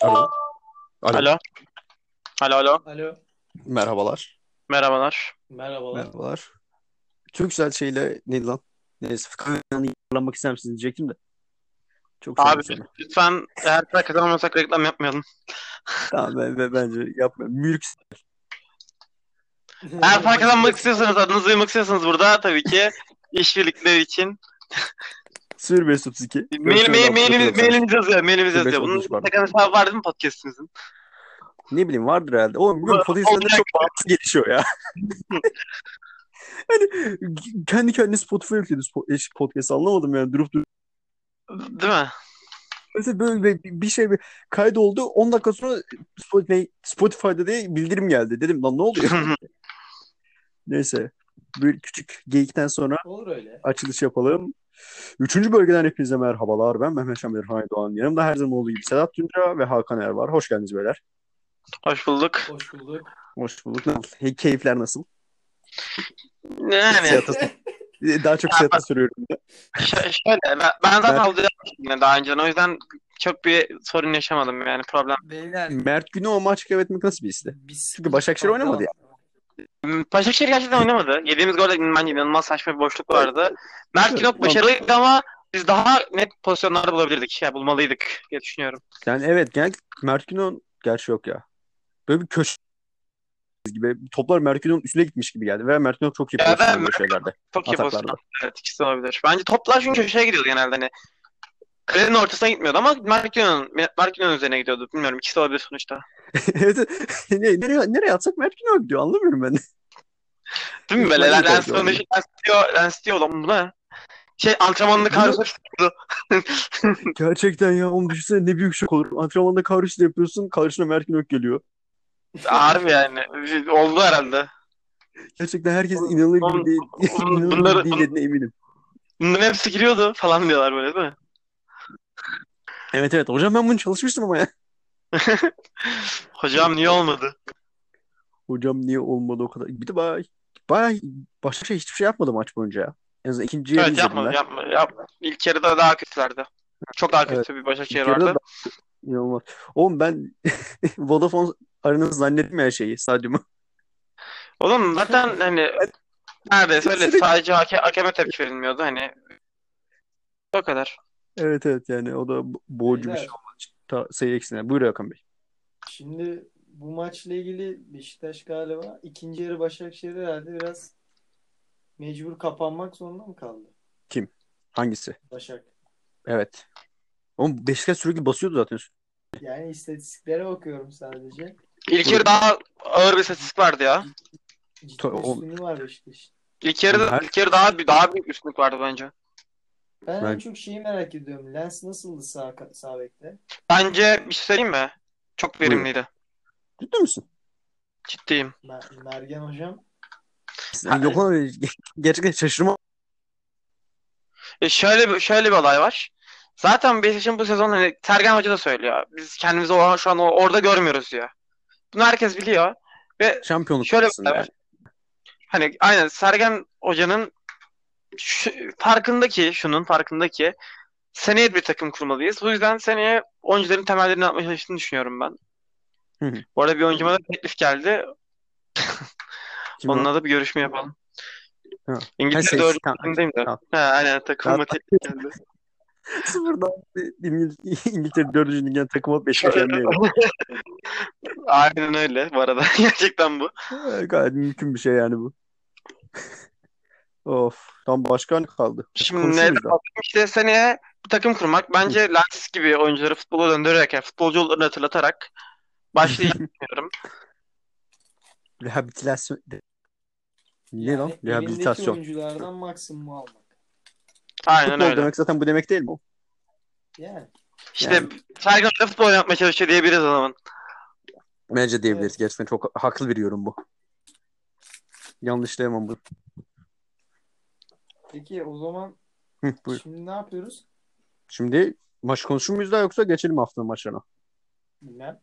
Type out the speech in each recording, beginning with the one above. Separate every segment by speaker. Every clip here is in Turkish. Speaker 1: Alo. Alo.
Speaker 2: Alo. Alo alo.
Speaker 3: Alo.
Speaker 1: Merhabalar.
Speaker 2: Merhabalar.
Speaker 3: Merhabalar.
Speaker 1: Merhabalar. Türksel şeyle neydi lan? Neyse. Kanalını yayınlamak ister misiniz diyecektim de. Çok zor
Speaker 2: Abi
Speaker 1: bir soru.
Speaker 2: lütfen eğer para kazanmıyorsak reklam yapmayalım.
Speaker 1: Tamam ben, ben- bence yapma. Mülk
Speaker 2: Eğer para kazanmak istiyorsanız adınızı duymak istiyorsanız burada tabii ki işbirlikleri için.
Speaker 1: Sür Mesut 2.
Speaker 2: Mail, mail, mailimiz, mailimiz yazıyor. Mailimiz yazıyor.
Speaker 1: 15,
Speaker 2: Bunun
Speaker 1: 15 var.
Speaker 2: Instagram hesabı var değil mi podcastimizin?
Speaker 1: Ne bileyim vardır herhalde. Oğlum
Speaker 2: Olacak.
Speaker 1: bunun potansiyelinde çok bağımsız gelişiyor ya. hani kendi kendine Spotify yükledi spo- eş- podcast anlamadım yani durup durup.
Speaker 2: Değil mi?
Speaker 1: Mesela böyle bir, bir şey bir kaydoldu 10 dakika sonra Spotify, Spotify'da diye bildirim geldi. Dedim lan ne oluyor? Neyse. Bir küçük geyikten sonra
Speaker 3: Olur öyle.
Speaker 1: açılış yapalım. Üçüncü bölgeden hepinize merhabalar. Ben Mehmet Şamil Doğan. Yanımda her zaman olduğu gibi Sedat Tündra ve Hakan Er var. Hoş geldiniz beyler.
Speaker 2: Hoş bulduk.
Speaker 3: Hoş bulduk.
Speaker 1: Hoş bulduk. Nasıl? Hey, keyifler nasıl?
Speaker 2: Yani
Speaker 1: Siyata- Ee, Daha çok siyata sürüyorum.
Speaker 2: ş- şöyle ben, ben zaten
Speaker 1: Ben-
Speaker 2: havluya yapmıştım yine daha önceden. O yüzden çok bir sorun yaşamadım yani problem.
Speaker 3: Beyler.
Speaker 1: Mert Günü o maç kaybetmek nasıl bir histi?
Speaker 3: Biz...
Speaker 1: Çünkü Başakşehir oynamadı ya.
Speaker 2: Başakşehir Hmm, gerçekten oynamadı. Yediğimiz golde bence inanılmaz saçma bir boşluk vardı. Mert Günok başarılıydı ama biz daha net pozisyonlarda bulabilirdik. Ya bulmalıydık diye düşünüyorum.
Speaker 1: Yani evet genel Mert Günü gerçi yok ya. Böyle bir köşe gibi toplar Mert Günü'nün üstüne gitmiş gibi geldi. Ve Mert Günü çok iyi
Speaker 2: Ya ben-
Speaker 1: pozisyon bu şeylerde.
Speaker 2: Çok iyi
Speaker 1: Ataklarda.
Speaker 2: pozisyon. Evet ikisi de olabilir. Bence toplar çünkü köşeye gidiyordu genelde hani. Kalenin ortasına gitmiyordu ama Mert Günok'un Mert Günok'un üzerine gidiyordu. Bilmiyorum ikisi de olabilir sonuçta.
Speaker 1: Evet. Ne- nereye, nereye atsak Mert Günü gidiyor anlamıyorum ben.
Speaker 2: Değil mi böyle?
Speaker 1: Lens
Speaker 2: Lens
Speaker 1: oldu.
Speaker 2: konuşuyor, Lens diyor, Lens diyor lan bu ne? Şey antrenmanlık
Speaker 1: Bunu-
Speaker 2: arzu
Speaker 1: Gerçekten ya onu düşünsene ne büyük şok olur. Antrenmanda karşıda yapıyorsun karşına Merkin Ök geliyor.
Speaker 2: harbi yani. Oldu herhalde.
Speaker 1: Gerçekten herkesin inanılır
Speaker 2: Oğlum,
Speaker 1: gibi değil.
Speaker 2: oğlum,
Speaker 1: inanılır
Speaker 2: bunları-
Speaker 1: gibi değil dediğine eminim.
Speaker 2: Bunların hepsi giriyordu falan diyorlar böyle değil mi?
Speaker 1: Evet evet hocam ben bunu çalışmıştım ama ya.
Speaker 2: Hocam niye olmadı?
Speaker 1: Hocam niye olmadı o kadar. Bir de bayağı, bayağı başka şey hiçbir şey yapmadı maç boyunca ya. En azından ikinci yarı
Speaker 2: Evet
Speaker 1: izledim
Speaker 2: yapma,
Speaker 1: ben.
Speaker 2: yapma, yapma. İlk yarıda daha kötülerdi. Çok daha kötü
Speaker 1: Evet.
Speaker 2: bir Başakşehir
Speaker 1: İlk yarıda
Speaker 2: şey vardı.
Speaker 1: da- İnanılmaz. Oğlum ben Vodafone Arena'sı zannettim ya şeyi stadyumu.
Speaker 2: Oğlum zaten hani neredeyse öyle
Speaker 1: Sürekli-
Speaker 2: sadece hake, hakeme tepki verilmiyordu hani. O kadar.
Speaker 1: Evet evet yani o da bo- boğucu bir şey
Speaker 3: Beyler,
Speaker 1: olmadı. Ta, sayı eksine. Buyur Hakan Bey.
Speaker 3: Şimdi bu maçla ilgili Beşiktaş galiba ikinci yarı Başakşehir herhalde biraz mecbur kapanmak zorunda mı kaldı?
Speaker 1: Hangisi?
Speaker 3: Başak.
Speaker 1: Evet. Oğlum Beşiktaş sürekli basıyordu zaten.
Speaker 3: Yani istatistiklere bakıyorum sadece.
Speaker 2: İlk yarı daha ağır bir sessizlik vardı ya.
Speaker 3: Ciddi
Speaker 1: Ta- o-
Speaker 3: üstünlüğü var Beşiktaş'ın.
Speaker 2: İlk yarıda
Speaker 1: Her-
Speaker 2: ilk yarı daha bir daha büyük üstünlük vardı bence.
Speaker 3: Ben,
Speaker 1: Ben-
Speaker 3: en çok şeyi merak ediyorum. Lens nasıldı sağ, sağ bekte?
Speaker 2: Bence bir şey söyleyeyim mi? Çok
Speaker 1: Buyurun.
Speaker 2: verimliydi.
Speaker 1: Ciddi misin?
Speaker 2: Ciddiyim.
Speaker 3: Mer- Mergen hocam.
Speaker 1: Yani yok oğlum, gerçekten şaşırma.
Speaker 2: E şöyle bir, şöyle bir olay var. Zaten Beşiktaş'ın bu sezon hani Sergen Hoca da söylüyor. Biz kendimizi o, şu an o- orada görmüyoruz diyor. Bunu herkes biliyor. Ve
Speaker 1: Şampiyonluk
Speaker 2: Şöyle
Speaker 1: aslında
Speaker 2: bir-
Speaker 1: yani.
Speaker 2: Hani aynen Sergen Hoca'nın şu, farkındaki, şunun farkındaki seneye bir takım kurmalıyız. Bu yüzden seneye oyuncuların temellerini atmaya çalıştığını düşünüyorum ben.
Speaker 1: Hı hı.
Speaker 2: Bu arada bir oyuncuma da teklif geldi.
Speaker 1: Kim o?
Speaker 2: Onunla da bir görüşme yapalım.
Speaker 1: Ha. Ha,
Speaker 2: İngiltere'de
Speaker 1: şey, tamam.
Speaker 2: öğretmenindeyim de.
Speaker 1: Tamam.
Speaker 2: Ha, aynen takımıma teklif geldi.
Speaker 1: Sıfırdan İngil- İngiltere 4. ligden takıma Beşiktaş yenmeye.
Speaker 2: Aynen öyle bu arada. Gerçekten bu.
Speaker 1: Gayet mümkün bir şey yani bu. Of. Tam başkan kaldı.
Speaker 2: Şimdi
Speaker 1: Konuşuyor
Speaker 2: neden
Speaker 1: muyuz daha?
Speaker 2: İşte seneye bir takım kurmak bence Lens gibi oyuncuları futbola döndürerek yani futbolcu olduklarını hatırlatarak başlayacağım diyorum.
Speaker 1: Rehabilitasyon. Ne
Speaker 3: Yani
Speaker 1: lan?
Speaker 3: elindeki
Speaker 1: Rehabilitasyon.
Speaker 3: oyunculardan maksimumu almak.
Speaker 2: Aynen
Speaker 1: Futbol
Speaker 2: öyle.
Speaker 1: demek zaten bu demek değil mi?
Speaker 3: Yani.
Speaker 2: İşte
Speaker 1: Yani.
Speaker 2: Sergen Hoca futbol oynatmaya çalışıyor diyebiliriz o zaman.
Speaker 1: Bence diyebiliriz.
Speaker 3: Evet.
Speaker 1: Gerçekten çok haklı bir yorum bu. Yanlışlayamam bu.
Speaker 3: Peki o zaman
Speaker 1: Hı, buyur.
Speaker 3: şimdi ne yapıyoruz?
Speaker 1: Şimdi maç konuşur muyuz daha yoksa geçelim haftanın maçlarına?
Speaker 3: Bilmem.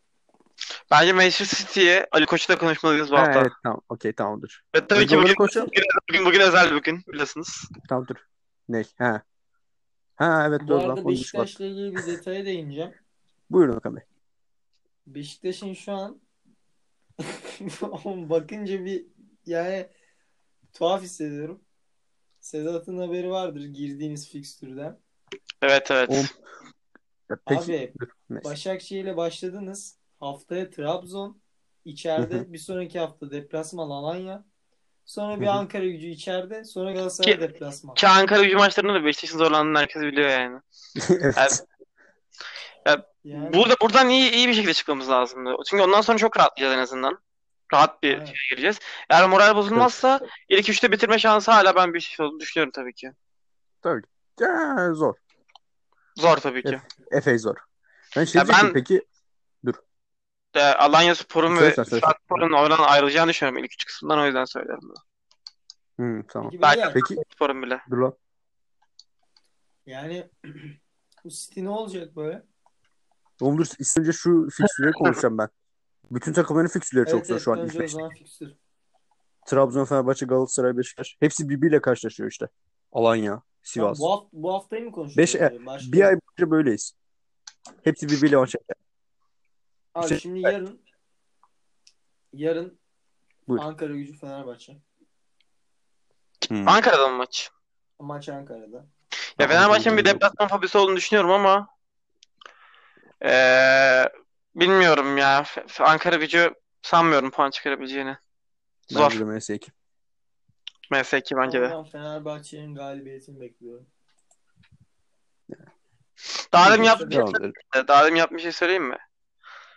Speaker 2: Bence Manchester City'ye Ali Koç'u da konuşmalıyız bu
Speaker 1: Ha,
Speaker 2: hafta.
Speaker 1: evet tamam. Okey tamamdır.
Speaker 2: Ve tabii
Speaker 1: Önce
Speaker 2: ki
Speaker 1: onları
Speaker 2: bugün,
Speaker 1: konuşalım.
Speaker 2: bugün, bugün, bugün özel bir gün biliyorsunuz.
Speaker 1: Tamam dur. Ne? Ha. Ha evet
Speaker 3: Bu
Speaker 1: doğru lan
Speaker 3: arada
Speaker 1: konuş bak.
Speaker 3: Beşiktaş'la ilgili bir detaya değineceğim.
Speaker 1: Buyurun Hakan Bey.
Speaker 4: Beşiktaş'ın şu an Oğlum bakınca bir yani tuhaf hissediyorum. Sedat'ın haberi vardır girdiğiniz fikstürden.
Speaker 2: Evet evet.
Speaker 1: Oğlum, Ya peki.
Speaker 4: Abi
Speaker 1: Neyse.
Speaker 4: Başakşehir'le başladınız. Haftaya Trabzon. içeride bir sonraki hafta deplasman Alanya. Sonra bir
Speaker 1: Hı hı.
Speaker 4: Ankara gücü içeride. Sonra Galatasaray
Speaker 2: Ki-
Speaker 4: deplasman.
Speaker 2: Ki Ankara gücü maçlarında da Beşiktaş'ın zorlandığını herkes biliyor yani.
Speaker 1: evet.
Speaker 4: Yani,
Speaker 2: Burada buradan iyi iyi bir şekilde çıkmamız lazımdı. Çünkü ondan sonra çok rahatlayacağız en azından. Rahat bir
Speaker 4: Evet.
Speaker 2: şeye gireceğiz. Eğer moral bozulmazsa ilk üçte bitirme şansı hala ben bir şey olduğunu düşünüyorum tabii ki.
Speaker 1: Ya, zor.
Speaker 2: Zor tabii ki.
Speaker 1: Evet. Epey zor. Ben şey
Speaker 2: Ya
Speaker 1: diyecektim
Speaker 2: ben-
Speaker 1: peki.
Speaker 2: Ee, Alanya Spor'un
Speaker 1: Söyle
Speaker 2: ve
Speaker 1: sen, söyle
Speaker 2: Sivas Spor'un oradan ayrılacağını düşünüyorum ilk üç kısımdan o yüzden söylüyorum bunu.
Speaker 1: Hı, Hmm, tamam.
Speaker 4: Peki
Speaker 2: Belki-
Speaker 4: beyler,
Speaker 1: Peki
Speaker 2: Spor'un bile.
Speaker 1: dur lan.
Speaker 4: yani bu City ne olacak böyle?
Speaker 1: Oğlum dur önce şu fikstürleri konuşacağım ben. Bütün takımların fikstürleri çok
Speaker 4: evet,
Speaker 1: zor
Speaker 4: evet,
Speaker 1: şu an. ilk
Speaker 4: önce o
Speaker 1: beşte.
Speaker 4: zaman fikstür.
Speaker 1: Trabzon, Fenerbahçe, Galatasaray, Beşiktaş. Hepsi birbiriyle karşılaşıyor işte. Alanya,
Speaker 4: Tamam,
Speaker 1: Sivas.
Speaker 4: bu, hafta, bu haftayı mı konuşuyoruz?
Speaker 1: Beş- e,
Speaker 4: yani? Başka-
Speaker 1: Bir ay boyunca böyleyiz. Hepsi birbiriyle maç yapacak.
Speaker 4: Abi
Speaker 1: Şey-
Speaker 4: şimdi yarın yarın
Speaker 1: Buyur.
Speaker 4: Ankara Gücü Fenerbahçe.
Speaker 1: Hmm.
Speaker 2: Ankara'da mı maç?
Speaker 4: Maç Ankara'da.
Speaker 2: Ya Fenerbahçe'nin bir deplasman fobisi olduğunu düşünüyorum ama ee, bilmiyorum ya. F- F- Ankara gücü sanmıyorum puan çıkarabileceğini. Zor.
Speaker 1: Bence de MS2.
Speaker 2: MS2 bence de.
Speaker 4: Ama ben Fenerbahçe'nin galibiyetini bekliyorum.
Speaker 2: Daha
Speaker 4: Bence
Speaker 2: demin
Speaker 4: de
Speaker 2: yapmış,
Speaker 1: Devam edelim.
Speaker 2: daha demin yapmış şey söyleyeyim mi?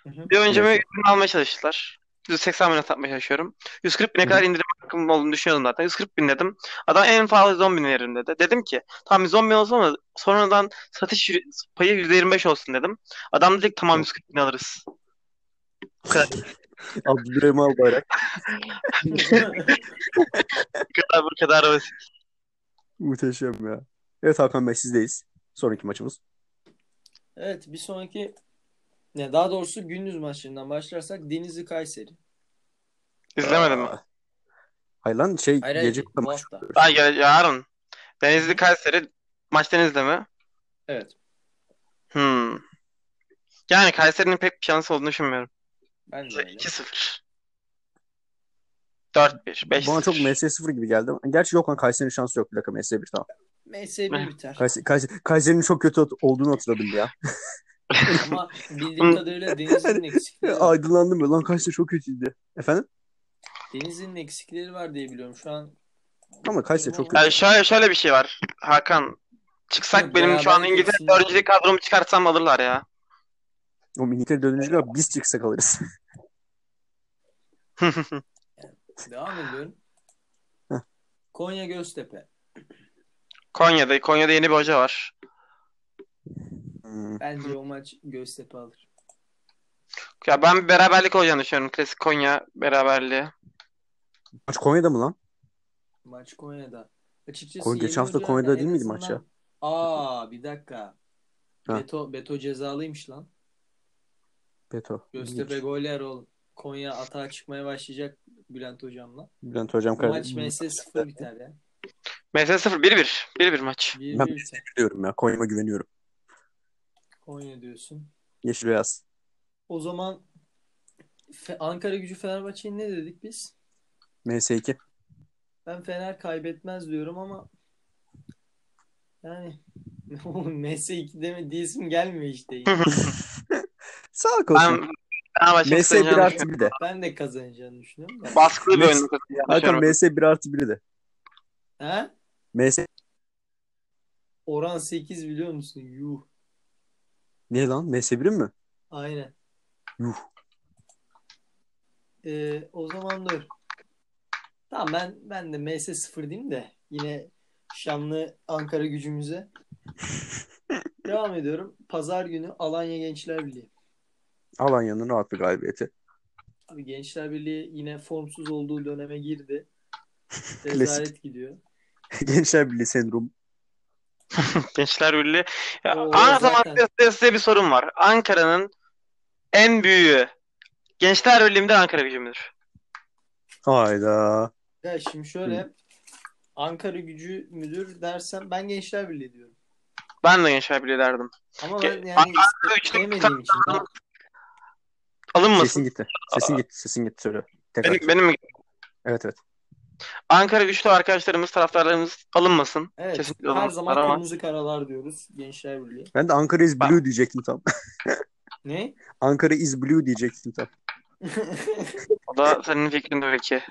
Speaker 4: Hı hı.
Speaker 2: Bir önceme
Speaker 1: Neyse.
Speaker 2: ürün almaya çalıştılar. 180 bin atmaya çalışıyorum. 140 bine
Speaker 1: Hı hı.
Speaker 2: kadar indirim hakkım olduğunu düşünüyordum zaten. 140 bin dedim. Adam en fazla 10 bin veririm dedi. Dedim ki tamam 110 bin olsun ama sonradan satış yü- payı %25 olsun dedim. Adam dedi ki tamam 140 bin alırız. Bu kadar,
Speaker 1: Abdülrahim Albayrak.
Speaker 2: bu kadar, bu kadar basit.
Speaker 1: Muhteşem ya. Evet Hakan Bey sizdeyiz. Sonraki maçımız.
Speaker 4: evet bir sonraki ne daha doğrusu gündüz maçlarından başlarsak Denizli Kayseri.
Speaker 2: İzlemedim mi?
Speaker 1: Aa. Hayır lan şey
Speaker 4: Hayır, hayır,
Speaker 1: gece
Speaker 4: bu
Speaker 1: maç.
Speaker 4: hafta.
Speaker 1: yapıyoruz.
Speaker 2: Ben gel yarın. Denizli Kayseri maç Denizli mi?
Speaker 4: Evet.
Speaker 2: Hmm. Yani Kayseri'nin pek bir şansı olduğunu düşünmüyorum.
Speaker 4: Ben de öyle.
Speaker 2: 2-0. 4-1. 5-0.
Speaker 1: Bana çok MS0 gibi geldi. ama- Gerçi yok lan Kayseri'nin şansı yok. Bir dakika MS1 tamam.
Speaker 4: MS1 biter.
Speaker 1: Kayseri, Kayseri, Kayseri'nin çok kötü ot- olduğunu hatırladım ya.
Speaker 4: Ama bildiğim kadarıyla Denizli'nin eksikleri var.
Speaker 1: E, Aydınlandım ya. Lan Kayseri çok kötüydü. Efendim?
Speaker 4: Denizli'nin eksikleri var diye biliyorum. Şu an
Speaker 1: Ama Kayseri çok kötü.
Speaker 2: Yani şöyle, şöyle bir şey var. Hakan çıksak
Speaker 4: Yok,
Speaker 2: benim şu an
Speaker 4: beraberlik
Speaker 2: İngiltere
Speaker 4: eksiği var.
Speaker 2: dördüncü kadromu çıkartsam alırlar ya.
Speaker 1: O İngiltere dönünce galiba biz çıksak alırız.
Speaker 4: devam ediyorum.
Speaker 1: Heh.
Speaker 4: Konya Göztepe.
Speaker 2: Konya'da Konya'da yeni bir hoca var.
Speaker 1: Hmm.
Speaker 4: Bence o maç Göztepe alır.
Speaker 2: Ya ben bir beraberlik olacağını düşünüyorum. Klasik Konya beraberliği.
Speaker 1: Maç Konya'da mı lan?
Speaker 4: Maç Konya'da. Açıkçası
Speaker 1: Konya-
Speaker 4: yeni
Speaker 1: geçen hafta
Speaker 4: hoca
Speaker 1: Konya'da
Speaker 4: yani
Speaker 1: değil
Speaker 4: en
Speaker 1: miydi maç ya?
Speaker 4: azından- Aa bir dakika.
Speaker 1: Ha.
Speaker 4: Beto, Beto cezalıymış lan.
Speaker 1: Beto.
Speaker 4: Göztepe
Speaker 1: İlginç.
Speaker 4: goller ol. Konya atağa çıkmaya başlayacak Bülent hocamla.
Speaker 1: Bülent Hocam
Speaker 4: Bu maç
Speaker 1: kardeşim.
Speaker 4: MS 0 biter ya.
Speaker 2: MS 0 1-1. 1-1 maç.
Speaker 4: 1
Speaker 1: Ben-
Speaker 4: biter.
Speaker 1: Diyorum ya. Konya'ma güveniyorum.
Speaker 4: Konya diyorsun.
Speaker 1: Yeşil beyaz.
Speaker 4: O zaman Fe- Ankara Gücü Fenerbahçe'yi ne dedik biz?
Speaker 1: MS2.
Speaker 4: Ben Fener kaybetmez diyorum ama yani oğlum MS2 deme diyesim gelmiyor işte.
Speaker 1: Sağ ol
Speaker 2: Ben
Speaker 1: olsun.
Speaker 2: Fenerbahçe
Speaker 1: MS1
Speaker 2: kazanacağını
Speaker 1: artı
Speaker 2: düşünüyorum.
Speaker 1: 1 de.
Speaker 4: ben de kazanacağını düşünüyorum da.
Speaker 2: Baskılı bir
Speaker 1: Mes-
Speaker 2: oyunu kazanacağını
Speaker 1: Hakan
Speaker 2: düşünüyorum.
Speaker 1: MS1 artı 1 de.
Speaker 4: He?
Speaker 1: MS
Speaker 4: Oran 8 biliyor musun? Yuh.
Speaker 1: ne lan? MS1'in mi?
Speaker 4: Aynen.
Speaker 1: Yuh.
Speaker 4: Ee, o zaman dur. Tamam ben ben de MS 0 diyeyim de yine Şanlı Ankara gücümüze. Devam ediyorum. Pazar günü Alanya Gençler Birliği.
Speaker 1: Alanya'nın rahat bir galibiyeti.
Speaker 4: Abi Gençler Birliği yine formsuz olduğu döneme girdi.
Speaker 1: Klasik.
Speaker 4: Rezalet gidiyor.
Speaker 1: Gençler Birliği sendromu.
Speaker 2: Gençler Birliği. Ya,
Speaker 4: Oo,
Speaker 2: Ana
Speaker 4: zaten.
Speaker 2: zaman size, size bir sorum var. Ankara'nın en büyüğü Gençler Birliği midir Ankara Gücü müdür?
Speaker 1: Hayda.
Speaker 4: Ya şimdi şöyle Ankara gücü müdür dersem ben Gençler Birliği diyorum.
Speaker 2: Ben de Gençler Birliği derdim.
Speaker 4: Ama
Speaker 2: Ge-
Speaker 4: ben yani
Speaker 2: Ankara Gücü'nün
Speaker 4: sevmediğim için ben
Speaker 2: Alınmasın.
Speaker 1: Sesin gitti. Sesin gitti. Sesin gitti söyle. Tekrar.
Speaker 2: Benim, benim mi?
Speaker 1: Evet evet.
Speaker 2: Ankara güçlü arkadaşlarımız, taraftarlarımız alınmasın.
Speaker 4: Evet.
Speaker 2: Kesinlikle
Speaker 4: her
Speaker 2: alınmasın
Speaker 4: zaman
Speaker 2: ama
Speaker 4: kırmızı karalar diyoruz Gençler Birliği.
Speaker 1: Ben de Ankara is
Speaker 2: Bak.
Speaker 1: blue diyecektim tam.
Speaker 4: Ne?
Speaker 1: Ankara is blue diyecektim tam.
Speaker 2: o da senin fikrin tabii ki.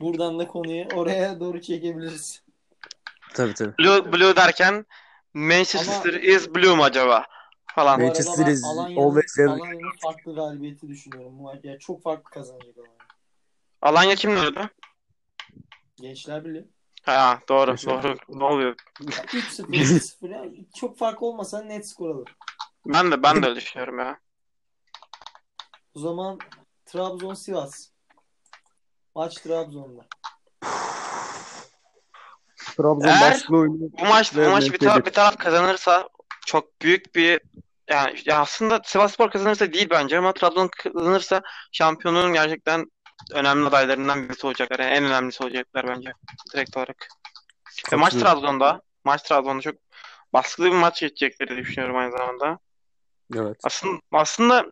Speaker 4: Buradan da konuyu oraya doğru çekebiliriz.
Speaker 1: Tabii tabii.
Speaker 2: Blue, blue derken Manchester
Speaker 4: Ama-
Speaker 2: is blue mu acaba? Falan.
Speaker 4: Bu
Speaker 1: Evet.
Speaker 4: arada
Speaker 1: Manchester
Speaker 4: ben
Speaker 1: is
Speaker 4: Alanya'nın,
Speaker 1: always there.
Speaker 4: Alanya'nın farklı galibiyeti düşünüyorum. Bu maç. Yani çok farklı kazanacak Alanya.
Speaker 2: Alanya kim diyordu?
Speaker 4: Gençler Birliği.
Speaker 2: Ha doğru
Speaker 1: Mesela.
Speaker 2: doğru. Ne oluyor?
Speaker 4: Ya 3-0, 3-0. Yani çok fark olmasa net skor alır.
Speaker 2: Ben de ben de öyle düşünüyorum ya.
Speaker 4: O zaman Trabzon-Sivas. Maç Trabzon'da.
Speaker 1: Trabzon
Speaker 2: Eğer-
Speaker 1: başlı oyunu.
Speaker 2: Bu maç bu
Speaker 1: Ve
Speaker 2: maç bir taraf
Speaker 1: Mehmet'e-
Speaker 2: bir taraf kazanırsa çok büyük bir yani ya aslında Sivasspor kazanırsa değil bence ama Trabzon kazanırsa şampiyonluğun gerçekten önemli adaylarından birisi olacaklar. Yani en önemlisi olacaklar bence direkt olarak. Ve maç
Speaker 1: Katılıyorum.
Speaker 2: Trabzon'da, maç Trabzon'da çok baskılı bir maç geçecekleri düşünüyorum aynı zamanda.
Speaker 1: Evet.
Speaker 2: Aslında aslında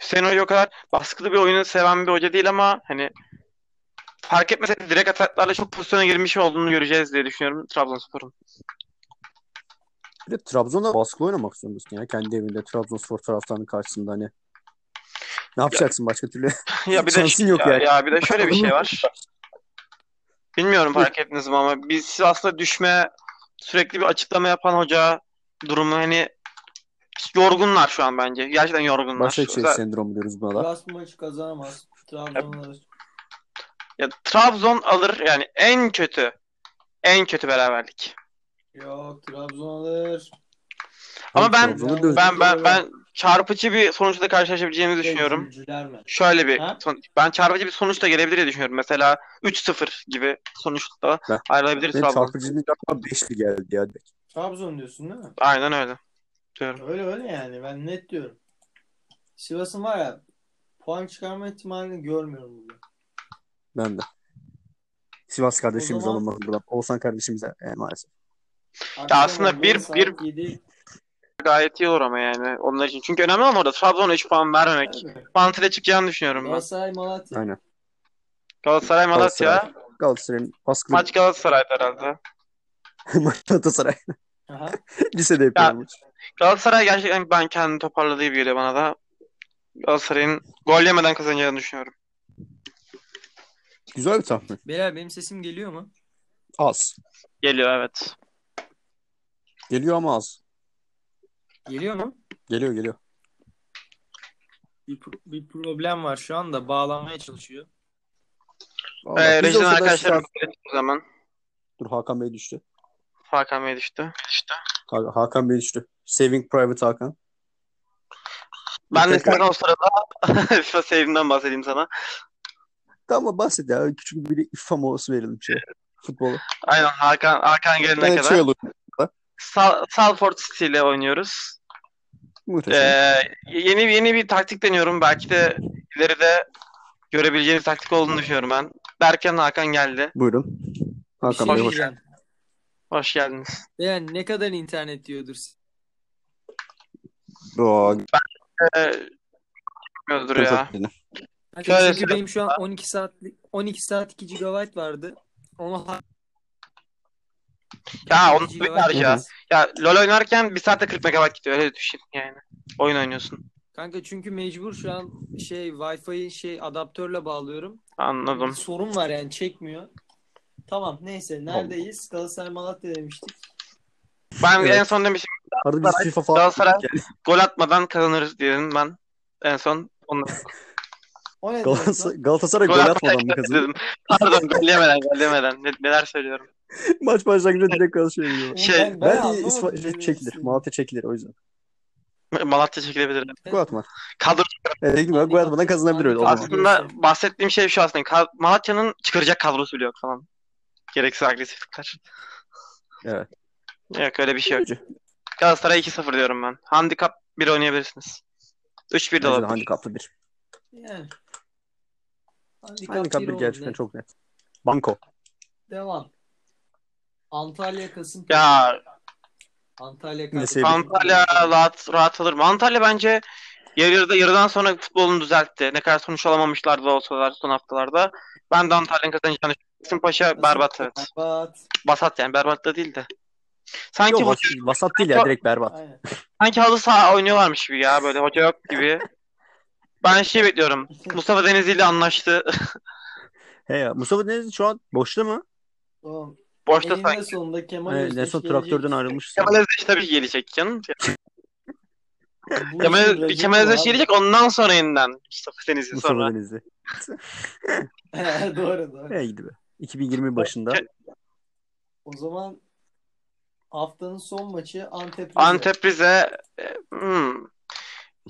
Speaker 2: Hüseyin Hoca o kadar baskılı bir oyunu seven bir hoca değil ama hani fark etmese de direkt ataklarla çok pozisyona girmiş olduğunu göreceğiz diye düşünüyorum Trabzonspor'un.
Speaker 1: Bir de Trabzon'da baskılı oynamak zorundasın ya. Kendi evinde Trabzonspor taraftarının karşısında hani. Ne yapacaksın başka türlü?
Speaker 2: Ya bir de
Speaker 1: Şansın yok
Speaker 2: ya,
Speaker 1: yani.
Speaker 2: ya bir de şöyle bir şey var. Bilmiyorum fark ettiniz mi ama biz siz aslında düşme sürekli bir açıklama yapan hoca durumu hani yorgunlar şu an bence. Gerçekten yorgunlar.
Speaker 1: Başakşehir
Speaker 2: Özel-
Speaker 1: şey sendromu diyoruz buna da.
Speaker 4: Sivas bu maçı kazanamaz. Trabzon alır.
Speaker 2: ya, Trabzon alır yani en kötü en kötü beraberlik.
Speaker 4: Yok Trabzon alır.
Speaker 2: Ama ben
Speaker 1: Hani Trabzon'u da-
Speaker 2: ben ben ben çarpıcı bir sonuçla karşılaşabileceğimizi düşünüyorum.
Speaker 4: Devrimciler mi?
Speaker 2: Şöyle bir
Speaker 4: Ha?
Speaker 2: son- ben çarpıcı bir sonuçla gelebilir diye düşünüyorum. Mesela 3-0 gibi sonuçta
Speaker 1: Ben-
Speaker 2: ayrılabilir
Speaker 1: Benim
Speaker 2: Trabzon.
Speaker 1: çarpıcının yapma 5'li geldi ya. direkt.
Speaker 4: Trabzon diyorsun değil mi?
Speaker 2: Aynen öyle. Diyorum.
Speaker 4: Öyle öyle yani ben net diyorum. Sivas'ın var ya puan çıkarma ihtimalini görmüyorum burada.
Speaker 1: Ben de. Sivas kardeşimiz
Speaker 4: zaman-
Speaker 1: alınmadı buradan. Oğuzhan kardeşimize e, maalesef.
Speaker 4: Akşam
Speaker 2: aslında
Speaker 4: oldu,
Speaker 2: bir-
Speaker 4: saat
Speaker 2: bir-
Speaker 4: yedi.
Speaker 2: Gayet iyi olur ama yani onlar için. Çünkü önemli ama orada Trabzon'a 3 puan vermemek.
Speaker 4: Tabii.
Speaker 2: Mantığıyla çıkacağını düşünüyorum ben.
Speaker 4: Galatasaray Malatya.
Speaker 1: Aynen.
Speaker 2: Galatasaray Malatya.
Speaker 1: Galatasaray. Galatasaray'ın baskılı
Speaker 2: Maç Galatasaray herhalde.
Speaker 1: maç Galatasaray.
Speaker 4: Aha.
Speaker 1: Lisede yapıyor maç.
Speaker 2: Galatasaray gerçekten ben kendini toparladığı gibi geliyor bana da. Galatasaray'ın gol yemeden kazanacağını düşünüyorum.
Speaker 1: Güzel bir tahmin.
Speaker 4: Beyler benim sesim geliyor mu?
Speaker 1: Az.
Speaker 2: Geliyor evet.
Speaker 1: Geliyor ama az.
Speaker 4: Geliyor mu?
Speaker 1: Geliyor geliyor.
Speaker 4: Bir, pro- bir problem var şu anda bağlanmaya çalışıyor.
Speaker 1: Vallahi biz de
Speaker 2: Ee, Rejiden
Speaker 1: o kadar
Speaker 2: arkadaşlarım
Speaker 1: sağ-
Speaker 2: o zaman.
Speaker 1: Dur Hakan Bey düştü.
Speaker 2: Hakan Bey düştü.
Speaker 1: Ha- Hakan Bey düştü. Saving Private Hakan.
Speaker 2: Ben de
Speaker 1: Tekrar.
Speaker 2: sana o sırada FIFA save'imden bahsedeyim sana.
Speaker 1: Tamam bahset ya. Küçük bir ifam olsun verelim şey. Futbolu.
Speaker 2: Aynen Hakan Hakan gelene
Speaker 1: Ben
Speaker 2: Ee, kadar.
Speaker 1: şey olur.
Speaker 2: Sal Salford City ile oynuyoruz.
Speaker 1: Muhteşem.
Speaker 2: Ee, yeni yeni bir taktik deniyorum. Belki de ileride görebileceğiniz taktik olduğunu düşünüyorum ben. Berken Hakan geldi.
Speaker 1: Buyurun.
Speaker 4: Bir
Speaker 1: Hakan
Speaker 4: şey
Speaker 1: Bey hoş.
Speaker 4: diyeceğim.
Speaker 2: Hoş geldiniz.
Speaker 4: Yani ne kadar internet diyordur?
Speaker 1: Oo,
Speaker 2: Ee, bilmiyordur ya.
Speaker 1: kötü.
Speaker 4: Kanka
Speaker 2: Şöyle
Speaker 4: çünkü
Speaker 2: söyleyeyim.
Speaker 4: benim şu an 12 saat 12 saat 2 GB vardı. Onu ha-
Speaker 2: Ya, onu
Speaker 4: 2 GB
Speaker 2: duyar ya.
Speaker 4: vardı.
Speaker 2: Ya LoL oynarken bir saatte 40 megabayt gidiyor. Öyle düşün yani. Oyun oynuyorsun.
Speaker 4: Kanka çünkü mecbur şu an şey Wi-Fi'yi şey adaptörle bağlıyorum. Bir
Speaker 2: Anladım.
Speaker 4: sorun var yani çekmiyor. Tamam neyse neredeyiz? Galatasaray Malatya demiştik.
Speaker 2: Ben
Speaker 1: Evet.
Speaker 2: en son demiştim
Speaker 1: Arada biz FIFA falan.
Speaker 2: Galatasaray gol atmadan kazanırız diyelim ben. En son onu
Speaker 4: O ne demek
Speaker 1: Galatasaray,
Speaker 4: lan?
Speaker 1: Galatasaray gol atmadan mı kazandı?
Speaker 2: dedim. Pardon gol yemeden gol yemeden. Ne- neler söylüyorum.
Speaker 1: Maç başlangıcında direkt Galatasaray'a gidiyor.
Speaker 2: Şey,
Speaker 4: Ben- ben
Speaker 1: Belki
Speaker 4: anlamadım
Speaker 1: İspa-
Speaker 4: ne
Speaker 1: şey
Speaker 4: demek
Speaker 1: çekilir.
Speaker 4: istediğini.
Speaker 1: Malatya çekilir o yüzden.
Speaker 2: Malatya çekilebilir.
Speaker 1: Gol atma.
Speaker 2: Kadro
Speaker 1: Evet, dediğim gibi gol atmadan kazanabilir öyle.
Speaker 4: Olmaz.
Speaker 2: Aslında bahsettiğim şey şu aslında. Ka- Malatya'nın çıkaracak kadrosu bile yok falan. Gereksiz agresiflikler.
Speaker 1: Evet.
Speaker 2: Yok öyle bir şey yok.
Speaker 1: Üzücü.
Speaker 2: Galatasaray 2-0 diyorum ben. Handikap 1 oynayabilirsiniz. 3-1 de
Speaker 1: Bence de
Speaker 2: olabilir.
Speaker 1: handikaplı bir.
Speaker 4: Yani. Handikap
Speaker 1: Handikap
Speaker 4: bir
Speaker 1: bir
Speaker 4: oldu.
Speaker 1: gerçekten
Speaker 4: Ne-
Speaker 1: çok net. Banko.
Speaker 4: Devam. Antalya Kasım.
Speaker 2: Ya
Speaker 4: Antalya
Speaker 1: Yine
Speaker 4: Kasım.
Speaker 1: sevdim.
Speaker 2: Antalya rahat, rahat alır mı? Antalya bence Yarı yarıda yarıdan sonra futbolunu düzeltti. Ne kadar sonuç alamamışlardı da olsalar son haftalarda. Ben de Antalya'nın kazanacağını düşünüyorum. Paşa berbat evet.
Speaker 4: Berbat.
Speaker 2: Basat yani berbat da değil de. Sanki
Speaker 1: Yok,
Speaker 2: hoca,
Speaker 1: vas- vasat değil ya direkt berbat.
Speaker 4: Aynen.
Speaker 2: sanki halı saha oynuyorlarmış gibi ya böyle hoca yok gibi. Ben şey bekliyorum. Mustafa Denizli ile anlaştı.
Speaker 1: He ya Mustafa Denizli şu an boşta mı?
Speaker 4: Oğlum,
Speaker 2: Boşta
Speaker 4: eninde
Speaker 2: sanki.
Speaker 4: sonunda Kemal
Speaker 1: He,
Speaker 4: Özdeş
Speaker 1: en son
Speaker 4: gelecek.
Speaker 1: traktörden ayrılmış.
Speaker 2: Kemal Özdeş tabii ki gelecek canım.
Speaker 4: Bu işin
Speaker 2: Kemal,
Speaker 4: raconu
Speaker 2: Kemal Özdeş
Speaker 4: abi.
Speaker 2: gelecek ondan sonra yeniden Mustafa Denizli
Speaker 1: Mustafa
Speaker 2: sonra.
Speaker 1: Denizli.
Speaker 4: doğru doğru.
Speaker 1: He gidi be. 2020 başında.
Speaker 2: Şey-
Speaker 4: O zaman haftanın son maçı Antep.
Speaker 2: Antep Rize e, hmm.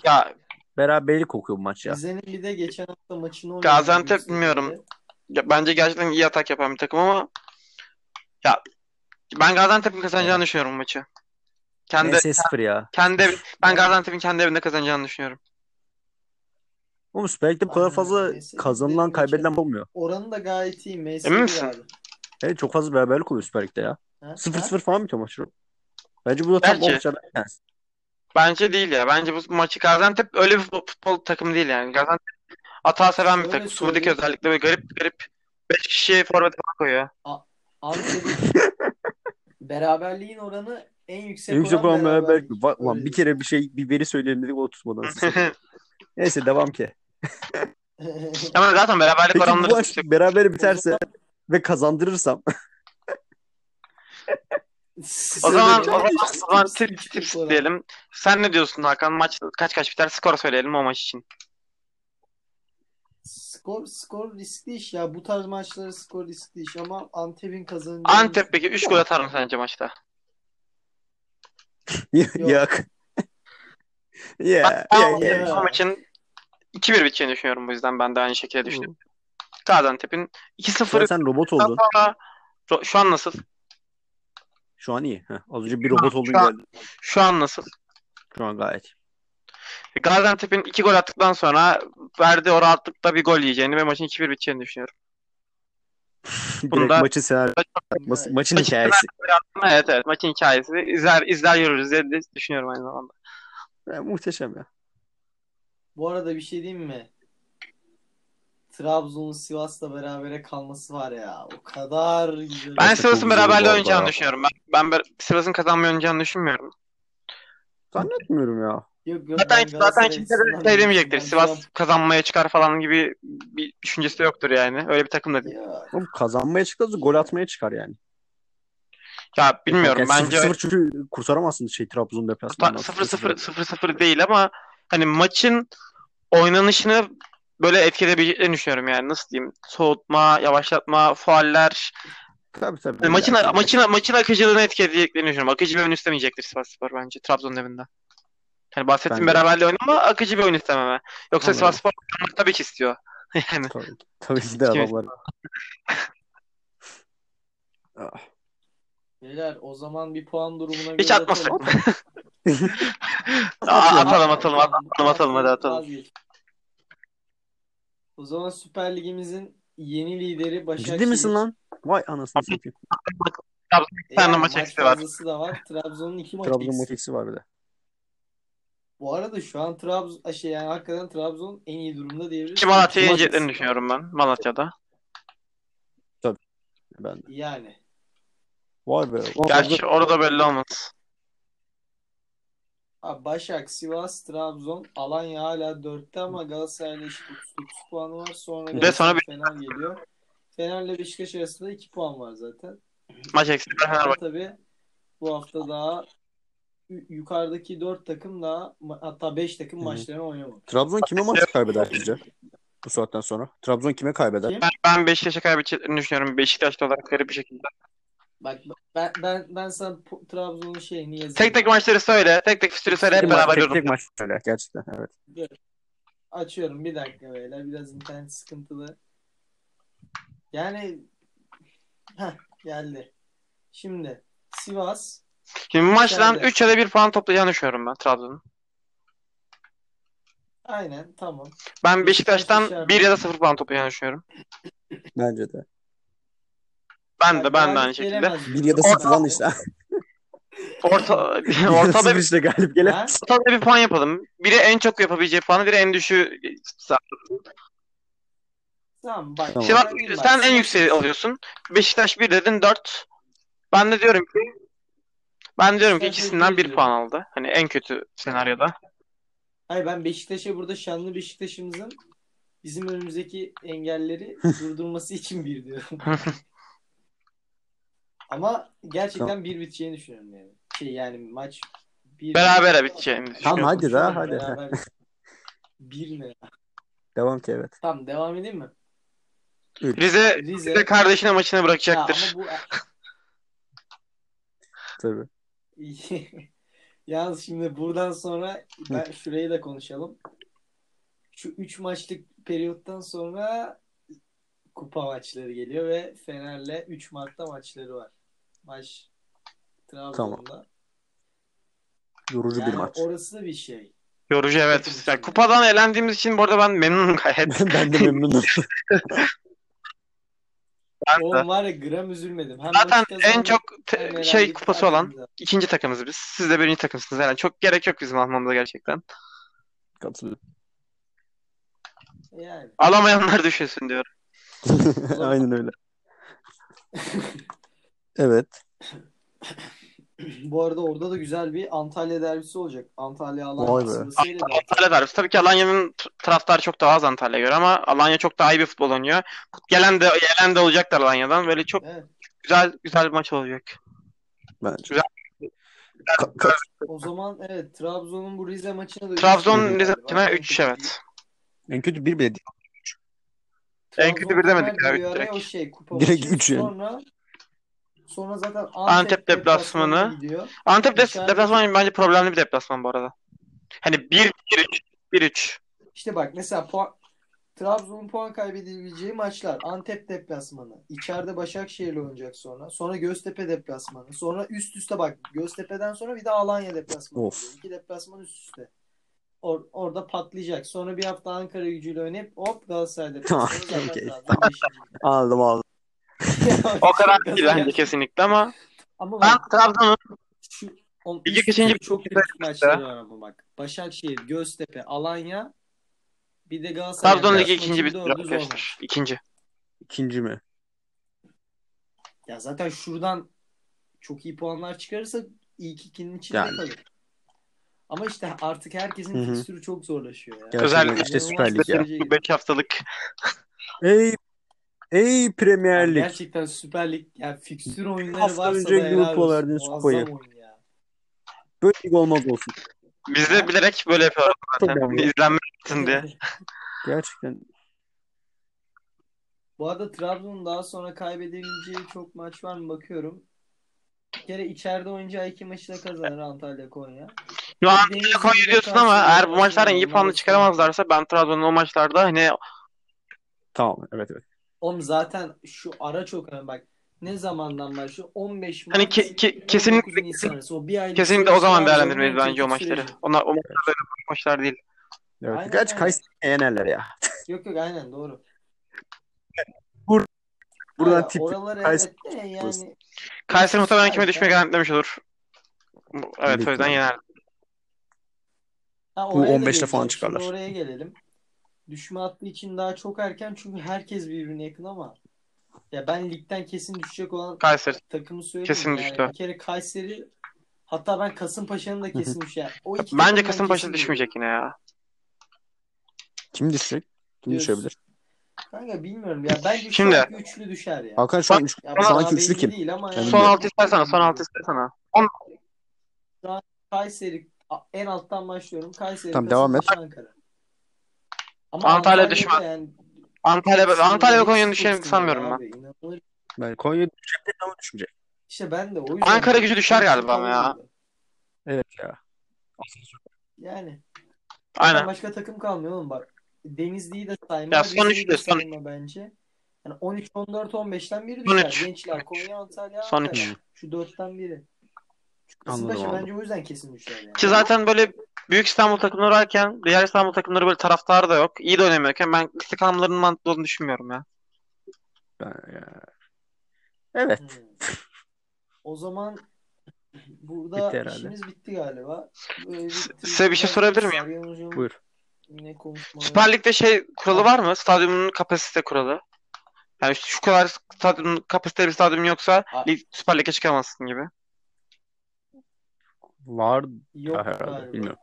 Speaker 2: ya
Speaker 1: Beraberlik kokuyor bu maç ya.
Speaker 4: Rize'nin bir de geçen hafta maçını oynadı.
Speaker 2: Gaziantep
Speaker 4: Yüksel'de.
Speaker 2: bilmiyorum. Ya bence gerçekten iyi atak yapan bir takım ama ya ben Gaziantep'in kazanacağını düşünüyorum bu maçı. Kendi
Speaker 1: NS0 ya.
Speaker 2: kendi ev- ben Gaziantep'in kendi evinde kazanacağını düşünüyorum.
Speaker 1: Oğlum Süper Lig'de bu kadar
Speaker 4: Aynen,
Speaker 1: fazla
Speaker 4: NS1
Speaker 1: kazanılan
Speaker 4: maçı.
Speaker 1: kaybedilen olmuyor.
Speaker 4: Oranı da gayet iyi. Mevsim
Speaker 2: Emin
Speaker 4: iyi
Speaker 2: misin?
Speaker 4: abi.
Speaker 1: Evet çok fazla beraberlik oluyor Süper Lig'de ya.
Speaker 4: Ha?
Speaker 1: 0-0 falan bitiyor maç. Bence bu da tam
Speaker 2: Belki.
Speaker 1: o maçlardan bir tanesi.
Speaker 2: Bence değil ya. Bence bu maçı Gaziantep öyle bir futbol, futbol takımı değil yani. Gaziantep hata seven bir
Speaker 4: Öyle
Speaker 2: takım. Suriye'deki
Speaker 4: söyleyeyim.
Speaker 2: özellikle böyle garip garip 5 kişiye forvet falan koyuyor.
Speaker 4: Ha? Antep'in beraberliğin oranı en yüksek,
Speaker 1: En yüksek olan beraberlik mi? Va-
Speaker 4: Öyle
Speaker 1: Ulan bir kere bir şey bir veri söyleyelim dedik o tutmadan. Neyse devam ki.
Speaker 4: diyeyim.
Speaker 2: Ama zaten beraberlik
Speaker 1: Peki bu
Speaker 2: oranları çok
Speaker 1: maç
Speaker 2: yüksek.
Speaker 1: beraber biterse ve kazandırırsam
Speaker 2: O zaman
Speaker 1: Söyle.
Speaker 2: o zaman, o zaman
Speaker 4: Tips,
Speaker 2: tips
Speaker 4: tips
Speaker 2: tips
Speaker 4: falan.
Speaker 2: diyelim. Sen ne diyorsun Hakan? Maç kaç kaç biter? Skor söyleyelim o maç için.
Speaker 4: Skor skor riskli iş ya. Bu tarz maçları skor riskli iş ama Antep'in kazanacağı
Speaker 2: Antep peki 3 gol atar mı sence maçta?
Speaker 1: yok. Ya ya ya.
Speaker 2: Bu maçın 2-1 biteceğini düşünüyorum bu yüzden ben de aynı şekilde düşünüyorum. Gaziantep'in 2-0
Speaker 1: Sen robot
Speaker 2: daha
Speaker 1: oldun.
Speaker 2: sonra Ro- şu an nasıl?
Speaker 1: Şu an iyi. Heh, az önce bir robot oldun
Speaker 2: Şu an-
Speaker 1: geldi.
Speaker 2: Şu an nasıl?
Speaker 1: Şu an gayet.
Speaker 2: Gaziantep'in 2 gol attıktan sonra verdiği o rahatlıkla bir gol yiyeceğini ve maçın 2-1 biteceğini düşünüyorum.
Speaker 1: Direkt
Speaker 2: Bunda-
Speaker 1: maçın senaryo, mas- maçın
Speaker 2: Maçın
Speaker 1: hikayesi.
Speaker 2: Ama Evet evet maçın hikayesi izler izler yürürüz diye de düşünüyorum aynı zamanda.
Speaker 1: Ya, muhteşem ya.
Speaker 4: Bu arada bir şey diyeyim mi? Trabzon'un Sivas'la berabere kalması var ya. O kadar güzel.
Speaker 2: Ben
Speaker 1: Gerçekten
Speaker 2: Sivas'ın
Speaker 1: güzel
Speaker 2: beraberliği
Speaker 1: oldu
Speaker 2: oynayacağını
Speaker 1: valla.
Speaker 2: düşünüyorum. Ben, ben ber- Sivas'ın kazanmayı oynayacağını düşünmüyorum.
Speaker 1: Zannetmiyorum ya.
Speaker 4: Yok, yok,
Speaker 2: Zaten
Speaker 4: ben
Speaker 2: zaten
Speaker 4: Galatasaray
Speaker 2: kimse
Speaker 4: açısından
Speaker 2: de şey demeyecektir.
Speaker 4: ben şu an-
Speaker 2: Sivas kazanmaya çıkar falan gibi bir düşüncesi de yoktur yani. Öyle bir takım da değil.
Speaker 4: Ya,
Speaker 1: Oğlum kazanmaya çıkarsa gol atmaya çıkar yani.
Speaker 2: Ya bilmiyorum
Speaker 1: Yani
Speaker 2: bence
Speaker 1: 0-0 çünkü kurtaramazsın şey Trabzon
Speaker 2: ta-
Speaker 1: deplasmanından.
Speaker 2: 0-0 0-0 değil ama hani maçın oynanışını böyle etkileyebileceğini düşünüyorum yani nasıl diyeyim? Soğutma, yavaşlatma, fauller.
Speaker 1: Tabii tabii.
Speaker 2: Yani maçın
Speaker 1: Yani.
Speaker 2: maçın maçın akıcılığını etkileyeceklerini düşünüyorum. Akıcı bir oyun istemeyecektir Sivasspor bence Trabzon'un evinde. Hani bahsettiğim
Speaker 1: Bence de.
Speaker 2: beraberliği oynama, akıcı bir oyun istememe. Yoksa
Speaker 1: Anladım.
Speaker 2: Sivasspor kazanmak tabii ki istiyor. Yani
Speaker 1: Tabii, tabii ki de adamlar.
Speaker 4: beyler o zaman bir puan durumuna
Speaker 2: hiç
Speaker 4: göre
Speaker 2: atmasın.
Speaker 4: atalım.
Speaker 2: Aa, atalım atalım
Speaker 4: Atalım,
Speaker 2: atalım atalım hadi atalım.
Speaker 4: Vazgeç. O zaman Süper Lig'imizin yeni lideri Başakşehir.
Speaker 1: Ciddi misin lan? Vay anasını satayım.
Speaker 4: E
Speaker 2: tane
Speaker 4: yani
Speaker 2: maç
Speaker 4: maç
Speaker 2: eksi var.
Speaker 4: fazlası da var. Trabzon'un iki maç
Speaker 1: Trabzon
Speaker 4: eksi.
Speaker 1: maçı var bir de.
Speaker 4: Bu arada şu an Trabzon şey yani hakikaten Trabzon en iyi durumda diyebiliriz.
Speaker 2: Ki Malatya'yı
Speaker 1: Maç-
Speaker 2: yeneceklerini düşünüyorum ben Malatya'da.
Speaker 1: Ben de.
Speaker 4: Yani.
Speaker 1: Vay be. Ulan
Speaker 2: Gerçi
Speaker 1: orada-
Speaker 2: orada belli olmaz.
Speaker 4: Abi Başak, Sivas, Trabzon, Alanya hala dörtte ama Galatasaray'la eşit 39 puanı var. Sonra
Speaker 2: Ve
Speaker 4: Galatasaray
Speaker 2: sonra
Speaker 4: Fener geliyor. Fener'le Beşiktaş arasında 2 puan var zaten.
Speaker 2: Maç eksi var
Speaker 4: Ama
Speaker 2: Fenerbahçe.
Speaker 4: tabii bu hafta daha yu- yukarıdaki 4 takım daha ma- hatta 5 takım
Speaker 1: Hı.
Speaker 4: maçlarını oynamadı.
Speaker 1: Trabzon kime maç kaybeder sizce? Bu saatten sonra. Trabzon kime kaybeder?
Speaker 4: Kim?
Speaker 2: Ben, ben Beşiktaş'a kaybedeceklerini düşünüyorum. Beşiktaş'ta olarak garip bir şekilde.
Speaker 4: Bak ben ben ben sana pu- Trabzon'un şeyini yazayım.
Speaker 2: Tek tek maçları söyle. Tek tek fikstürü söyle. Hep
Speaker 1: Tek maç-
Speaker 2: beraber
Speaker 1: tek,
Speaker 2: yorum.
Speaker 1: tek maç öyle gerçekten evet.
Speaker 4: Açıyorum bir dakika beyler. Biraz internet sıkıntılı. Yani Heh, geldi. Şimdi Sivas
Speaker 2: Şimdi maçtan
Speaker 4: Şöyle.
Speaker 2: 3 ya da 1 puan toplayacağını düşünüyorum ben Trabzon'un.
Speaker 4: aynen tamam.
Speaker 2: Ben Beşiktaş'tan
Speaker 4: dışarıda.
Speaker 2: 1 ya da 0 puan toplayacağını düşünüyorum.
Speaker 1: Bence de.
Speaker 2: Ben de ben de
Speaker 4: Galip
Speaker 2: aynı şekilde.
Speaker 4: gelemez.
Speaker 1: Bir ya da sıfırlan işte.
Speaker 2: Orta,
Speaker 1: Ortada
Speaker 2: ortada
Speaker 1: bir
Speaker 2: bir,
Speaker 1: işte galip gelen.
Speaker 4: Ha?
Speaker 2: ortada bir puan yapalım. Biri en çok yapabileceği puanı, biri en düşüğü.
Speaker 4: Tamam bak.
Speaker 1: Tamam.
Speaker 2: İşte bak,
Speaker 4: Bakayım
Speaker 2: sen
Speaker 4: bak.
Speaker 2: en yükseği alıyorsun. Beşiktaş 1 dedin 4. Ben de diyorum ki ben diyorum ki
Speaker 4: Beşiktaş
Speaker 2: ikisinden
Speaker 4: bir
Speaker 2: 1
Speaker 4: diyor.
Speaker 2: puan aldı. Hani en kötü senaryoda.
Speaker 4: Hayır ben Beşiktaş'a burada şanlı Beşiktaş'ımızın bizim önümüzdeki engelleri durdurması için bir diyorum. Ama gerçekten bir biteceğini düşünüyorum yani. Şey yani maç bir
Speaker 2: Berabere biteceğini düşünüyorum.
Speaker 1: Tamam, hadi
Speaker 4: Şu an
Speaker 1: daha, hadi.
Speaker 4: beraber. bir ne?
Speaker 1: Devam ki evet.
Speaker 4: Tamam devam edeyim mi?
Speaker 2: Rize
Speaker 4: Rize.
Speaker 2: Rize kardeşine maçına
Speaker 4: Ya
Speaker 2: bırakacaktır.
Speaker 4: ama bu
Speaker 1: Tabii.
Speaker 4: Yalnız şimdi buradan sonra ben şurayı da konuşalım. Şu 3 maçlık periyottan sonra kupa maçları geliyor ve Fener'le 3 Mart'ta maçları var. Maç Trabzon'da.
Speaker 1: Yorucu
Speaker 4: Yani
Speaker 1: bir maç.
Speaker 4: orası da bir şey.
Speaker 2: Yorucu evet.
Speaker 4: Hepimiz
Speaker 2: Ya,
Speaker 4: için.
Speaker 2: kupadan elendiğimiz için bu arada ben memnunum gayet.
Speaker 1: ben de memnunum.
Speaker 2: Ben de.
Speaker 4: Oğlum var ya gram üzülmedim. Hem
Speaker 2: Zaten
Speaker 4: maçı kazandık,
Speaker 2: en çok te-
Speaker 4: hem
Speaker 2: şey
Speaker 4: elendik,
Speaker 2: kupası olan
Speaker 4: tertemiz aldık.
Speaker 2: ikinci takımız biz. Siz de birinci takımsınız yani. Çok gerek yok bizim almamıza gerçekten.
Speaker 1: Katılıyorum.
Speaker 4: Yani.
Speaker 2: Alamayanlar düşünsün diyorum.
Speaker 1: Aynen öyle. evet.
Speaker 4: Bu arada orada da güzel bir Antalya derbisi olacak. Antalya
Speaker 1: Vay
Speaker 4: alan
Speaker 1: be.
Speaker 4: sırasıyla da.
Speaker 2: Antalya derbisi. Tabii ki Alanya'nın t- taraftarı çok daha az Antalya'ya göre ama Alanya çok daha iyi bir futbol oynuyor. Gelen de gelen de olacaklar Alanya'dan. Böyle çok
Speaker 4: Evet.
Speaker 2: güzel güzel bir maç olacak.
Speaker 1: Bence.
Speaker 2: Güzel.
Speaker 1: Ka- ka-
Speaker 4: O zaman evet Trabzon'un bu Rize maçına da üç
Speaker 1: Hı
Speaker 2: Trabzon
Speaker 1: hı.
Speaker 4: galiba.
Speaker 2: Rize maçına
Speaker 4: En
Speaker 2: 3
Speaker 4: kötü
Speaker 2: evet.
Speaker 1: en kötü bir bile değil.
Speaker 4: değil.
Speaker 2: En kötü
Speaker 4: Trabzon
Speaker 2: bir demedik,
Speaker 4: Fener
Speaker 2: evet,
Speaker 4: bir ara
Speaker 2: direkt.
Speaker 4: o şey, kupa
Speaker 1: Direkt
Speaker 4: maçı.
Speaker 1: üç yani.
Speaker 4: Sonra, sonra zaten Antep,
Speaker 2: Antep deplasmanı.
Speaker 4: deplasmanına gidiyor.
Speaker 2: Antep de,
Speaker 4: İçeride-
Speaker 2: deplasman bence problemli bir deplasman bu arada. Hani 1-3 1-3
Speaker 4: İşte bak mesela puan, Trabzon'un puan kaybedebileceği maçlar. Antep deplasmanı. içeride Başakşehir'le oynayacak sonra. Sonra Göztepe deplasmanı. Sonra üst üste bak. Göztepe'den sonra bir de Alanya deplasmanı.
Speaker 1: Of.
Speaker 4: geliyor. İki deplasman üst üste. Or- orada patlayacak. Sonra bir hafta Ankara gücüyle oynayıp hop Galatasaray
Speaker 1: Tamam,
Speaker 4: deplasmanı. Zaten
Speaker 1: okey.
Speaker 4: Trabzon beşinci.
Speaker 1: Aldım aldım.
Speaker 2: O kadar değil bence kesinlikle ama
Speaker 4: Ama
Speaker 2: ben
Speaker 4: bak
Speaker 2: Trabzon'un
Speaker 4: şu on,
Speaker 2: Lige
Speaker 4: üst
Speaker 2: geçince
Speaker 4: üste çok
Speaker 2: bir-
Speaker 4: büyük maçları var ama bak. Başakşehir, Göztepe, Alanya bir de Galatasaray.
Speaker 2: Trabzon ligi
Speaker 4: deplasmanı.
Speaker 2: ikinci
Speaker 4: Şimdi
Speaker 2: bir
Speaker 4: dördü zor maç.
Speaker 2: arkadaşlar. İkinci.
Speaker 1: İkinci mi?
Speaker 4: Ya zaten şuradan çok iyi puanlar çıkarırsa ilk ikinin içinde
Speaker 1: Yani.
Speaker 4: kalır. Ama işte artık herkesin
Speaker 1: Hı hı.
Speaker 4: fikstürü çok zorlaşıyor ya.
Speaker 1: Gerçekten
Speaker 2: Özellikle
Speaker 1: işte
Speaker 4: İnanılmaz
Speaker 1: Süper Lig ya.
Speaker 4: dereceye gidiyor.
Speaker 2: 5 haftalık.
Speaker 1: Ey Ey Premier
Speaker 4: Yani
Speaker 1: Lig.
Speaker 4: gerçekten Süper Lig yani fikstür oyunları
Speaker 1: Hafta
Speaker 4: varsa
Speaker 1: önce
Speaker 4: da helal
Speaker 1: Liverpool'a
Speaker 4: olsun.
Speaker 1: verdiğiniz
Speaker 4: Muazzam
Speaker 1: kupayı.
Speaker 4: oyun ya.
Speaker 1: Böyle lig olmaz olsun.
Speaker 2: Biz de bilerek böyle yapıyoruz zaten.
Speaker 1: Tamam.
Speaker 2: İzlenmesin diye.
Speaker 1: Gerçekten.
Speaker 4: Bu arada Trabzon'un daha sonra kaybedebileceği çok maç var mı bakıyorum. Bir kere içeride oynayacağı iki maçı da kazanır Antalya Konya.
Speaker 2: Şu an
Speaker 4: Denizli'de
Speaker 2: Konya diyorsun ama
Speaker 4: karşı-
Speaker 2: eğer bu maçlardan iyi puanlı
Speaker 4: Malatya.
Speaker 2: çıkaramazlarsa ben Trabzon'un o maçlarda hani
Speaker 1: Tamam evet evet.
Speaker 4: Oğlum zaten şu ara çok önemli bak. Ne zamandan başlıyor? 15 Mart.
Speaker 2: hani ke- ke- kesinlikle
Speaker 4: 19 Nisan arası. O bir aylık
Speaker 2: kesinlikle
Speaker 4: süreç
Speaker 2: o zaman
Speaker 4: Trabzon'un
Speaker 2: değerlendirmeliyiz bence o
Speaker 4: çekim
Speaker 2: maçları.
Speaker 4: süreci.
Speaker 2: Onlar o maçlar böyle maçlar değil.
Speaker 1: evet.
Speaker 4: Aynen
Speaker 1: Gerçi
Speaker 4: öyle.
Speaker 1: Kayseri'yi yenerler ya.
Speaker 4: Yok yok aynen doğru.
Speaker 1: Buradan
Speaker 4: Hayır,
Speaker 1: tip-
Speaker 4: Oraları
Speaker 1: Kayseri-
Speaker 4: evet de yani
Speaker 2: Kayseri muhtemelen küme
Speaker 4: Hayır,
Speaker 2: düşmeye garantilemiş olur. Evet o yüzden
Speaker 1: Bilmiyorum.
Speaker 2: yener.
Speaker 4: Ha,
Speaker 1: Bu
Speaker 4: oraya da
Speaker 1: 15'te falan
Speaker 4: geleceğim.
Speaker 1: çıkarlar.
Speaker 4: Şimdi oraya gelelim. Düşme hattı için daha çok erken çünkü herkes birbirine yakın ama ya ben ligden kesin düşecek olan
Speaker 2: Kayseri.
Speaker 4: takımı söyleyeyim.
Speaker 2: Kesin
Speaker 4: yani
Speaker 2: düştü.
Speaker 4: Bir kere Kayseri hatta ben Kasımpaşa'nın da kesin düşeceği. Yani o iki
Speaker 2: Bence
Speaker 4: takımdan
Speaker 2: Kasımpaşa
Speaker 4: kesin
Speaker 2: düşmeyecek yine ya.
Speaker 1: Kim düşecek? Kim
Speaker 4: Diyorsun.
Speaker 1: düşebilir?
Speaker 4: Kanka bilmiyorum ya. Bence
Speaker 2: Şimdi-
Speaker 4: şu anki üçlü düşer ya.
Speaker 1: Hakan şu an üç-
Speaker 4: Ya
Speaker 1: şu
Speaker 4: daha
Speaker 1: anki
Speaker 4: belli
Speaker 1: üçlü kim?
Speaker 4: Değil ama
Speaker 1: Ben
Speaker 4: yani
Speaker 2: Son
Speaker 1: bilmiyorum.
Speaker 2: altı istersen son altı istersen.
Speaker 4: Kayseri a- en alttan başlıyorum. Kayseri,
Speaker 1: Tamam, devam et.
Speaker 4: Kasımpaşa, Ankara. Ama
Speaker 2: Antalya
Speaker 4: Antalya'da
Speaker 2: düşman.
Speaker 4: Yani,
Speaker 2: Antalya, Antalya ve
Speaker 4: Hiç
Speaker 2: Konya'nın düşeceğini
Speaker 4: sıkıntı yok
Speaker 2: sanmıyorum ben.
Speaker 4: abi, inanılır.
Speaker 1: Ben Konya düşecek ama düşmeyecek.
Speaker 4: İşte ben de o yüzden.
Speaker 2: Ankara gücü düşer galiba ama ya.
Speaker 1: Evet ya.
Speaker 4: Yani.
Speaker 2: Aynen.
Speaker 4: Başka takım kalmıyor oğlum bak. Denizli'yi de sayma.
Speaker 2: Ya son
Speaker 4: Rize'yi
Speaker 2: üçlü,
Speaker 4: de
Speaker 2: son
Speaker 4: sayma bence. Yani 13, 14, 15'ten biri
Speaker 2: Son
Speaker 4: düşer.
Speaker 2: üç.
Speaker 4: Gençler, Konya, Antalya,
Speaker 2: Son
Speaker 4: Ankara.
Speaker 2: üç.
Speaker 4: Şu dörtten biri. Şu
Speaker 1: Anladım,
Speaker 4: Kasımpaşa
Speaker 1: anladım.
Speaker 4: bence o yüzden kesin düşer yani.
Speaker 2: Ki zaten böyle büyük İstanbul takımları varken diğer İstanbul takımları böyle taraftarı da yok. İyi de oynamıyorken ben ligde kalmalarının mantıklı olduğunu düşünmüyorum ya.
Speaker 1: Ben ya. Evet.
Speaker 4: Hmm. O zaman Burada
Speaker 1: Bitti herhalde.
Speaker 4: işimiz bitti galiba. Ee, bitti.
Speaker 2: size bir şey sorabilir miyim?
Speaker 4: Sergen Hocam
Speaker 1: Buyur.
Speaker 4: ne konuşmalar-
Speaker 2: Süper Lig'de şey kuralı var mı? Stadyumun kapasite kuralı. Yani şu şu kadar stadyum kapasite bir stadyum yoksa
Speaker 4: Ha.
Speaker 2: lig, Süper Lig'e çıkamazsın gibi.
Speaker 1: Var
Speaker 4: Yok
Speaker 1: herhalde.
Speaker 4: galiba.
Speaker 1: Bilmiyorum.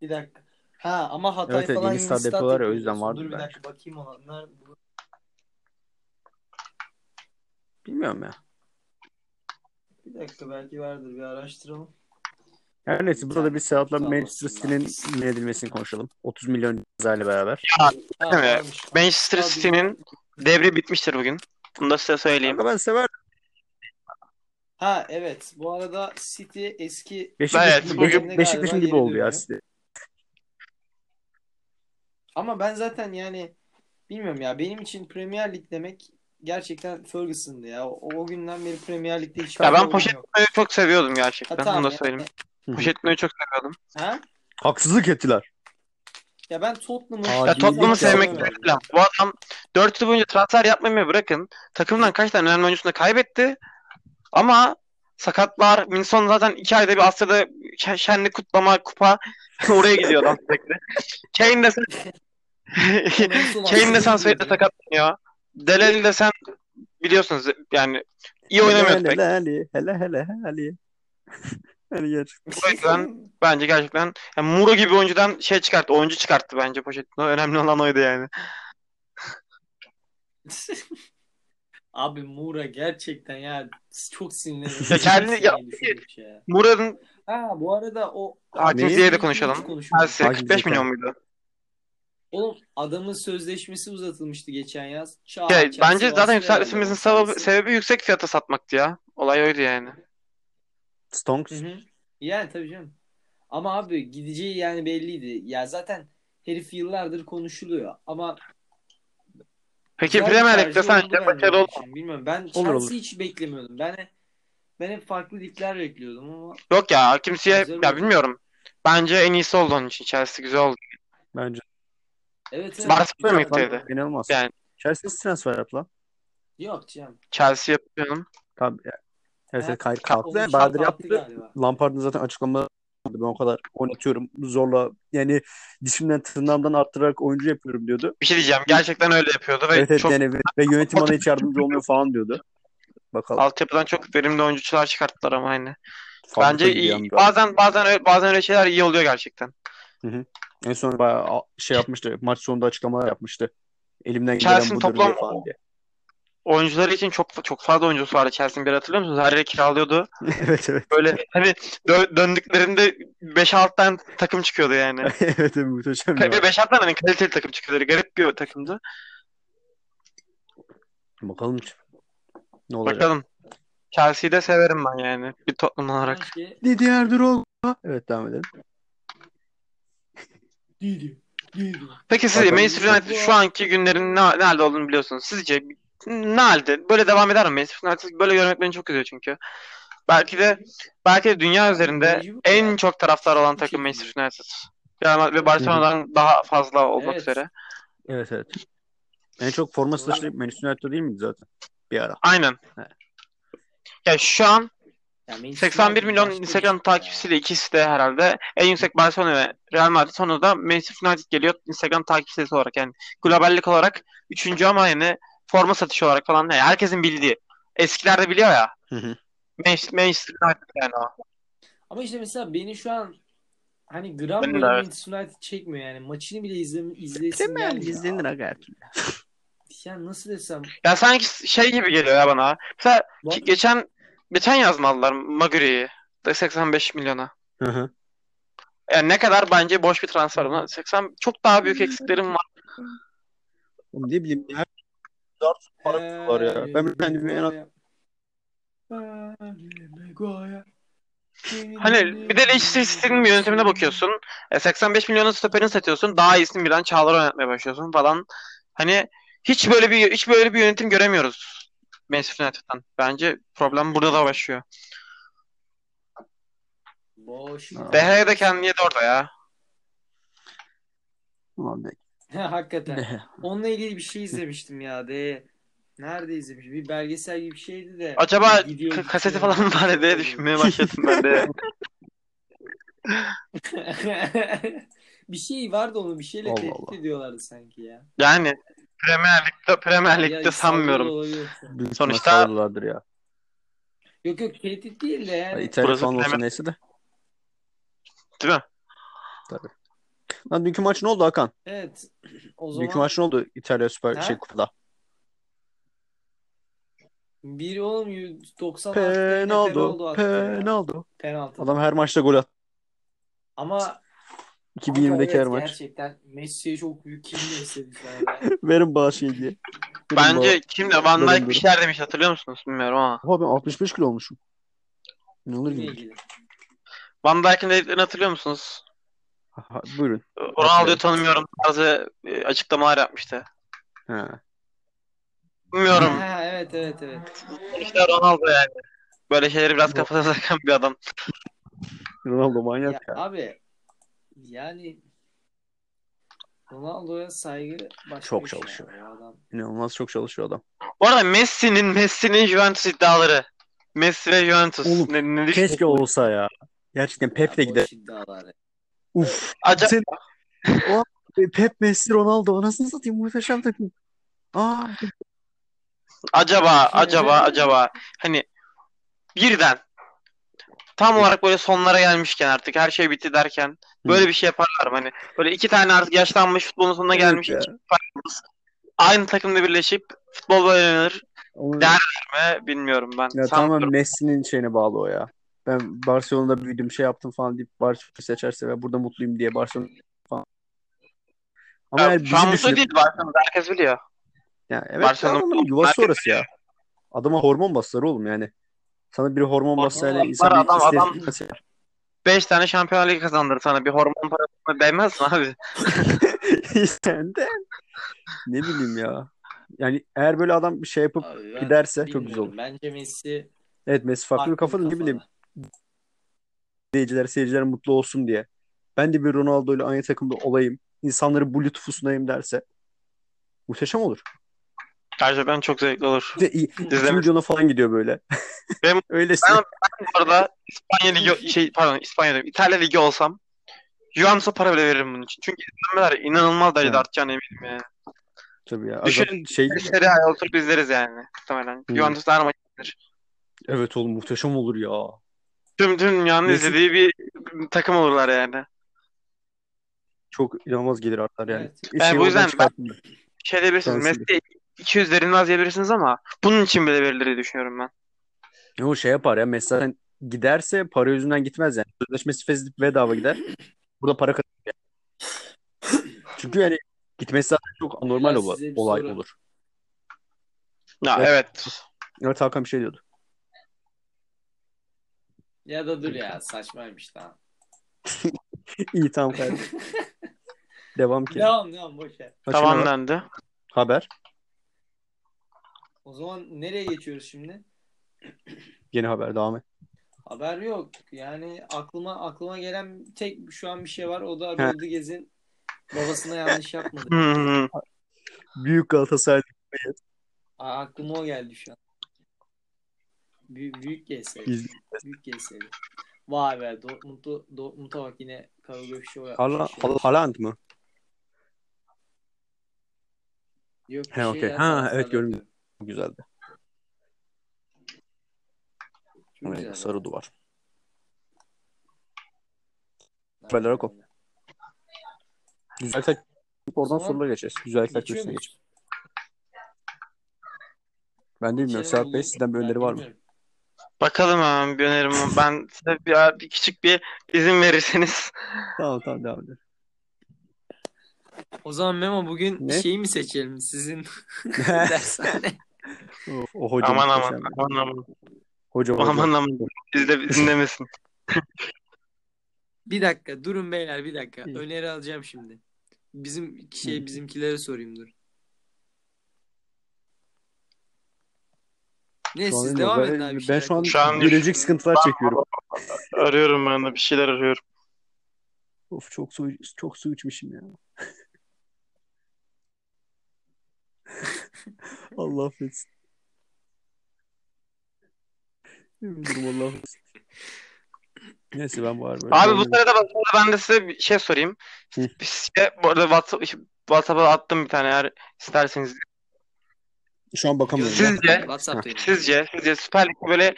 Speaker 4: Bir dakika. Ha ama Hatay
Speaker 1: Evet, evet,
Speaker 4: falan
Speaker 1: yeni stat
Speaker 4: stat
Speaker 1: yapıyorlar ya, o
Speaker 4: yapıyor
Speaker 1: yüzden
Speaker 4: diyorsun.
Speaker 1: vardır
Speaker 4: Dur bir
Speaker 1: belki.
Speaker 4: dakika bakayım ona. Nerede bu?
Speaker 1: Bilmiyorum ya.
Speaker 4: Bir dakika belki vardır bir araştıralım.
Speaker 1: Her neyse burada bir Seat'la
Speaker 4: Tamam,
Speaker 1: Manchester
Speaker 4: aslında.
Speaker 1: City'nin edilmesini konuşalım. 30 milyon ceza ile beraber.
Speaker 4: Ha,
Speaker 2: Değil mi?
Speaker 4: varmış.
Speaker 2: Manchester
Speaker 4: Stadyum-
Speaker 2: City'nin devri bitmiştir bugün. Bunu da size söyleyeyim.
Speaker 1: Ama ben sever.
Speaker 4: Ha evet. Bu arada City eski
Speaker 1: Beşiktaş,
Speaker 2: Evet, bugün-
Speaker 1: Beşik- Beşiktaş'ın gibi oldu ya. City.
Speaker 4: ama ben zaten yani bilmiyorum ya benim için Premier Lig demek gerçekten Ferguson'dı ya. O, o günden beri Premier Lig'de hiç
Speaker 2: Ya ben
Speaker 4: fayda
Speaker 2: poşet-
Speaker 4: yok.
Speaker 2: Ben çok seviyordum
Speaker 4: Ha,
Speaker 2: gerçekten.
Speaker 4: tamam
Speaker 2: Bunu da
Speaker 4: ya.
Speaker 2: söyleyeyim.
Speaker 1: Hı hı.
Speaker 2: Pochettino'yu çok seviyordum.
Speaker 4: Ha?
Speaker 1: Haksızlık ettiler.
Speaker 4: Ya ben Tottenham'ı
Speaker 1: Ya
Speaker 2: Ya
Speaker 1: Acillik
Speaker 2: Tottenham'ı
Speaker 1: yapma.
Speaker 2: sevmek falan. Bu adam 4 yıl boyunca transfer yapmayı bırakın. Takımdan kaç tane önemli oyuncusunu kaybetti. Ama sakatlar, Minson zaten 2 ayda bir Asya'da şen- şenlik kutlama, kupa oraya gidiyor adam sürekli. Kane de sen Kane de sen sürekli sakatlanıyor. Delali de sen biliyorsunuz yani iyi oynamıyor pek.
Speaker 1: Hele hele hele hele hele. Hele gel.
Speaker 2: O yüzden- Bence gerçekten yani Muro gibi oyuncudan şey çıkarttı, oyuncu çıkarttı bence Pochettino. Önemli olan oydu yani.
Speaker 4: Abi Mura gerçekten ya çok sinirlendim.
Speaker 2: Ya kendi-
Speaker 4: Çok
Speaker 2: ya-
Speaker 4: sinirlendim düşündük ya.
Speaker 2: Muro'nun
Speaker 4: Ha bu arada o
Speaker 2: Hakim
Speaker 1: Neyi?
Speaker 2: diye de konuşalım. Chelsea
Speaker 1: Hangi
Speaker 2: 45
Speaker 1: zeka?
Speaker 2: milyon muydu?
Speaker 4: Oğlum adamın sözleşmesi uzatılmıştı geçen yaz. Ça-
Speaker 2: Ya,
Speaker 4: Chelsea
Speaker 2: Şey, bence zaten
Speaker 4: Arsenal
Speaker 2: yükselmemizin
Speaker 4: oynadı.
Speaker 2: sebebi, sebebi yüksek fiyata satmaktı ya. Olay oydu yani.
Speaker 1: Stonks.
Speaker 4: Hı hı. Yani tabii canım. Ama abi gideceği yani belliydi. Ya zaten herif yıllardır konuşuluyor. Ama
Speaker 2: Peki
Speaker 4: güzel bir
Speaker 2: Premier Lig'de
Speaker 4: tercih oldu
Speaker 2: sence
Speaker 4: bence
Speaker 2: başarılı
Speaker 4: onun
Speaker 2: oldu.
Speaker 4: için. Bilmiyorum. Ben
Speaker 1: Olur,
Speaker 4: Chelsea
Speaker 1: olur.
Speaker 4: hiç beklemiyordum. Ben ben hep farklı ligler bekliyordum ama
Speaker 2: Yok ya kimseye
Speaker 4: Güzel
Speaker 2: ya
Speaker 4: oldu.
Speaker 2: bilmiyorum. Bence en iyisi oldu onun için. Chelsea güzel oldu.
Speaker 1: Bence.
Speaker 4: evet evet.
Speaker 2: Barcelona mı
Speaker 4: Güzel.
Speaker 2: gittiydi?
Speaker 1: İnanılmaz.
Speaker 2: Yani.
Speaker 1: Yani. Chelsea transfer yap lan.
Speaker 4: Yok canım.
Speaker 2: Chelsea yapıyorum.
Speaker 1: Tabii. yani. Chelsea
Speaker 4: Ha,
Speaker 1: kay
Speaker 4: Onun
Speaker 1: kalktı.
Speaker 4: şartı
Speaker 1: Bahadır
Speaker 4: arttı
Speaker 1: yaptı.
Speaker 4: galiba.
Speaker 1: Lampard'ın zaten açıklamaları vardı. Ben o kadar oynatıyorum. Zorla yani dişimden tırnağımdan arttırarak oyuncu yapıyorum diyordu.
Speaker 2: Bir şey diyeceğim. Gerçekten öyle yapıyordu ve
Speaker 1: Evet, evet
Speaker 2: çok
Speaker 1: yani ve, ve yönetim bana hiç yardımcı olmuyor falan diyordu. Bakalım.
Speaker 2: altyapıdan çok verimli oyuncular çıkarttılar ama aynı.
Speaker 1: Fabrika
Speaker 2: Bence
Speaker 1: gibi
Speaker 2: iyi.
Speaker 1: yani.
Speaker 2: Bazen bazen öyle, bazen öyle şeyler iyi oluyor gerçekten.
Speaker 1: En son bayağı a- şey yapmıştı. Maç sonunda açıklamalar yapmıştı. Elimden gelen
Speaker 2: Chelsea'nin
Speaker 1: budur
Speaker 2: toplam-
Speaker 1: diye falan diye.
Speaker 2: Oyuncuları için çok çok fazla oyuncusu vardı Chelsea'nin bir hatırlıyor musunuz? Her yere kiralıyordu.
Speaker 1: evet evet.
Speaker 2: Böyle hani dö- döndüklerinde 5-6 tane takım çıkıyordu yani.
Speaker 1: evet evet muhteşem ya.
Speaker 2: Ve 5-6 tane hani kaliteli takım çıkıyordu. Garip bir takımdı.
Speaker 1: Bakalım ne olacak.
Speaker 2: Bakalım. Chelsea'yi de severim ben yani. Bir toplum olarak.
Speaker 4: Sanki
Speaker 1: Didier Drogba. Evet devam edelim.
Speaker 4: Didi. Didi.
Speaker 2: Peki siz
Speaker 1: Bakalım.
Speaker 2: Manchester United şu anki günlerin ne, ne halde olduğunu biliyorsunuz. Sizce ne halde? Böyle devam eder mi Manchester United? Böyle görmek beni çok üzüyor çünkü. Belki de belki de dünya üzerinde
Speaker 4: Mecbur
Speaker 2: en
Speaker 4: ya.
Speaker 2: çok taraftar olan
Speaker 4: Bu
Speaker 2: takım
Speaker 4: şekilde.
Speaker 2: Manchester United. Real Madrid ve Barcelona'dan daha fazla olmak
Speaker 4: Evet.
Speaker 2: üzere.
Speaker 1: Evet evet. En çok forma satışı Manchester United değil miydi zaten? Bir ara.
Speaker 2: Aynen.
Speaker 1: Evet.
Speaker 2: Ya şu an
Speaker 4: Ya Manchester
Speaker 2: 81 milyon
Speaker 4: başka bir
Speaker 2: Instagram
Speaker 4: şey
Speaker 2: takipçisiyle ikisi de herhalde en yüksek Barcelona ve Real Madrid sonra da Manchester United geliyor Instagram takipçisi olarak yani globallik olarak üçüncü ama yani forma satışı olarak falan yani herkesin bildiği. Eskiler de biliyor ya.
Speaker 1: Hı hı.
Speaker 2: Manchester, Manchester United yani o.
Speaker 4: Ama işte mesela beni şu an hani gram
Speaker 2: Benim de
Speaker 4: böyle
Speaker 2: evet.
Speaker 4: Manchester United çekmiyor yani. Maçını bile izlem izleyesim gelmiyor. Ya. Ya nasıl desem.
Speaker 2: Ya sanki şey gibi geliyor ya bana. Mesela
Speaker 4: Bak,
Speaker 2: ki- geçen geçen yazmalılar Maguire'yi da 85 milyona.
Speaker 1: Hı hı.
Speaker 2: Yani ne kadar bence boş bir transfer ama 80 çok daha büyük eksiklerim var.
Speaker 1: Oğlum ne bileyim her dört para
Speaker 4: Ee,
Speaker 1: tutuyorlar ya. Ben kendimi en az
Speaker 2: Hani bir de Leicester City'nin yönetimine bakıyorsun. E, 85 milyona stoperini satıyorsun. Daha iyisini birden Çağlar oynatmaya başlıyorsun falan. Hani hiç böyle bir hiç böyle bir yönetim göremiyoruz Manchester United'dan. Bence problem burada da başlıyor.
Speaker 4: Boş.
Speaker 1: Ha.
Speaker 2: De Gea de kendini yedi orada ya.
Speaker 1: Ulan ne-
Speaker 4: Ha, Hakikaten.
Speaker 1: ne?
Speaker 4: Onunla ilgili bir şey izlemiştim ya. De Nerede izlemiş? Bir belgesel gibi bir şeydi de.
Speaker 2: Acaba
Speaker 4: Gidiyor,
Speaker 2: k- kaseti
Speaker 4: gidiyor.
Speaker 2: falan mı var diye düşünmeye başladım ben de.
Speaker 4: bir şey vardı onu bir şeyle
Speaker 1: Allah
Speaker 4: tehdit
Speaker 1: Allah.
Speaker 4: ediyorlardı sanki ya.
Speaker 2: Yani Premier Lig'de, Premier
Speaker 4: Ya,
Speaker 2: Lig'de
Speaker 4: sallıyor
Speaker 2: sanmıyorum.
Speaker 4: olabilir.
Speaker 1: Büyük
Speaker 2: Sonuçta-
Speaker 1: ihtimal sağladılardır ya.
Speaker 4: Yok yok tehdit değil de yani.
Speaker 1: Yani İtalya
Speaker 2: burası
Speaker 1: falan olsa
Speaker 2: Premier-
Speaker 1: neyse de.
Speaker 2: Değil mi?
Speaker 1: Lan dünkü maç ne oldu Hakan?
Speaker 4: Evet. O
Speaker 1: Dünkü
Speaker 4: zaman
Speaker 1: maç ne oldu İtalya Süper
Speaker 4: Ha?
Speaker 1: şey kupada?
Speaker 4: bir oğlum 90 artı yine Ronaldo
Speaker 1: Penaldo.
Speaker 4: attı ya.
Speaker 1: Penaldo.
Speaker 4: Penaltı.
Speaker 1: Adam her maçta gol attı.
Speaker 4: Ama
Speaker 1: 2020'deki
Speaker 4: evet,
Speaker 1: her maç.
Speaker 4: Gerçekten Messi'ye çok büyük kim gösterdi.
Speaker 1: Verin Bahçe'yi diye. Verin
Speaker 2: Bence kimde Van
Speaker 1: Ballon
Speaker 2: Dijk
Speaker 1: d'Or'u.
Speaker 2: bir şeyler demiş hatırlıyor musunuz bilmiyorum ama.
Speaker 1: Oha ben 65 kilo olmuşum. İnanılır
Speaker 4: Bununla
Speaker 1: gibi. değil.
Speaker 4: ilgili.
Speaker 2: Van Dijk'in dediklerini hatırlıyor musunuz?
Speaker 1: Ha, ha, buyurun.
Speaker 2: Ronaldo'yu tanımıyorum tarzı e, açıklamalar yapmıştı.
Speaker 1: Ha.
Speaker 2: Bilmiyorum.
Speaker 4: Ha, evet evet evet.
Speaker 2: İşte Ronaldo yani. Böyle şeyleri biraz kafasına takan bir adam.
Speaker 1: Ronaldo manyak
Speaker 4: Ya,
Speaker 1: ya.
Speaker 4: abi yani Ronaldo'ya saygı başka
Speaker 1: Çok
Speaker 4: bir şey
Speaker 1: çalışıyor
Speaker 4: abi, adam.
Speaker 1: İnanılmaz çok çalışıyor adam.
Speaker 2: Bu arada Messi'nin Messi'nin Juventus iddiaları. Messi ve Juventus.
Speaker 1: Oğlum,
Speaker 2: ne, ne düşün-
Speaker 1: Keşke olsa ya. Gerçekten Pep de
Speaker 4: Ya, boş
Speaker 1: gider.
Speaker 4: iddialar ya.
Speaker 1: Uf.
Speaker 2: Acaba
Speaker 1: Sen- O- Pep, Messi, Ronaldo. Anasını satayım muhteşem takım. Ah, Aa,
Speaker 2: acaba acaba acaba hani birden tam olarak böyle sonlara gelmişken artık her şey bitti derken böyle bir şey yaparlar mı? hani böyle iki tane artık yaşlanmış futbolun sonuna
Speaker 1: Evet
Speaker 2: gelmiş
Speaker 1: ya.
Speaker 2: iki farkımız aynı takımda birleşip futbol böyle oynanır
Speaker 1: Onu-
Speaker 2: Der- mi bilmiyorum ben.
Speaker 1: Ya
Speaker 2: Sanmıyorum.
Speaker 1: tamamen Messi'nin şeyine bağlı o ya. Ben Barcelona'da büyüdüm şey yaptım falan deyip Barcelona'yı seçerse ben burada mutluyum diye Barcelona falan. Ama
Speaker 2: Ya,
Speaker 1: yani bizi
Speaker 2: şu an mutlu
Speaker 1: düşünüp-
Speaker 2: değil Barcelona'da herkes biliyor.
Speaker 1: Ya evet
Speaker 2: Barcelona-
Speaker 1: adamın yuvası orası ya. Adama hormon bastılar oğlum yani. Sana biri hormon bastığıyla
Speaker 4: bastılar,
Speaker 1: insan bir
Speaker 2: adam-
Speaker 1: ister-
Speaker 2: adam- Beş tane Şampiyonlar Ligi kazandır sana bir hormon parasına değmez mi abi?
Speaker 1: Sen de ne bileyim ya. Yani eğer böyle adam bir şey yapıp
Speaker 4: Abi ben
Speaker 1: giderse çok güzel
Speaker 4: bilmiyorum.
Speaker 1: olur.
Speaker 4: Bence Messi
Speaker 1: Evet Messi farklı bir kafada ne bileyim izleyiciler seyirciler mutlu olsun diye. Ben de bir Ronaldo ile aynı takımda olayım. insanları bu lütfusunayım derse. Muhteşem olur.
Speaker 2: Gerçekten çok zevkli olur.
Speaker 1: Bir de iyi.
Speaker 2: İzlemek-
Speaker 1: İki milyona falan gidiyor böyle.
Speaker 2: Ben-
Speaker 1: Öylesine.
Speaker 2: Bu arada İspanya Ligi şey pardon İspanya diyorum, İtalya Ligi olsam Juventus'a para bile veririm bunun için. Çünkü izlenmeler inanılmaz derecede
Speaker 1: Evet.
Speaker 2: artacağına eminim yani.
Speaker 1: Tabii ya.
Speaker 2: Düşün-
Speaker 1: Zaten şey gibi.
Speaker 2: Seri A oturup izleriz yani muhtemelen.
Speaker 1: Hı.
Speaker 2: Juventus her maç.
Speaker 1: Evet oğlum muhteşem olur ya.
Speaker 2: Tüm, tüm dünyanın
Speaker 1: Messi-
Speaker 2: izlediği bir takım olurlar yani.
Speaker 1: Çok inanılmaz gelir artlar yani.
Speaker 4: Evet.
Speaker 1: İşi
Speaker 2: Yani bu
Speaker 1: yoldan
Speaker 2: yüzden ben-
Speaker 1: çıkartmıyor.
Speaker 2: Şey diyebilirsiniz
Speaker 1: Şanslı.
Speaker 2: Messi 200 derinmez diyebilirsiniz ama bunun için bile verilir diye düşünüyorum ben.
Speaker 1: Ne o şey yapar ya. Messi zaten giderse para yüzünden gitmez yani. Sözleşmesi feshedip bedava gider. Burada para kazanır yani. Çünkü yani gitmesi zaten çok anormal
Speaker 4: Ya
Speaker 1: ola-
Speaker 4: size bir
Speaker 1: olay
Speaker 4: soru.
Speaker 1: olur.
Speaker 2: Ya
Speaker 1: Evet.
Speaker 2: evet.
Speaker 1: Evet Hakan bir şey diyordu.
Speaker 4: Ya da dur ya saçmaymış lan.
Speaker 1: İyi tamam kardeşim. Devam ki.
Speaker 4: Devam devam boş ver.
Speaker 1: Başka
Speaker 2: Tamam
Speaker 1: ne var?
Speaker 2: dendi.
Speaker 1: Haber.
Speaker 4: O zaman nereye geçiyoruz şimdi?
Speaker 1: Yeni haber devam et.
Speaker 4: Haber yok. Yani aklıma aklıma gelen tek şu an bir şey var. O da
Speaker 1: He.
Speaker 4: Rodriguez'in Gez'in babasına yanlış yapmadı.
Speaker 2: Hmm.
Speaker 1: Büyük Galatasaray
Speaker 4: Aa, aklıma o geldi şu an. Büyük, büyük GS'ydi.
Speaker 1: iz-
Speaker 4: Büyük GS'ydi. Vay be Dortmund'u Dortmund'a bak yine kavga show yapmış.
Speaker 1: Hala,
Speaker 4: Şey-
Speaker 1: Hala- Haaland mı?
Speaker 4: Yok bir
Speaker 1: He,
Speaker 4: şey
Speaker 1: okey.
Speaker 4: ya,
Speaker 1: Ha,
Speaker 4: Sarı-
Speaker 1: evet,
Speaker 4: Sarı
Speaker 1: gördüm.
Speaker 4: diyor.
Speaker 1: Güzeldi.
Speaker 4: Çok güzel.
Speaker 1: sarı duvar.
Speaker 4: Aynen
Speaker 1: haberlere kop.
Speaker 4: öyle.
Speaker 1: Güzel tak. Oradan
Speaker 4: O zaman-
Speaker 1: sorulara geçeceğiz. Güzel tak
Speaker 4: Geçiyor
Speaker 1: köşesine
Speaker 4: muyuz?
Speaker 1: geç. Ben de bilmiyorum.
Speaker 4: İçeri
Speaker 1: Serhat Bey
Speaker 4: buldum.
Speaker 1: sizden bir
Speaker 4: Şey Ben
Speaker 1: öneri var mı?
Speaker 4: bilmiyorum.
Speaker 2: Bakalım hemen bir önerim var. Ben size bir, bir küçük bir izin verirseniz.
Speaker 1: Tamam tamam devam edelim.
Speaker 4: O zaman Memo bugün
Speaker 1: Ne?
Speaker 4: şeyi mi seçelim sizin dershane?
Speaker 1: O, o hoca
Speaker 2: aman aman
Speaker 1: muhteşem ya.
Speaker 2: aman aman.
Speaker 1: Hoca hoca.
Speaker 2: Aman aman. Biz de bizim demesin.
Speaker 4: Bir dakika durun beyler bir dakika.
Speaker 1: İyi.
Speaker 4: Öneri alacağım şimdi. Bizim şey
Speaker 1: Hı.
Speaker 4: bizimkilere sorayım dur. Ne
Speaker 1: Şu an
Speaker 4: siz
Speaker 1: bilmiyorum.
Speaker 4: devam
Speaker 1: Ben-
Speaker 4: edin abi. şey bir
Speaker 1: Ben
Speaker 4: şeyler
Speaker 1: şu an,
Speaker 2: Şu an
Speaker 1: biyolojik
Speaker 2: düşün-
Speaker 1: sıkıntılar çekiyorum.
Speaker 2: Arıyorum ben de bir şeyler arıyorum.
Speaker 1: Of çok su çok su içmişim ya. Allah affetsin. Yemin ederim Allah affetsin. Neyse ben var böyle.
Speaker 2: Abi bu sırada bak şimdi ben de size bir şey sorayım.
Speaker 1: Hı.
Speaker 2: Size bu arada WhatsApp, WhatsApp'a attım bir tane eğer isterseniz.
Speaker 1: Şu an bakamıyorum.
Speaker 2: Siz-
Speaker 1: ya.
Speaker 2: Sizce-
Speaker 4: WhatsApp'ta yürüyor.
Speaker 2: Sizce, sizce Süper Lig'de böyle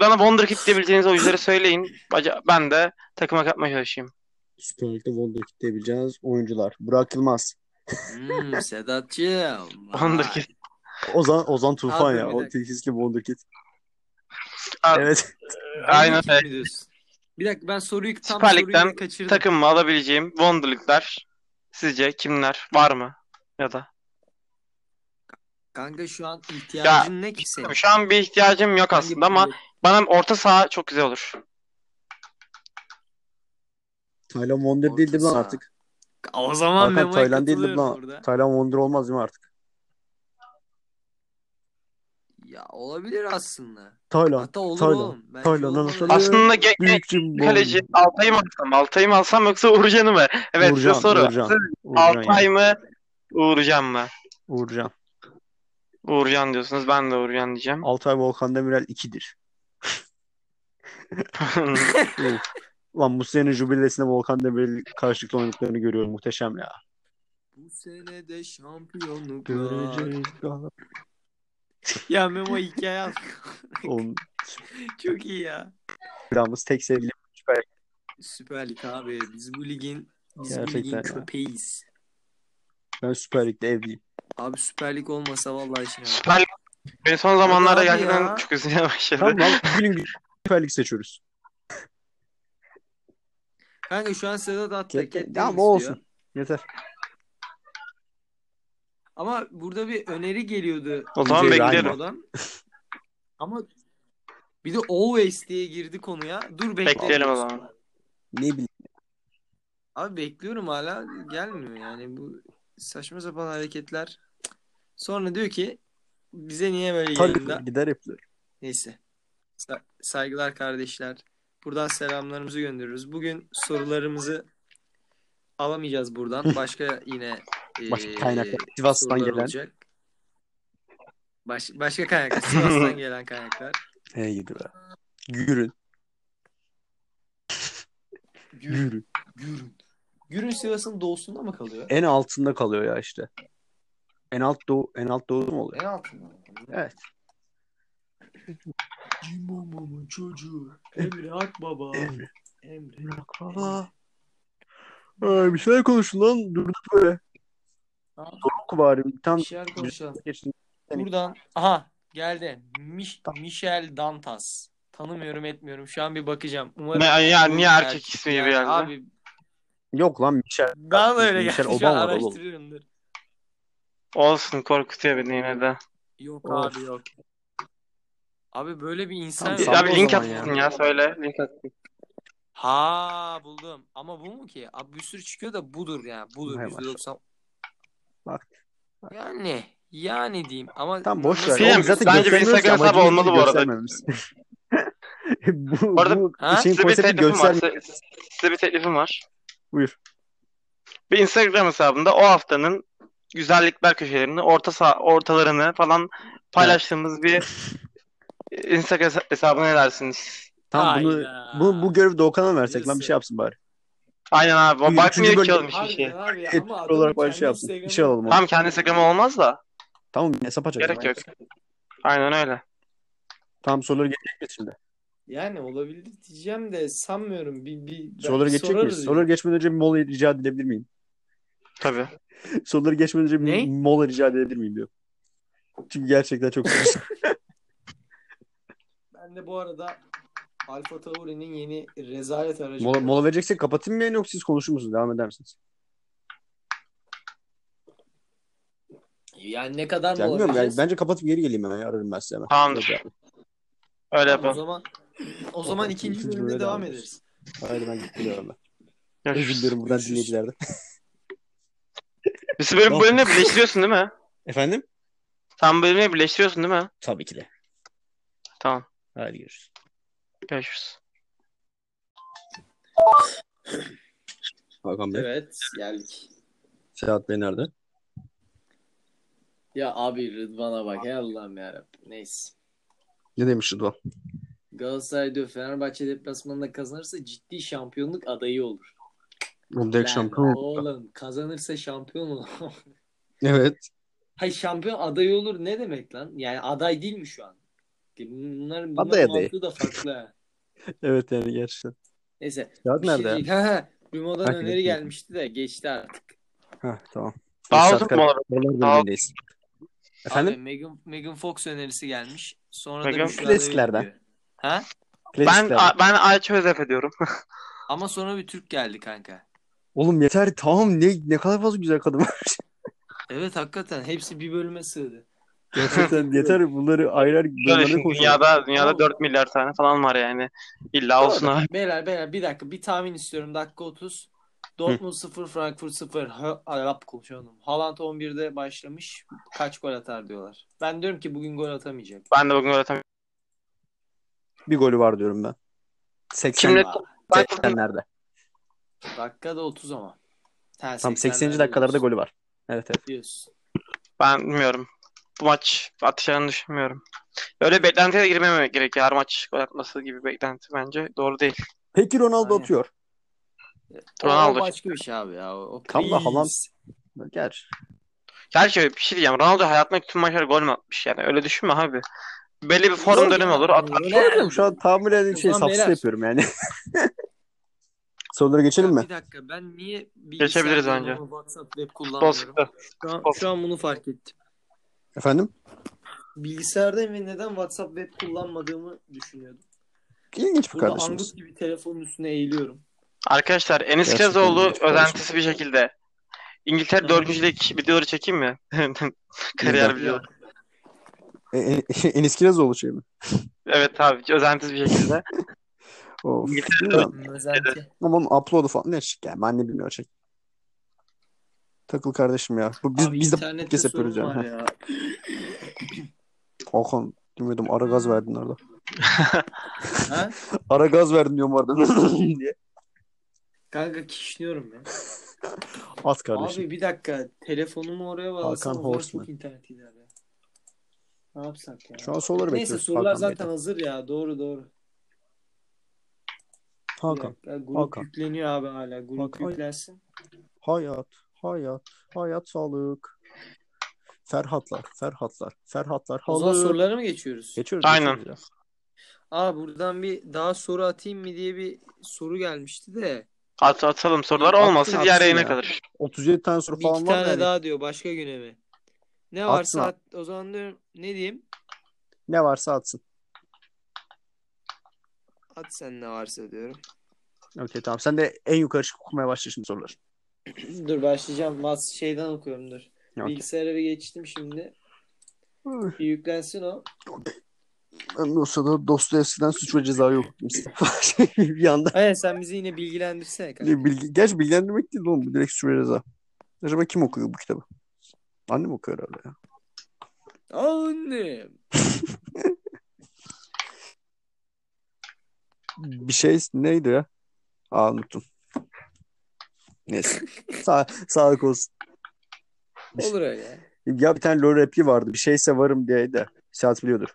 Speaker 2: bana Wonderkid diyebileceğiniz oyuncuları söyleyin. Baca- Ben de takıma katmaya çalışayım.
Speaker 1: Süper Lig'de Volda kitleyebileceğiniz oyuncular. Burak Yılmaz.
Speaker 4: Hmm, Sedat'cığım. vay.
Speaker 2: Wonderkid.
Speaker 1: Ozan, Ozan Tufan
Speaker 4: Abi,
Speaker 1: ya.
Speaker 4: bir
Speaker 1: O
Speaker 4: dakika.
Speaker 1: tilkisli Volda Kid.
Speaker 2: Abi,
Speaker 1: Evet.
Speaker 2: Aynen
Speaker 4: Wonderkid
Speaker 2: öyle.
Speaker 4: mi diyorsun? Bir dakika ben soruyu tam
Speaker 2: Süper
Speaker 4: soruyu
Speaker 2: Lig'den
Speaker 4: kaçırdım.
Speaker 2: Takımıma alabileceğim Wonderkid'ler sizce kimler? Var mı? Ya da.
Speaker 4: Kanka şu an ihtiyacın ne ki senin?
Speaker 2: Şu an bir ihtiyacım yok
Speaker 4: Hangi
Speaker 2: aslında ama
Speaker 4: kulüp?
Speaker 2: bana orta saha çok güzel olur.
Speaker 1: Taylan Wonder
Speaker 4: Orta
Speaker 1: değildir lan
Speaker 4: saha.
Speaker 1: artık.
Speaker 4: O zaman
Speaker 1: Hakan
Speaker 4: Memo'ya
Speaker 1: Taylan değildir
Speaker 4: katılıyorum
Speaker 1: lan.
Speaker 4: orada.
Speaker 1: Taylan Wonder olmaz değil mi artık?
Speaker 4: Ya olabilir aslında.
Speaker 1: Taylan.
Speaker 4: Hatta olur
Speaker 1: Taylan.
Speaker 4: oğlum. Belki
Speaker 1: Taylan,
Speaker 4: olmalı.
Speaker 1: anasını-
Speaker 2: Aslında ge-
Speaker 1: Büyükçüm
Speaker 2: kaleci Altay'ı mı alsam? Altay'ı mı alsam yoksa Uğurcan'ı mı? Evet
Speaker 1: Uğurcan,
Speaker 2: size soru.
Speaker 1: Uğurcan.
Speaker 2: Siz
Speaker 1: Uğurcan.
Speaker 2: Altay
Speaker 1: yani.
Speaker 2: mı? Uğurcan mı?
Speaker 1: Uğurcan.
Speaker 2: Uğurcan diyorsunuz. Ben de Uğurcan diyeceğim.
Speaker 1: Altay Volkan Demirel 2'dir. Lan bu sene jübilesinde Volkan Demirel karşılıklı oynadıklarını görüyorum. Muhteşem ya.
Speaker 4: Bu sene de şampiyonluklar.
Speaker 1: Göreceğiz.
Speaker 4: ya Memo hikaye al.
Speaker 1: Oğlum
Speaker 4: Çok iyi ya.
Speaker 1: Yağmur'umuz tek sevgili.
Speaker 4: Süper Lig abi. Biz bu ligin biz bu
Speaker 1: Gerçekten
Speaker 4: ligin
Speaker 1: ya.
Speaker 4: köpeğiyiz.
Speaker 1: Ben Süper Lig'de evliyim.
Speaker 4: Abi Süper Lig olmasa vallahi şey yapmam.
Speaker 2: Süper Lig beni son zamanlarda
Speaker 4: abi
Speaker 2: gerçekten
Speaker 4: ya.
Speaker 2: çok üzmeye başladı.
Speaker 1: Tamam lan bugünün Süper Lig seçiyoruz.
Speaker 4: Kanka şu an Sedat
Speaker 1: Gel-
Speaker 4: Atlak
Speaker 1: gel-
Speaker 4: ettiğini
Speaker 1: Tamam
Speaker 4: istiyor.
Speaker 1: o olsun. Yeter.
Speaker 4: Ama burada bir öneri geliyordu.
Speaker 2: O zaman
Speaker 1: Güzel, aynen.
Speaker 2: beklerim.
Speaker 4: Adam. Ama bir de always diye girdi konuya. Dur bekleyelim.
Speaker 2: Bekleyelim o zaman.
Speaker 1: Ne bileyim.
Speaker 4: Abi bekliyorum hala gelmiyor yani bu saçma sapan hareketler. Cık. Sonra diyor ki bize niye böyle yayında?
Speaker 1: Tabii gider yapılır.
Speaker 4: Neyse. Sa- Saygılar kardeşler. Buradan selamlarımızı gönderiyoruz. Bugün sorularımızı alamayacağız buradan. Başka yine
Speaker 1: Başka
Speaker 4: eee,
Speaker 1: kaynaklar. Sivas'tan
Speaker 4: sorular
Speaker 1: gelen.
Speaker 4: olacak. Baş- başka kaynaklar. Sivas'tan gelen kaynaklar.
Speaker 1: Hey gidi be. Gürün. Gürün.
Speaker 4: Gürün.
Speaker 3: Gürün Sivas'ın doğusunda mı kalıyor?
Speaker 1: En altında kalıyor ya işte. En alt doğu, en alt doğu mu oluyor?
Speaker 3: En altında mı?
Speaker 1: Evet.
Speaker 3: Cimbomumun çocuğu. Emre Akbaba.
Speaker 1: Emre.
Speaker 3: Emre.
Speaker 1: Ay, bir şeyler konuşun lan. Durduk böyle.
Speaker 4: Tamam.
Speaker 1: Soğuk bari. Bir
Speaker 4: Bir
Speaker 1: tane
Speaker 4: şeyler konuşalım.
Speaker 1: geçin.
Speaker 4: Buradan aha geldi. Mich Michel Dantas. Tanımıyorum etmiyorum. Şu an bir bakacağım. Umarım
Speaker 2: Ne, ya, niye
Speaker 4: bu
Speaker 2: erkek ismi gibi geldi?
Speaker 4: Abi
Speaker 1: Yok lan Michel.
Speaker 4: bana da öyle
Speaker 1: Michel
Speaker 4: geldi. Şu an
Speaker 1: Obama var oğlum.
Speaker 4: araştırıyorum dur.
Speaker 2: Olsun korkutuyor beni yine de.
Speaker 4: Yok
Speaker 1: Of.
Speaker 4: abi yok. Abi böyle bir insan
Speaker 1: Tamam,
Speaker 2: Bir-
Speaker 1: salla
Speaker 2: abi
Speaker 1: o
Speaker 2: link
Speaker 1: zaman
Speaker 2: atsın ya söyle. Link atsın.
Speaker 4: Ha buldum. Ama bu mu ki? Abi bir sürü çıkıyor da budur yani. Budur
Speaker 1: Hay
Speaker 4: %90.
Speaker 1: Bak.
Speaker 4: Yani yani diyeyim ama
Speaker 1: Tam boş ver.
Speaker 4: nasıl-
Speaker 2: Bilmiyorum,
Speaker 1: Oğlum zaten
Speaker 2: bence bir
Speaker 1: göstermiyoruz
Speaker 2: Instagram
Speaker 1: ki,
Speaker 2: hesabı
Speaker 1: amacımız
Speaker 2: olmalı
Speaker 1: bizi
Speaker 2: bu arada.
Speaker 1: göstermemiz. bu,
Speaker 2: Bu arada-
Speaker 1: bu
Speaker 4: Ha?
Speaker 1: şeyin
Speaker 2: Size bir
Speaker 1: konsepti
Speaker 2: teklifim var.
Speaker 1: göstermek.
Speaker 2: Size, size bir teklifim var.
Speaker 1: Buyur.
Speaker 2: Bir Instagram hesabında o haftanın güzellikler köşelerini, orta saha, ortalarını falan paylaştığımız bir e, Instagram hesa- hesabına ne dersiniz?
Speaker 1: Tam bunu
Speaker 4: Hayda.
Speaker 1: bu, bu görevi Doğukan'a versek lan
Speaker 4: Biliyorsun.
Speaker 1: bir şey yapsın bari.
Speaker 2: Aynen abi.
Speaker 1: Buyur, üçüncü
Speaker 2: Bakmıyor
Speaker 1: bölüm.
Speaker 2: ki oğlum hiçbir
Speaker 3: Harbiden
Speaker 2: şey.
Speaker 3: abi
Speaker 1: Etkin
Speaker 3: ama adamın
Speaker 1: olarak
Speaker 3: kendi
Speaker 1: bari şey yapsın. Bir
Speaker 3: Instagram'ı-
Speaker 1: şey alalım. Tamam.
Speaker 2: Tam kendi Instagram'ı olmaz da.
Speaker 1: tamam bir hesap açacağız.
Speaker 2: Gerek yok. Aynen öyle.
Speaker 1: Tam soruları geçecek miyiz şimdi?
Speaker 3: Yani olabilir diyeceğim de sanmıyorum. Bir, bir,
Speaker 1: Soruları geçecek
Speaker 3: sorarız
Speaker 1: miyiz?
Speaker 3: ya.
Speaker 1: Soruları geçmeden önce bir mola rica edebilir miyim?
Speaker 2: Tabii.
Speaker 1: Soruları geçmeden önce bir
Speaker 4: Ne?
Speaker 1: mola rica edebilir miyim diyor. Çünkü gerçekten çok
Speaker 3: Ben de bu arada Alfa Tauri'nin yeni rezalet aracı.
Speaker 1: mola, mola vereceksek kapatayım mı yani yoksa siz konuşur musunuz? Devam eder misiniz?
Speaker 3: Yani ne kadar
Speaker 1: Yani
Speaker 3: mola
Speaker 1: bilmiyorum yani
Speaker 3: vereceğiz?
Speaker 1: bence kapatıp geri geleyim hemen. Ararım ben size hemen.
Speaker 2: Tamamdır.
Speaker 1: Yok yani.
Speaker 2: Öyle
Speaker 3: O
Speaker 2: yapalım.
Speaker 3: zaman o zaman ikinci
Speaker 1: İkinci
Speaker 3: bölümde
Speaker 1: bölüme
Speaker 3: devam
Speaker 1: devam
Speaker 3: ederiz.
Speaker 1: Haydi ben gidiyorum ben. Özür
Speaker 2: Görüşürüz.
Speaker 1: dilerim buradan
Speaker 3: Görüşürüz.
Speaker 1: dinleyicilerden.
Speaker 2: Biz bölüm bölümle birleştiriyorsun değil mi?
Speaker 1: Efendim?
Speaker 2: Tam bölümle birleştiriyorsun değil mi?
Speaker 1: Tabii ki de.
Speaker 2: Tamam.
Speaker 1: Haydi görüşürüz.
Speaker 2: Görüşürüz.
Speaker 1: Hakan Bey.
Speaker 3: Evet geldik.
Speaker 1: Sedat Bey nerede?
Speaker 3: Ya abi Rıdvan'a bak. Hey Allah'ım yarabbim. Neyse.
Speaker 1: Ne demiş Rıdvan?
Speaker 3: Galatasaray diyor Fenerbahçe deplasmanında kazanırsa ciddi şampiyonluk adayı olur.
Speaker 1: Oğlum direkt
Speaker 3: Lan
Speaker 1: şampiyon oldu.
Speaker 3: Oğlum kazanırsa şampiyon olur.
Speaker 1: Evet.
Speaker 3: Hayır şampiyon adayı olur ne demek lan? Yani aday değil mi şu an? Bunların, bunların
Speaker 1: Aday adayı.
Speaker 3: mantığı da farklı. ha.
Speaker 1: Evet yani gerçekten.
Speaker 3: Neyse.
Speaker 1: Kağıt
Speaker 3: bir şey
Speaker 1: nerede? ya?
Speaker 3: değil. Ha, ha. Bir modan
Speaker 1: Hakikaten.
Speaker 3: öneri gelmişti de geçti artık.
Speaker 1: Hah tamam.
Speaker 2: Daha
Speaker 1: Esat
Speaker 2: uzun
Speaker 1: Kara-
Speaker 2: mu olur?
Speaker 1: Onlar
Speaker 2: Daha-
Speaker 1: bölümündeyiz. Efendim?
Speaker 4: Abi Megan, Megan Fox önerisi gelmiş. Sonra da
Speaker 2: Megan-
Speaker 4: Büşra
Speaker 1: Klasiklerden.
Speaker 4: Devin diyor. Ha?
Speaker 2: Ben
Speaker 1: Klasikler.
Speaker 2: a- ben Ayça Özef ediyorum.
Speaker 4: Ama sonra bir Türk geldi kanka.
Speaker 1: Oğlum yeter tamam ne ne kadar fazla güzel kadın var.
Speaker 4: Evet hakikaten hepsi bir bölüme sığdı.
Speaker 1: Gerçekten yeter bunları ayrı ayrı
Speaker 2: Şöyle
Speaker 1: bölümlerde
Speaker 2: şimdi
Speaker 1: konuşalım.
Speaker 2: dünyada dünyada
Speaker 4: Tamam.
Speaker 2: 4 milyar tane falan var yani. İlla olsun abi.
Speaker 4: Beyler beyler bir dakika bir tahmin istiyorum dakika 30. Dortmund 0 Frankfurt 0. Ha, Arap konuşalım. Haaland 11'de başlamış. Kaç gol atar diyorlar. Ben diyorum ki bugün gol atamayacak.
Speaker 2: Ben de bugün öğretemiyorum.
Speaker 1: Bir golü var diyorum ben. 80
Speaker 2: Kimle-
Speaker 4: Aa,
Speaker 1: 80'lerde.
Speaker 4: dakikada 30 ama. Ha,
Speaker 1: Tam 80.
Speaker 4: 80'lerde
Speaker 1: dakikalarda
Speaker 4: diyorsun.
Speaker 1: golü var. Evet evet.
Speaker 4: diyorsun.
Speaker 2: Ben bilmiyorum. Bu maç atacağını düşünmüyorum. Öyle beklentiye de girmemek gerekiyor. Her maç gol atması gibi beklenti bence doğru değil.
Speaker 1: Peki Ronaldo
Speaker 4: Aynen.
Speaker 1: atıyor.
Speaker 4: O
Speaker 2: Ronaldo.
Speaker 4: başka bir şey abi ya. O, o
Speaker 1: Tam da
Speaker 4: kriz.
Speaker 1: Haaland. Gerçi.
Speaker 2: Gerçi bir şey diyeceğim. Ronaldo hayatındaki tüm maçlara gol mü atmış yani? Öyle düşünme abi. Belli bir form
Speaker 4: Yok
Speaker 2: dönemi
Speaker 4: ya,
Speaker 2: olur. Atar.
Speaker 4: öyle-
Speaker 1: Bilmiyorum, Şu an tahmin edeyim şey
Speaker 4: Ulan
Speaker 1: sapsı
Speaker 4: beyler.
Speaker 1: yapıyorum yani. Sorulara geçelim mi?
Speaker 4: Bir dakika ben niye
Speaker 2: Geçebiliriz
Speaker 4: bilgisayardan
Speaker 2: bence.
Speaker 4: ama WhatsApp web kullanmıyorum.
Speaker 2: Dostlar.
Speaker 4: Şu an,
Speaker 2: Bas.
Speaker 4: şu an bunu fark ettim.
Speaker 1: Efendim?
Speaker 3: Bilgisayardayım ve neden WhatsApp web kullanmadığımı düşünüyordum.
Speaker 1: İlginç bir
Speaker 3: Burada
Speaker 1: kardeşimiz.
Speaker 3: angut gibi telefonun üstüne eğiliyorum.
Speaker 2: Arkadaşlar Enis
Speaker 1: Gerçekten
Speaker 2: Kirazoğlu
Speaker 1: ilginç bir
Speaker 2: özentisi bir şekilde İngiltere
Speaker 3: Evet.
Speaker 2: 4. Lig videoları çekeyim mi?
Speaker 1: Bilmem.
Speaker 2: Kariyer videoları.
Speaker 1: E, e, Enis Kirazoğlu şey mi?
Speaker 2: Evet abi özentisi bir şekilde.
Speaker 1: Of.
Speaker 2: İngiltere
Speaker 1: Bilmiyorum.
Speaker 4: Özenti.
Speaker 1: Ama onun upload'u falan ne şık yani. Ben ne bilmiyorum şey. Takıl kardeşim ya. Bu, biz,
Speaker 4: Abi
Speaker 1: biz de
Speaker 4: internette
Speaker 1: podcast yapıyoruz
Speaker 4: sorun
Speaker 1: yani.
Speaker 4: var ya.
Speaker 1: Hakan bilmiyordum ara gaz verdin orada.
Speaker 4: Ha?
Speaker 1: Ara gaz verdin diyorum orada. diye.
Speaker 3: Kanka kişniyorum ya.
Speaker 1: At kardeşim.
Speaker 3: Abi bir dakika telefonumu oraya bağlasam
Speaker 1: Hakan
Speaker 3: o zaman
Speaker 1: Horseman.
Speaker 3: çok internet gider ya. Ne yapsak ya?
Speaker 1: Şu an soruları
Speaker 3: Neyse
Speaker 1: bekliyoruz.
Speaker 3: sorular
Speaker 1: Hakan
Speaker 3: zaten
Speaker 1: Bey'den.
Speaker 3: hazır ya. Doğru doğru. Bir
Speaker 1: Hakan.
Speaker 3: dakika, grup
Speaker 1: Hakan.
Speaker 3: yükleniyor abi hala. Grup
Speaker 1: Hakan.
Speaker 3: yüklensin.
Speaker 1: Hayat. Hayat. Hayat sağlık. Ferhatlar. Ferhatlar. Ferhatlar.
Speaker 4: O zaman
Speaker 1: halı.
Speaker 4: sorulara mı geçiyoruz?
Speaker 1: Geçiyoruz.
Speaker 2: Aynen.
Speaker 1: geçiyoruz ya.
Speaker 4: Aa buradan bir daha soru atayım mı diye bir soru gelmişti de.
Speaker 2: At, atalım sorular
Speaker 1: Atsın,
Speaker 2: olmasa diğer
Speaker 1: atsın
Speaker 2: yayına
Speaker 1: ya.
Speaker 2: kalır.
Speaker 1: 37 tane soru
Speaker 4: Bir
Speaker 1: falan
Speaker 4: iki
Speaker 1: var hani
Speaker 4: tane
Speaker 1: yani.
Speaker 4: daha diyor başka güne mi? Ne
Speaker 1: Atsın
Speaker 4: varsa
Speaker 1: abi.
Speaker 4: at- o zaman diyorum ne diyeyim?
Speaker 1: Ne varsa atsın.
Speaker 4: At sen ne varsa diyorum.
Speaker 1: Okey tamam. Sen de en yukarı çıkıp okumaya başla şimdi soruları.
Speaker 3: dur başlayacağım. Mas şeyden okuyorum dur.
Speaker 1: Okey.
Speaker 3: Bilgisayara bir geçtim şimdi.
Speaker 1: Hı.
Speaker 3: Bir yüklensin o.
Speaker 1: Ben de o sırada Dostoyevski'den suç ve cezayı okudum. bir anda
Speaker 4: Aynen sen bizi yine bilgilendirsene kanka.
Speaker 1: bilgi, gerçi bilgilendirmek değil oğlum. bu Direkt suç ve ceza. Acaba kim okuyor bu kitabı? Annem okuyor herhalde ya.
Speaker 4: Annem.
Speaker 1: Bir şey neydi ya? Aa unuttum. Neyse. Sa sağlık olsun.
Speaker 3: Şey-
Speaker 4: Olur öyle.
Speaker 1: Ya bir tane lol rapi vardı. Bir şeyse varım diye de. Saat biliyordur.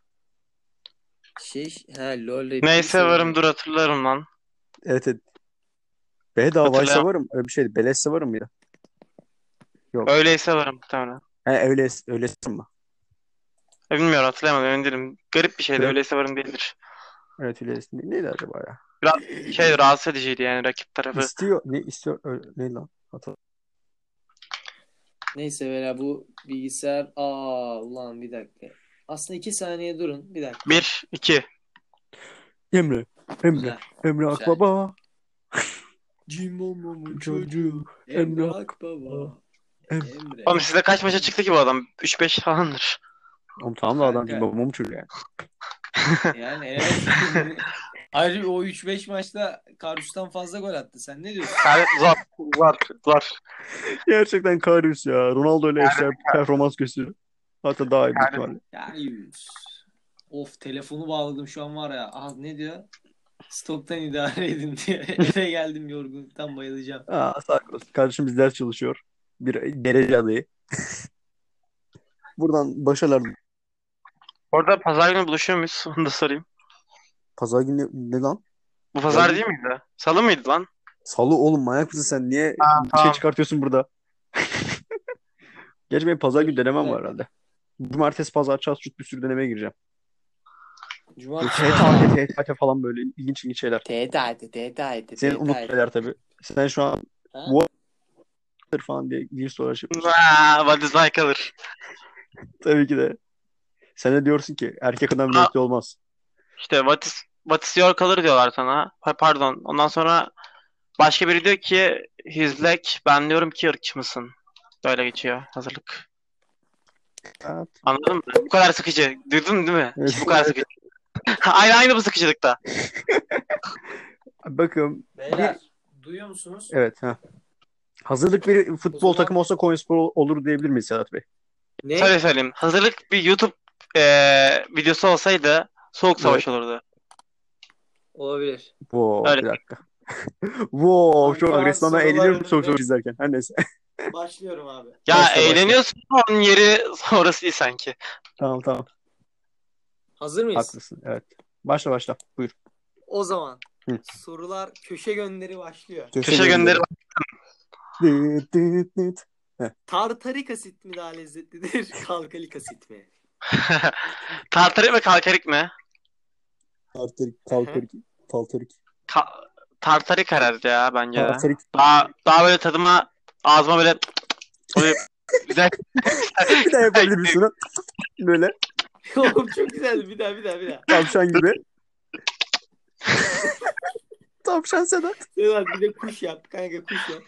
Speaker 4: Şey ha lol. rapi
Speaker 2: Neyse
Speaker 4: seviyorum.
Speaker 2: varım dur hatırlarım lan.
Speaker 1: Evet evet. Bedavaysa
Speaker 2: Hatırlayam-
Speaker 1: varım. Öyle bir şeydi. Beleşse varım ya.
Speaker 2: Öyleyse varım muhtemelen.
Speaker 1: He öyle öyle mi?
Speaker 2: E, Bilmiyorum hatırlayamadım emin değilim. Garip bir şeydi
Speaker 1: Evet.
Speaker 2: öyleyse varım değildir.
Speaker 1: Evet öyle neydi acaba ya?
Speaker 2: Şey rahatsız ediciydi yani rakip tarafı.
Speaker 1: İstiyor ne istiyor öyle, ne lan? Hatır-
Speaker 3: Neyse böyle bu bilgisayar. Aa ulan bir dakika. Aslında iki saniye durun. Bir dakika.
Speaker 2: 1 2
Speaker 1: Emre. Emre.
Speaker 4: Ha,
Speaker 1: Emre Akbaba.
Speaker 3: Cimbomumun
Speaker 1: Çocuğu.
Speaker 3: Emre
Speaker 1: Emrah.
Speaker 3: Akbaba.
Speaker 1: Em-
Speaker 3: Emre.
Speaker 2: Oğlum sizde kaç maça çıktı ki bu adam? 3-5 falandır.
Speaker 1: Oğlum tamam da adam
Speaker 4: Kanka.
Speaker 1: gibi mum çocuğu yani.
Speaker 4: Yani evet. Ayrı o 3-5 maçta Karuş'tan fazla gol attı. Sen ne diyorsun?
Speaker 2: Yani zor zor zor.
Speaker 1: Gerçekten Karius ya. Ronaldo ile eşler performans gösteriyor. Hatta daha iyi bir
Speaker 2: Yani-
Speaker 1: ihtimalle.
Speaker 4: Yani of telefonu bağladım şu an var ya. Ah ne diyor? Stoktan idare edin diye. Eve geldim yorgunluktan bayılacağım.
Speaker 1: Aa, sağ olsun. Kardeşim biz ders çalışıyor. Bir derece adayı. Buradan başarılar.
Speaker 2: Orada pazar günü buluşuyor muyuz? Onu da sorayım.
Speaker 1: Pazar günü ne lan?
Speaker 2: Bu pazar
Speaker 1: Oğlum.
Speaker 2: değil miydi? Salı mıydı lan?
Speaker 1: Salı oğlum manyak mısın sen? Niye bir şey
Speaker 2: tamam.
Speaker 1: çıkartıyorsun burada? Gerçi benim pazar günü denemem var herhalde. Cumartesi, pazar, çarşamba bir sürü denemeye gireceğim. şey
Speaker 4: Cumartesi.
Speaker 1: TKT, TKT falan böyle ilginç ilginç şeyler.
Speaker 4: Teda etti, teda etti,
Speaker 1: Senin
Speaker 4: teda
Speaker 1: unut
Speaker 4: etti.
Speaker 1: şeyler tabii. Sen şu an
Speaker 4: Ha?
Speaker 1: bu falan diye bir soru şey yapıyorsun.
Speaker 2: Aa, what is like alır.
Speaker 1: Tabii ki de. Sen de diyorsun ki erkek adam renkli olmaz.
Speaker 2: İşte what is, what is your color diyorlar sana. Ha, pardon. Ondan sonra başka biri diyor ki he's black. Ben diyorum ki ırkçı mısın? Böyle geçiyor hazırlık.
Speaker 1: Evet.
Speaker 2: Anladın mı? Bu kadar sıkıcı. Duydun değil mi?
Speaker 1: Evet.
Speaker 2: Bu kadar sıkıcı. aynı aynı bu sıkıcılıkta.
Speaker 1: Bakın
Speaker 4: Beyler duyuyor musunuz?
Speaker 1: evet ha. Hazırlık bir
Speaker 4: O
Speaker 1: futbol
Speaker 4: zaman-
Speaker 1: takımı olsa Konyaspor olur diyebilir miyiz Sedat Bey?
Speaker 4: Ne?
Speaker 2: Şöyle söyleyeyim. Hazırlık bir YouTube eee, videosu olsaydı Soğuk Savaş olurdu.
Speaker 4: Olabilir.
Speaker 1: Wow,
Speaker 2: Öyle.
Speaker 1: bir dakika. wow, çok
Speaker 3: Kanka,
Speaker 1: agresif ama
Speaker 3: sorular
Speaker 1: eğleniyorum
Speaker 3: önünde.
Speaker 1: çok zor izlerken. Her neyse.
Speaker 3: Başlıyorum abi.
Speaker 2: Ya
Speaker 1: Soğuk Savaş.
Speaker 2: eğleniyorsun ama onun yeri sonrası değil sanki.
Speaker 1: tamam tamam.
Speaker 4: Hazır mıyız?
Speaker 1: Haklısın. Evet. Başla başla. Buyur.
Speaker 4: O zaman
Speaker 1: Hı.
Speaker 4: sorular köşe gönderi başlıyor.
Speaker 2: Köşe gönderi
Speaker 1: Dıt dıt dıt.
Speaker 4: Tartarik asit mi daha lezzetlidir? Kalkalik asit mi?
Speaker 2: Tartarik mi kalkarik mi?
Speaker 1: Tartarik, kaltarik, taltarik.
Speaker 2: Ka- tartarik herhalde ya bence de.
Speaker 1: Tartarik.
Speaker 2: Daha, daha böyle tadıma ağzıma böyle böyle güzel
Speaker 1: Bir daha yapabilir misin onu? Böyle
Speaker 4: Oğlum çok güzeldi. Bir daha bir daha bir daha.
Speaker 1: tavşan gibi. tavşan Sedat.
Speaker 4: Sedat bir de kuş yap. Kanka kuş yap.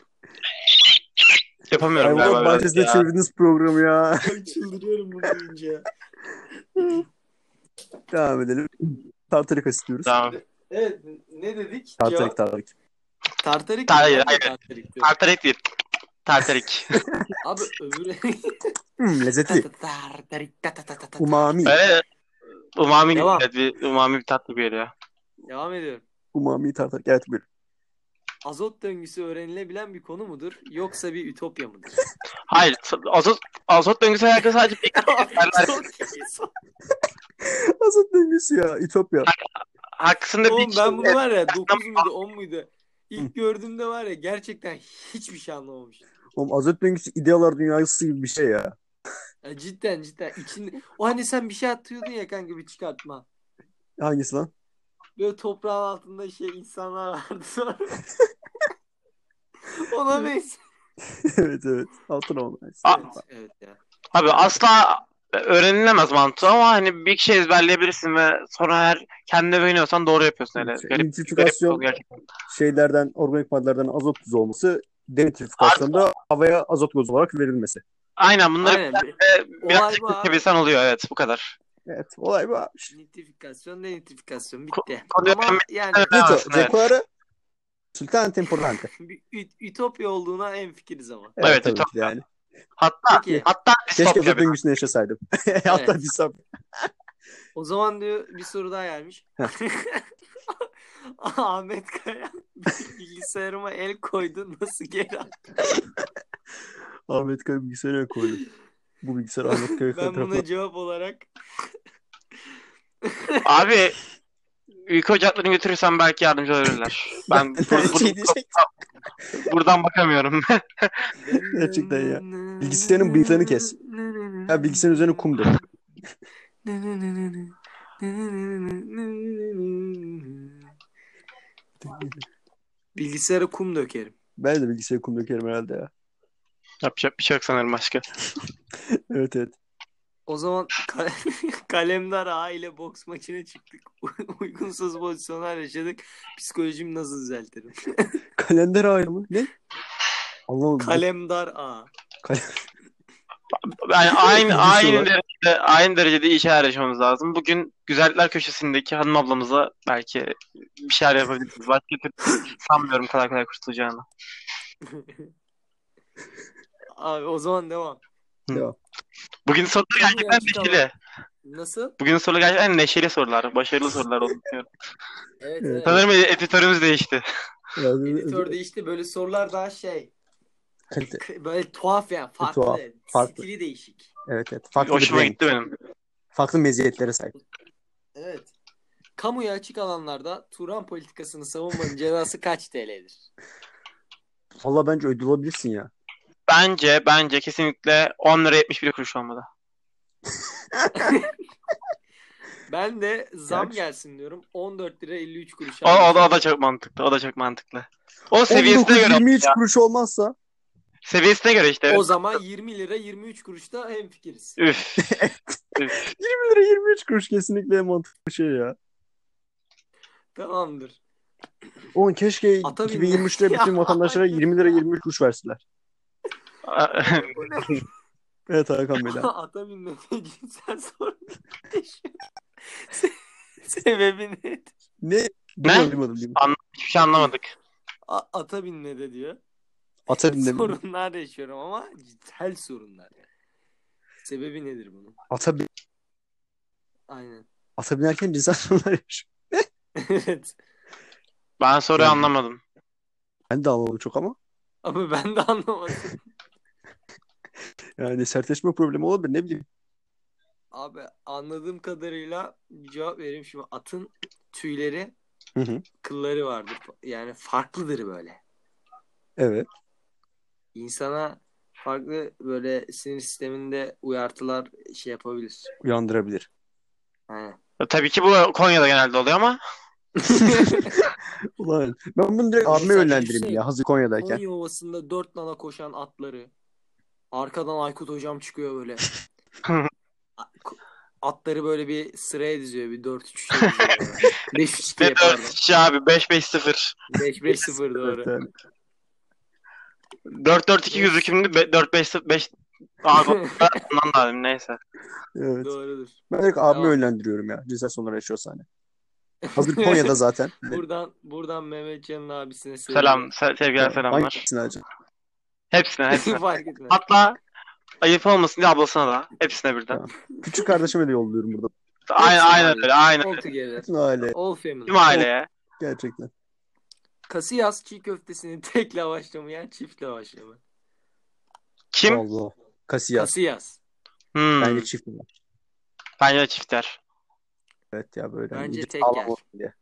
Speaker 2: yapamıyorum
Speaker 1: Hayvanat
Speaker 2: galiba. biraz
Speaker 1: bahçesinde
Speaker 2: ya.
Speaker 1: çevirdiniz programı ya.
Speaker 4: Ay çıldırıyorum bunu duyunca. ya.
Speaker 1: Devam edelim. Tartarik asitliyoruz.
Speaker 2: Tamam.
Speaker 4: Evet ne dedik?
Speaker 1: Tartarik,
Speaker 4: Cevap-
Speaker 1: tartarik.
Speaker 4: Tartarik.
Speaker 2: Hayır,
Speaker 4: mi?
Speaker 2: hayır.
Speaker 4: Tartarik diyorum.
Speaker 2: Tartarik değil. Tartarik.
Speaker 4: Abi öbürü.
Speaker 1: Hmm, lezzetli.
Speaker 4: Tartarik. ta ta ta ta ta.
Speaker 1: Umami.
Speaker 2: Böyle umami gibi
Speaker 4: Devam.
Speaker 2: evet, bir umami bir tatlı bir ya.
Speaker 4: Devam ediyorum.
Speaker 1: Umami tartarik. Evet buyur.
Speaker 4: Azot döngüsü öğrenilebilen bir konu mudur yoksa bir ütopya mıdır?
Speaker 2: Hayır, azot azot döngüsü alakalı sadece bir derler.
Speaker 1: Azat döngüsü ya. Ütopya.
Speaker 2: Hakkısında bir
Speaker 4: Oğlum ben bunu var ya 9 muydu 10 muydu? İlk gördüğümde var ya gerçekten hiçbir şey anlamamıştım.
Speaker 1: Oğlum azot döngüsü idealar dünyası gibi bir şey ya.
Speaker 4: Ya cidden cidden içinde o hani sen bir şey atıyordun ya kanka bir çıkartma.
Speaker 1: Hangisi lan?
Speaker 4: Böyle toprağın altında şey insanlar vardı sonra. Ona neyse.
Speaker 1: evet evet. Altın olmaz.
Speaker 2: A-
Speaker 4: Evet, evet ya.
Speaker 2: Abi asla öğrenilemez mantığı ama hani bir şey ezberleyebilirsin ve sonra her kendine beğeniyorsan doğru yapıyorsun hele.
Speaker 1: Şey,
Speaker 2: Garip,
Speaker 1: nitrifikasyon-
Speaker 2: garip-
Speaker 1: şeylerden, organik maddelerden azot tuzu olması denitrifikasyonda havaya azot gazı olarak verilmesi.
Speaker 2: Aynen bunları
Speaker 4: Aynen.
Speaker 2: e, biraz
Speaker 4: Olay bu abi.
Speaker 2: çekebilsen oluyor evet bu kadar.
Speaker 1: Evet, olay bu.
Speaker 4: Nitrifikasyon denitrifikasyon bitti.
Speaker 2: konuyu
Speaker 4: Ama yani
Speaker 2: Evet,
Speaker 1: Nito,
Speaker 2: evet.
Speaker 1: Cecuara, Sultan Temporante.
Speaker 4: bir üt- ütopya olduğuna en fikiriz ama.
Speaker 2: Evet,
Speaker 1: tabii ki
Speaker 2: Ütopya.
Speaker 1: yani.
Speaker 2: Hatta
Speaker 4: Peki.
Speaker 2: hatta
Speaker 1: Keşke
Speaker 2: distopya
Speaker 1: azot
Speaker 2: bir.
Speaker 1: döngüsünde yaşasaydım. Hatta
Speaker 4: Evet.
Speaker 1: distopya.
Speaker 4: O zaman diyor bir soru daha gelmiş. Ahmet Kaya bilgisayarıma el koydu nasıl geri al-
Speaker 1: Ahmet Kaya bilgisayara koydum. Bu bilgisayar Ahmet Kaya
Speaker 4: Ben
Speaker 1: tarafından.
Speaker 4: buna cevap olarak
Speaker 2: Abi ülke ocaklarını götürürsen belki yardımcı olabilirler. Ben bur-
Speaker 1: Ben
Speaker 2: bur-
Speaker 1: şey diyecektim.
Speaker 2: buradan bakamıyorum.
Speaker 1: Gerçekten ya. Bilgisayarın bıyıklarını kes. Ya bilgisayarın üzerine kum dök.
Speaker 4: Bilgisayara kum dökerim.
Speaker 1: Ben de bilgisayara kum dökerim herhalde ya.
Speaker 2: Yapacak bir şey yok sanırım başka.
Speaker 1: Evet evet.
Speaker 4: O zaman ka- Kalemdar Ağa ile boks maçına çıktık. Uygunsuz pozisyonlar yaşadık. Psikolojimi nasıl düzeltirim?
Speaker 1: Kalender ayrı mı? Ne? Anlamadım.
Speaker 4: Kalemdar Ağa.
Speaker 2: Yani aynı
Speaker 1: Bilgisi
Speaker 2: aynı
Speaker 1: var.
Speaker 2: derecede aynı derecede iyi şeyler yaşamamız lazım. Bugün güzellikler köşesindeki hanım ablamıza belki bir şeyler yapabiliriz. Başka türlü sanmıyorum kolay kolay kurtulacağını.
Speaker 4: Abi o zaman devam.
Speaker 2: Bugün sorular
Speaker 4: Bilgi
Speaker 2: gerçekten
Speaker 4: açık alan.
Speaker 2: neşeli.
Speaker 4: Nasıl?
Speaker 2: Bugün sorular gerçekten neşeli sorular. Başarılı sorular oldu. diyorum.
Speaker 4: Evet,
Speaker 1: Evet.
Speaker 4: evet.
Speaker 2: Sanırım editörümüz değişti.
Speaker 1: Yani-
Speaker 4: Editör değişti. Böyle sorular daha şey.
Speaker 1: Kalite.
Speaker 4: Böyle tuhaf yani farklı.
Speaker 1: E, Tuhaf, farklı.
Speaker 4: Stili değişik.
Speaker 1: Evet evet. Farklı bir
Speaker 2: Hoşuma
Speaker 1: renk.
Speaker 2: gitti benim.
Speaker 1: Farklı meziyetlere sahip.
Speaker 4: Evet. Kamuya açık alanlarda Turan politikasını savunmanın cezası kaç TL'dir?
Speaker 1: Valla bence ödül alabilirsin ya.
Speaker 2: Bence bence kesinlikle 10 lira 71 kuruş olmalı.
Speaker 4: Ben de zam
Speaker 1: Kaç?
Speaker 4: gelsin diyorum. 14 lira 53 kuruş.
Speaker 2: O, o da, o da çok mantıklı. O da çok mantıklı. O seviyesine göre.
Speaker 1: 1923
Speaker 2: ya.
Speaker 1: kuruş olmazsa
Speaker 2: Seviyesine göre işte.
Speaker 4: O zaman 20 lira 23 kuruşta hemfikiriz.
Speaker 2: Üf.
Speaker 1: 20 lira 23 kuruş kesinlikle en mantıklı bir şey ya.
Speaker 4: Tamamdır.
Speaker 1: Oğlum keşke
Speaker 4: Ata bin-
Speaker 1: 2023'te bütün
Speaker 4: Ya.
Speaker 1: vatandaşlara 20 lira 23 kuruş verseler.
Speaker 4: Bu ne?
Speaker 1: Evet Hakan Beyler.
Speaker 4: Ata binmek cinsel sorun. Se- Sebebi ne?
Speaker 1: Ne?
Speaker 2: Ne?
Speaker 1: Duymadım, duymadım, duymadım.
Speaker 2: Hiçbir şey anlamadık.
Speaker 4: A- ata binmede diyor.
Speaker 1: Ata binme.
Speaker 4: sorunlar yaşıyorum ama ciddi sorunlar yani. Sebebi nedir bunun?
Speaker 1: Ata, bin-
Speaker 4: Aynen.
Speaker 1: ata binerken biz insanlar yaşıyor.
Speaker 4: evet.
Speaker 2: Ben soruyu
Speaker 1: Yani-
Speaker 2: anlamadım.
Speaker 1: Ben de anlamadım çok ama.
Speaker 4: Ama ben de anlamadım.
Speaker 1: Yani sertleşme problemi olabilir ne bileyim.
Speaker 4: Abi anladığım kadarıyla bir cevap vereyim şimdi. Atın tüyleri
Speaker 1: Hı hı.
Speaker 4: kılları vardır. Yani farklıdır böyle.
Speaker 1: Evet.
Speaker 4: İnsana farklı böyle sinir sisteminde uyartılar şey yapabilir.
Speaker 1: Uyandırabilir.
Speaker 4: Aynen.
Speaker 2: Tabii ki bu Konya'da genelde oluyor ama
Speaker 1: Ulan ben bunu direkt abime
Speaker 4: Mesela
Speaker 1: yönlendireyim
Speaker 4: şey-
Speaker 1: ya hazır Konya'dayken.
Speaker 4: Konya Ovası'nda dört nala koşan atları. Arkadan Aykut Hocam çıkıyor böyle. A- ko- Atları böyle bir sıraya diziyor. Bir 4-3 diziyor. 5-3 diye
Speaker 2: ne
Speaker 4: pardon.
Speaker 2: 4 kişi abi 5-5-0.
Speaker 4: 5-5-0
Speaker 1: Evet,
Speaker 4: doğru.
Speaker 1: yani.
Speaker 2: 4-4-2 gözükümlü 4-5-5 abi ben anlamadım neyse.
Speaker 1: Evet.
Speaker 4: Doğrudur.
Speaker 1: Ben direkt abime
Speaker 4: Tamam.
Speaker 1: yönlendiriyorum ya. Cinsel sorunlar yaşıyorsa hani. Hazır Konya'da zaten.
Speaker 4: Buradan buradan Mehmetcan'ın abisine
Speaker 2: Selam, se- sevgiler selamlar.
Speaker 1: Hangisini alacağım?
Speaker 2: Hepsine hepsine.
Speaker 4: selam. Fark etmez.
Speaker 2: Hatta ayıp olmasın diye ablasına da. Hepsine birden.
Speaker 1: Küçük kardeşime de yolluyorum burada.
Speaker 2: Aynen
Speaker 4: Hepsine
Speaker 2: aynen
Speaker 4: abi.
Speaker 2: öyle aynen.
Speaker 4: All
Speaker 2: öyle.
Speaker 4: together.
Speaker 1: Bütün aile
Speaker 4: All family.
Speaker 2: Tüm aileye.
Speaker 1: gerçekten.
Speaker 4: Kasiyas çiğ köftesini tek lavaşla mı yer çift lavaşla mı?
Speaker 2: Kim?
Speaker 1: Allah. Kasiyas.
Speaker 4: Kasiyas.
Speaker 2: Hmm,
Speaker 1: Bence çift mi?
Speaker 2: Bence de çiftler.
Speaker 1: Evet ya böyle.
Speaker 4: Bence
Speaker 1: iyice
Speaker 4: tek yer.
Speaker 1: sağlam olsun diye.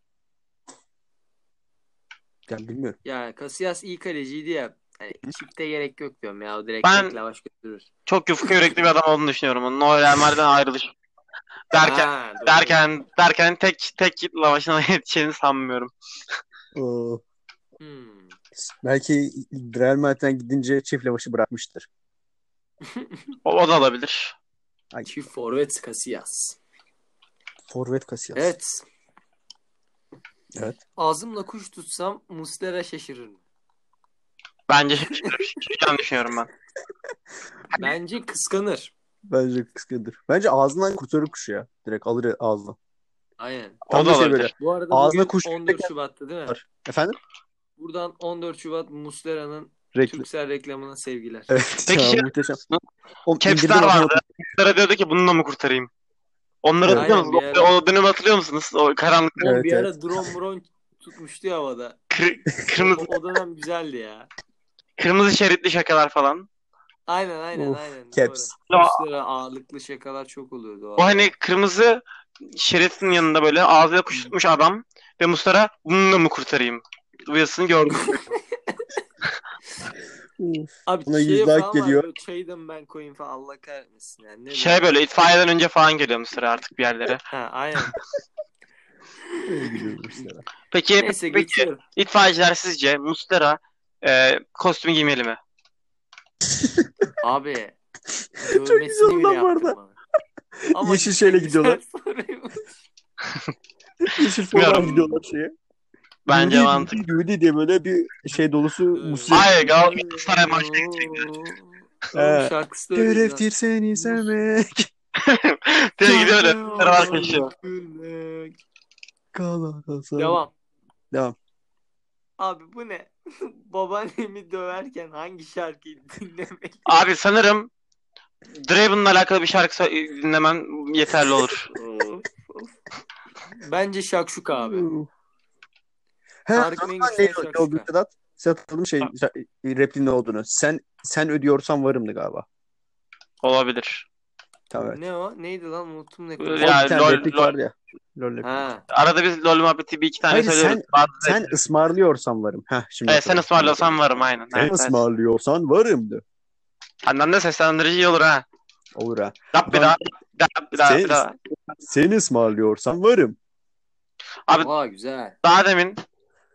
Speaker 1: Yani bilmiyorum.
Speaker 4: Ya Kasiyas iyi kaleciydi ya. Hani çifte gerek yok diyorum ya. O direkt
Speaker 2: Ben-
Speaker 4: tek lavaş götürür.
Speaker 2: Çok yufka yürekli bir adam olduğunu düşünüyorum. Onun o Real Madrid'den ayrılış derken
Speaker 4: Ha, doğru.
Speaker 2: derken derken tek tek lavaşına yetişeceğini sanmıyorum.
Speaker 1: Ee,
Speaker 4: Hmm.
Speaker 1: belki Real Madrid'den gidince çift lavaşı bırakmıştır.
Speaker 2: O, o da olabilir.
Speaker 4: Çift forvet Casillas.
Speaker 1: Forvet Kasiyas.
Speaker 4: Evet.
Speaker 1: Evet.
Speaker 4: Ağzımla kuş tutsam Muslera şaşırır mı?
Speaker 2: Bence şaşıracağını düşünüyorum ben. Hani?
Speaker 4: Bence kıskanır.
Speaker 1: Bence kıskıdır. Bence ağzından kurtarır kuşu ya. Direkt alır ağzından.
Speaker 4: Aynen.
Speaker 2: O
Speaker 1: Tam
Speaker 2: da
Speaker 1: da şey
Speaker 2: olabilir.
Speaker 1: böyle.
Speaker 4: Bu arada
Speaker 1: Ağzına
Speaker 4: bugün
Speaker 1: kuş
Speaker 4: 14
Speaker 1: tutsak-
Speaker 4: Şubat'tı değil mi?
Speaker 1: Var. Efendim?
Speaker 4: Buradan 14 Şubat Muslera'nın
Speaker 1: Rekli.
Speaker 4: Türksel reklamına sevgiler.
Speaker 1: Evet.
Speaker 2: Peki
Speaker 1: ya,
Speaker 2: şey-
Speaker 1: muhteşem. Oğlum,
Speaker 2: Caps'ler
Speaker 1: indirdim adamı.
Speaker 2: vardı. Onlara diyordu ki bununla mı kurtarayım? Onları
Speaker 1: Evet.
Speaker 2: hatırlıyor musunuz?
Speaker 4: Aynen, bir
Speaker 2: O,
Speaker 4: ara.
Speaker 2: o dönemi hatırlıyor musunuz? O karanlık
Speaker 4: Oğlum
Speaker 1: Evet,
Speaker 4: bir ara drone muron tutmuştu ya havada.
Speaker 2: kır-
Speaker 4: O,
Speaker 2: kırmızı
Speaker 4: o dönem güzeldi ya.
Speaker 2: kırmızı şeritli şakalar falan.
Speaker 4: Aynen aynen
Speaker 1: Of,
Speaker 4: aynen.
Speaker 1: caps.
Speaker 4: Doğru. Muslera ağırlıklı şakalar çok oluyordu. o
Speaker 2: O
Speaker 4: ara.
Speaker 2: hani kırmızı şeritin yanında böyle ağzıyla
Speaker 4: Hmm.
Speaker 2: kuş tutmuş adam ve Mustara bununla mı kurtarayım? Uyasını gördüm.
Speaker 1: Of.
Speaker 4: Abi
Speaker 1: Buna
Speaker 4: şey
Speaker 1: yüz
Speaker 4: falan
Speaker 1: like
Speaker 4: var,
Speaker 1: geliyor.
Speaker 4: böyle çaydan ben koyayım falan Allah kahretmesin yani. Ne
Speaker 2: şey
Speaker 4: bu?
Speaker 2: böyle itfaiyeden önce falan geliyor Mustara artık bir yerlere.
Speaker 4: Ha aynen.
Speaker 1: Öyle gülüyorum işte.
Speaker 2: Peki,
Speaker 4: Neyse
Speaker 2: peki
Speaker 4: geçiyorum.
Speaker 2: itfaiyeciler sizce Mustara e, kostüm giymeli mi?
Speaker 4: Abi
Speaker 1: güzel
Speaker 4: dövmesini
Speaker 1: lan
Speaker 4: bile
Speaker 1: bu
Speaker 4: yaptım
Speaker 1: arada.
Speaker 4: bana. Ama
Speaker 1: Yeşil şeyle
Speaker 4: güzel
Speaker 1: gidiyorlar.
Speaker 4: soruyu-
Speaker 1: Yeşil formadan
Speaker 2: Bilmiyorum.
Speaker 1: gidiyorlar şeye.
Speaker 2: Bence
Speaker 1: Düğüne,
Speaker 2: mantıklı.
Speaker 1: düğüne, düğüne diye böyle bir şey dolusu
Speaker 4: Evet.
Speaker 1: muslu.
Speaker 2: Hayır Galatasaray maçı.
Speaker 4: Oğlum
Speaker 1: He.
Speaker 4: şarkısı da öyle lan.
Speaker 1: Görevdir seni sevmek.
Speaker 2: Direkt gidiyor öyle. Mustara var kaçıyor.
Speaker 4: Gülmek.
Speaker 1: Galatasaray.
Speaker 4: Devam.
Speaker 1: Devam.
Speaker 4: Abi bu ne? Babaannemi döverken hangi şarkıyı dinlemeli?
Speaker 2: Abi sanırım Draven'la alakalı bir şarkı so- dinlemen yeterli olur.
Speaker 4: Of, of. Bence şakşuka abi. şey.
Speaker 1: He,
Speaker 4: Tarık
Speaker 1: Tarkan
Speaker 4: Mengüç'ten
Speaker 1: neydi
Speaker 4: şarkı
Speaker 1: o
Speaker 4: çıkar.
Speaker 1: Vedat? Satalım şey replin ne olduğunu. Sen sen ödüyorsan varımdı galiba.
Speaker 2: Olabilir.
Speaker 1: Tamam evet.
Speaker 4: Ne o? Neydi lan? Unuttum ne
Speaker 1: O
Speaker 2: Ya,
Speaker 1: bir tane
Speaker 2: lol-
Speaker 1: replik
Speaker 2: lol-
Speaker 1: vardı ya. Lol repliği.
Speaker 4: Ha.
Speaker 2: Arada biz LoL muhabbeti bir iki tane
Speaker 1: Hayır,
Speaker 2: söylüyoruz.
Speaker 1: sen-
Speaker 2: Bazı-
Speaker 1: Sen ısmarlıyorsan varım. Heh, şimdi
Speaker 2: Evet, sen
Speaker 1: hatırladım.
Speaker 2: ısmarlasan varım aynen.
Speaker 1: Sen
Speaker 2: Evet, evet.
Speaker 1: ısmarlıyorsan varımdı.
Speaker 2: Annem de seslendirici iyi olur ha.
Speaker 1: Olur ha.
Speaker 2: Yap bir
Speaker 1: Ben-
Speaker 2: daha. Yap bir daha.
Speaker 1: Sen-
Speaker 2: Bir daha.
Speaker 1: Sen ısmarlıyorsan varım.
Speaker 2: Abi-
Speaker 4: Aa güzel.
Speaker 2: Daha demin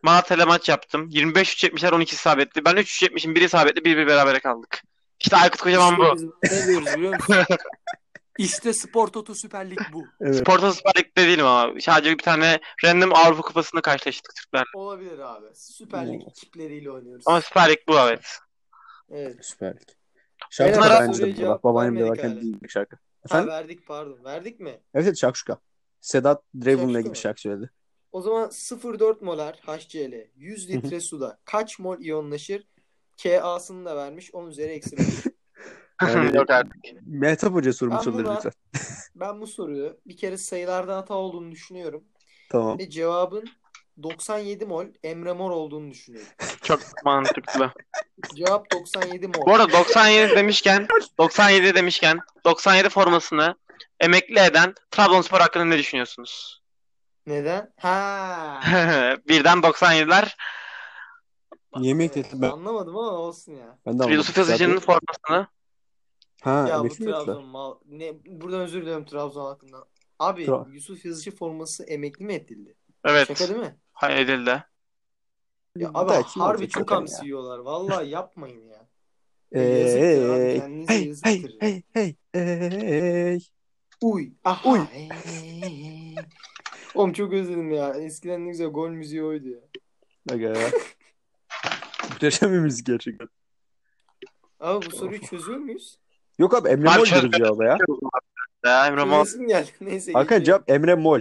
Speaker 2: Malatya'yla maç yaptım. 25 3 70'ler 12 isabetli. Ben 3 3 70'im 1 isabetli 1 1 berabere kaldık. İşte Aykut Kocaman
Speaker 4: İşte
Speaker 2: bu.
Speaker 4: biz ne diyoruz biliyor musun? işte Spor Toto Süper Lig bu.
Speaker 1: Evet.
Speaker 2: Porto Süper Lig'de değilim ama. Sadece bir tane random Avrupa Kupası'nda karşılaştık Türkler.
Speaker 4: Olabilir abi. Süper
Speaker 1: Hmm.
Speaker 4: Lig ekipleriyle oynuyoruz.
Speaker 2: Ama Süper Lig bu evet.
Speaker 4: Evet.
Speaker 1: Süper Lig. Şarkı
Speaker 2: Beyler,
Speaker 1: da bence
Speaker 4: soruya
Speaker 1: de bu.
Speaker 4: cevap
Speaker 1: Bak babaannem de
Speaker 4: vermedik
Speaker 1: varken
Speaker 4: hala.
Speaker 1: değil bir şarkı.
Speaker 4: Ha,
Speaker 1: Efendim?
Speaker 4: verdik pardon. Verdik mi?
Speaker 1: Evet evet şakşuka. Sedat Draven'la
Speaker 4: Şakşuka
Speaker 1: ilgili
Speaker 4: mı?
Speaker 1: şarkı söyledi.
Speaker 4: O zaman 0.4 molar HCl 100 litre suda kaç mol iyonlaşır? KA'sını da vermiş. 10 üzeri eksi beş.
Speaker 1: Yani-
Speaker 2: Yok artık.
Speaker 1: Mehtap Hoca sormuş
Speaker 4: Ben
Speaker 1: onları
Speaker 4: buna-
Speaker 1: lütfen.
Speaker 4: Ben bu soruyu bir kere sayılardan hata olduğunu düşünüyorum.
Speaker 1: Tamam.
Speaker 4: Ve cevabın 97 mol Emre Mor olduğunu düşünüyorum.
Speaker 2: Çok mantıklı.
Speaker 4: Cevap 97 mol.
Speaker 2: Bu arada 97 demişken 97 demişken 97 formasını emekli eden Trabzonspor hakkında ne düşünüyorsunuz?
Speaker 4: Neden? Ha.
Speaker 2: Birden 97'ler
Speaker 1: Niye Mehtap? Ben,
Speaker 4: Anlamadım ama olsun ya.
Speaker 1: ben de anlamadım.
Speaker 2: Yusuf Yazıcı'nın
Speaker 1: Zaten-
Speaker 2: formasını
Speaker 1: Ha,
Speaker 4: ya bu
Speaker 1: emekli mi ettiler?
Speaker 4: Trabzon mal. Ne, buradan özür diliyorum Trabzon hakkında. Abi
Speaker 1: Tra-
Speaker 4: Yusuf Yazıcı forması emekli mi edildi? Şaka
Speaker 2: evet
Speaker 4: değil mi?
Speaker 2: hayal edildi.
Speaker 4: Ya abi
Speaker 1: Belki mi
Speaker 4: harbi
Speaker 1: olacak
Speaker 4: çok
Speaker 1: zaten ya?
Speaker 4: hamsi yiyorlar. Vallahi yapmayın ya.
Speaker 1: Ee,
Speaker 4: Yazıktır abi,
Speaker 1: hey,
Speaker 4: kendinize
Speaker 1: hey, hey,
Speaker 4: yazıktır.
Speaker 1: hey, hey, hey.
Speaker 4: Uy. Ah.
Speaker 1: Uy.
Speaker 4: Oğlum çok özledim ya. Eskiden ne güzel gol müziği oydu ya.
Speaker 1: Aga ya. Muhteşem bir müzik gerçekten.
Speaker 4: Abi bu soruyu çözüyor muyuz?
Speaker 1: Yok abi Emre
Speaker 2: Abi
Speaker 1: Mol
Speaker 2: şöyle-
Speaker 1: diyoruz cevaba ya.
Speaker 2: Ya Emre Mor
Speaker 4: Çözesim geldi. Neyse.
Speaker 1: Hakan
Speaker 4: geçelim.
Speaker 1: cevap Emre Mol.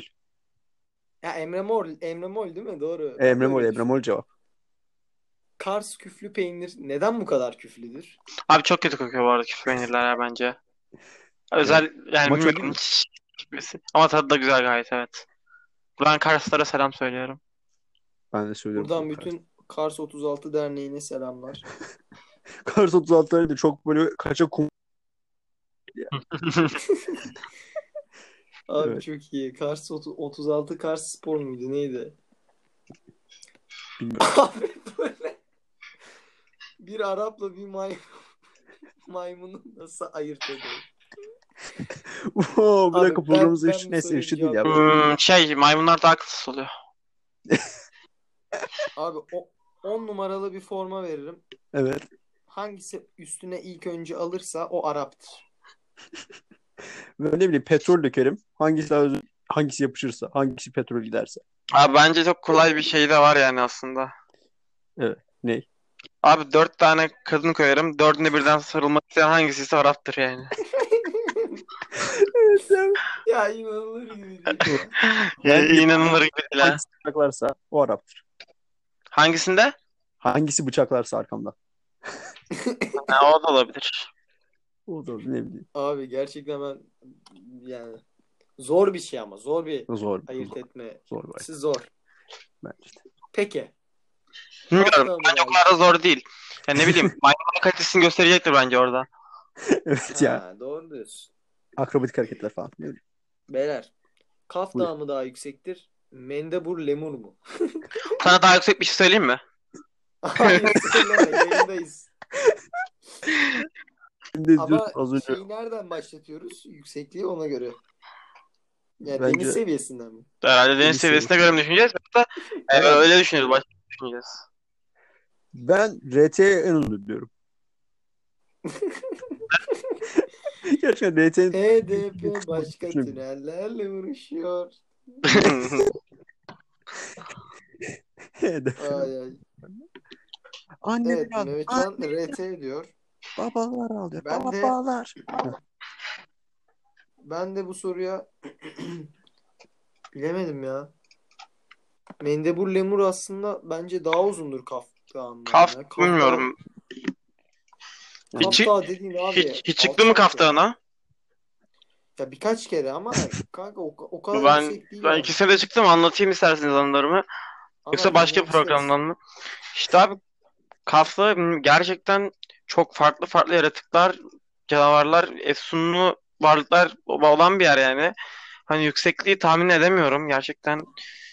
Speaker 4: Ya Emre Mor, Emre Mol değil mi? Doğru. Ben
Speaker 1: E, Emre
Speaker 4: böyle
Speaker 1: Mol, Emre
Speaker 4: düşündüm.
Speaker 1: Mol cevap.
Speaker 4: Kars küflü peynir neden bu kadar küflüdür?
Speaker 2: Abi çok kötü kokuyor bu arada küfür peynirler ya bence. Özel yani
Speaker 1: Ama çok
Speaker 2: bilmiyorum. Hiç- Ama tadı da güzel gayet evet. Buradan Karslara selam söylüyorum.
Speaker 1: Ben de söylüyorum.
Speaker 4: Buradan bütün Kars 36 Derneği'ne selamlar.
Speaker 1: Kars 36'ları da çok böyle kaçak kum.
Speaker 4: Abi
Speaker 1: Evet.
Speaker 4: çok iyi. Kars otu- 36 Kars Spor muydu? Neydi?
Speaker 1: Bilmiyorum.
Speaker 4: Abi böyle bir Arap'la bir may maymunu nasıl ayırt ediyor?
Speaker 1: Oo, bir
Speaker 4: Abi
Speaker 1: dakika
Speaker 4: ben-
Speaker 1: programımız
Speaker 4: ben
Speaker 1: ırkçı-
Speaker 4: bu
Speaker 1: Neyse
Speaker 4: soruyu
Speaker 1: ırkçı değil ya.
Speaker 4: cevap-
Speaker 2: Hmm, şey maymunlar da akılsız oluyor.
Speaker 4: Abi 10 numaralı bir forma veririm.
Speaker 1: Evet.
Speaker 4: Hangisi üstüne ilk önce alırsa o Arap'tır.
Speaker 1: Böyle ne bileyim petrol dökerim. Hangisi daha özür- hangisi yapışırsa, hangisi petrol giderse.
Speaker 2: Abi bence çok kolay bir şey de var yani aslında.
Speaker 1: Evet, ne?
Speaker 2: Abi dört tane kadın koyarım. Dördüne birden sarılmak isteyen hangisi ise Arap'tır yani.
Speaker 1: Evet ya.
Speaker 4: Ya inanılır gibi değil ya.
Speaker 1: Ben-
Speaker 2: İnanılır gibi değil ha.
Speaker 1: Hangisi bıçaklarsa o Arap'tır.
Speaker 2: Hangisinde?
Speaker 1: Hangisi bıçaklarsa arkamdan.
Speaker 2: Ha, o da olabilir.
Speaker 1: O da ne bileyim.
Speaker 4: Abi gerçekten ben yani zor bir şey ama zor bir
Speaker 1: Zor.
Speaker 4: ayırt etme.
Speaker 1: Zor bak.
Speaker 4: Siz zor.
Speaker 1: Ben işte.
Speaker 4: Peki.
Speaker 2: Bilmiyorum.
Speaker 4: Tamam
Speaker 2: Bence o
Speaker 4: abi.
Speaker 2: kadar da zor değil. Ya ne bileyim. Maymunlar kalitesini gösterecektir bence orada.
Speaker 1: evet ya.
Speaker 4: Ha, doğru diyorsun.
Speaker 1: Akrobatik hareketler falan. Ne bileyim.
Speaker 4: Beyler. Kaf
Speaker 1: Buyur.
Speaker 4: Dağı mı daha yüksektir? Mendebur Lemur mu?
Speaker 2: Sana daha yüksek bir şey söyleyeyim mi?
Speaker 4: Hayır söyleme yayındayız.
Speaker 1: Şimdi
Speaker 4: Ama
Speaker 1: diyorsun az önce
Speaker 4: şeyi nereden başlatıyoruz? Yüksekliği ona göre. Yani
Speaker 1: Bence-
Speaker 4: deniz seviyesinden mi?
Speaker 2: Herhalde deniz
Speaker 1: Deniz
Speaker 2: seviyesine göre mi düşüneceğiz? Yoksa e,
Speaker 1: Evet.
Speaker 2: öyle düşünürüz. Başka bir şey düşüneceğiz.
Speaker 1: ben RT'ye en ünlü diyorum. Gerçekten RT'nin
Speaker 4: HDP başka
Speaker 1: Şimdi-
Speaker 4: tünellerle uğraşıyor. Ay, ay.
Speaker 1: Anne
Speaker 4: Evet Mehmetcan RT diyor.
Speaker 1: babalar ağlıyor.
Speaker 4: Ben de-
Speaker 1: babalar.
Speaker 4: Ben de bu soruya bilemedim ya. Mendebur Lemur aslında bence daha uzundur kaftan.
Speaker 2: Kaf bilmiyorum. Hiç-
Speaker 4: Kafta dediğin abi.
Speaker 2: Hiç, hiç çıktı mı
Speaker 4: alçak ya.
Speaker 2: kaftana?
Speaker 4: Ya birkaç kere ama kanka o, o kadar
Speaker 2: Ben-
Speaker 4: yüksek değil.
Speaker 2: Ben
Speaker 4: yani.
Speaker 2: ikisine de çıktım. Anlatayım isterseniz anılarımı.
Speaker 4: Ama
Speaker 2: Yoksa başka
Speaker 4: dinlemek isteriz.
Speaker 2: programdan mı? İşte abi Kafla m, gerçekten çok farklı farklı yaratıklar, canavarlar, efsunlu varlıklar olan bir yer yani. Hani yüksekliği tahmin edemiyorum gerçekten.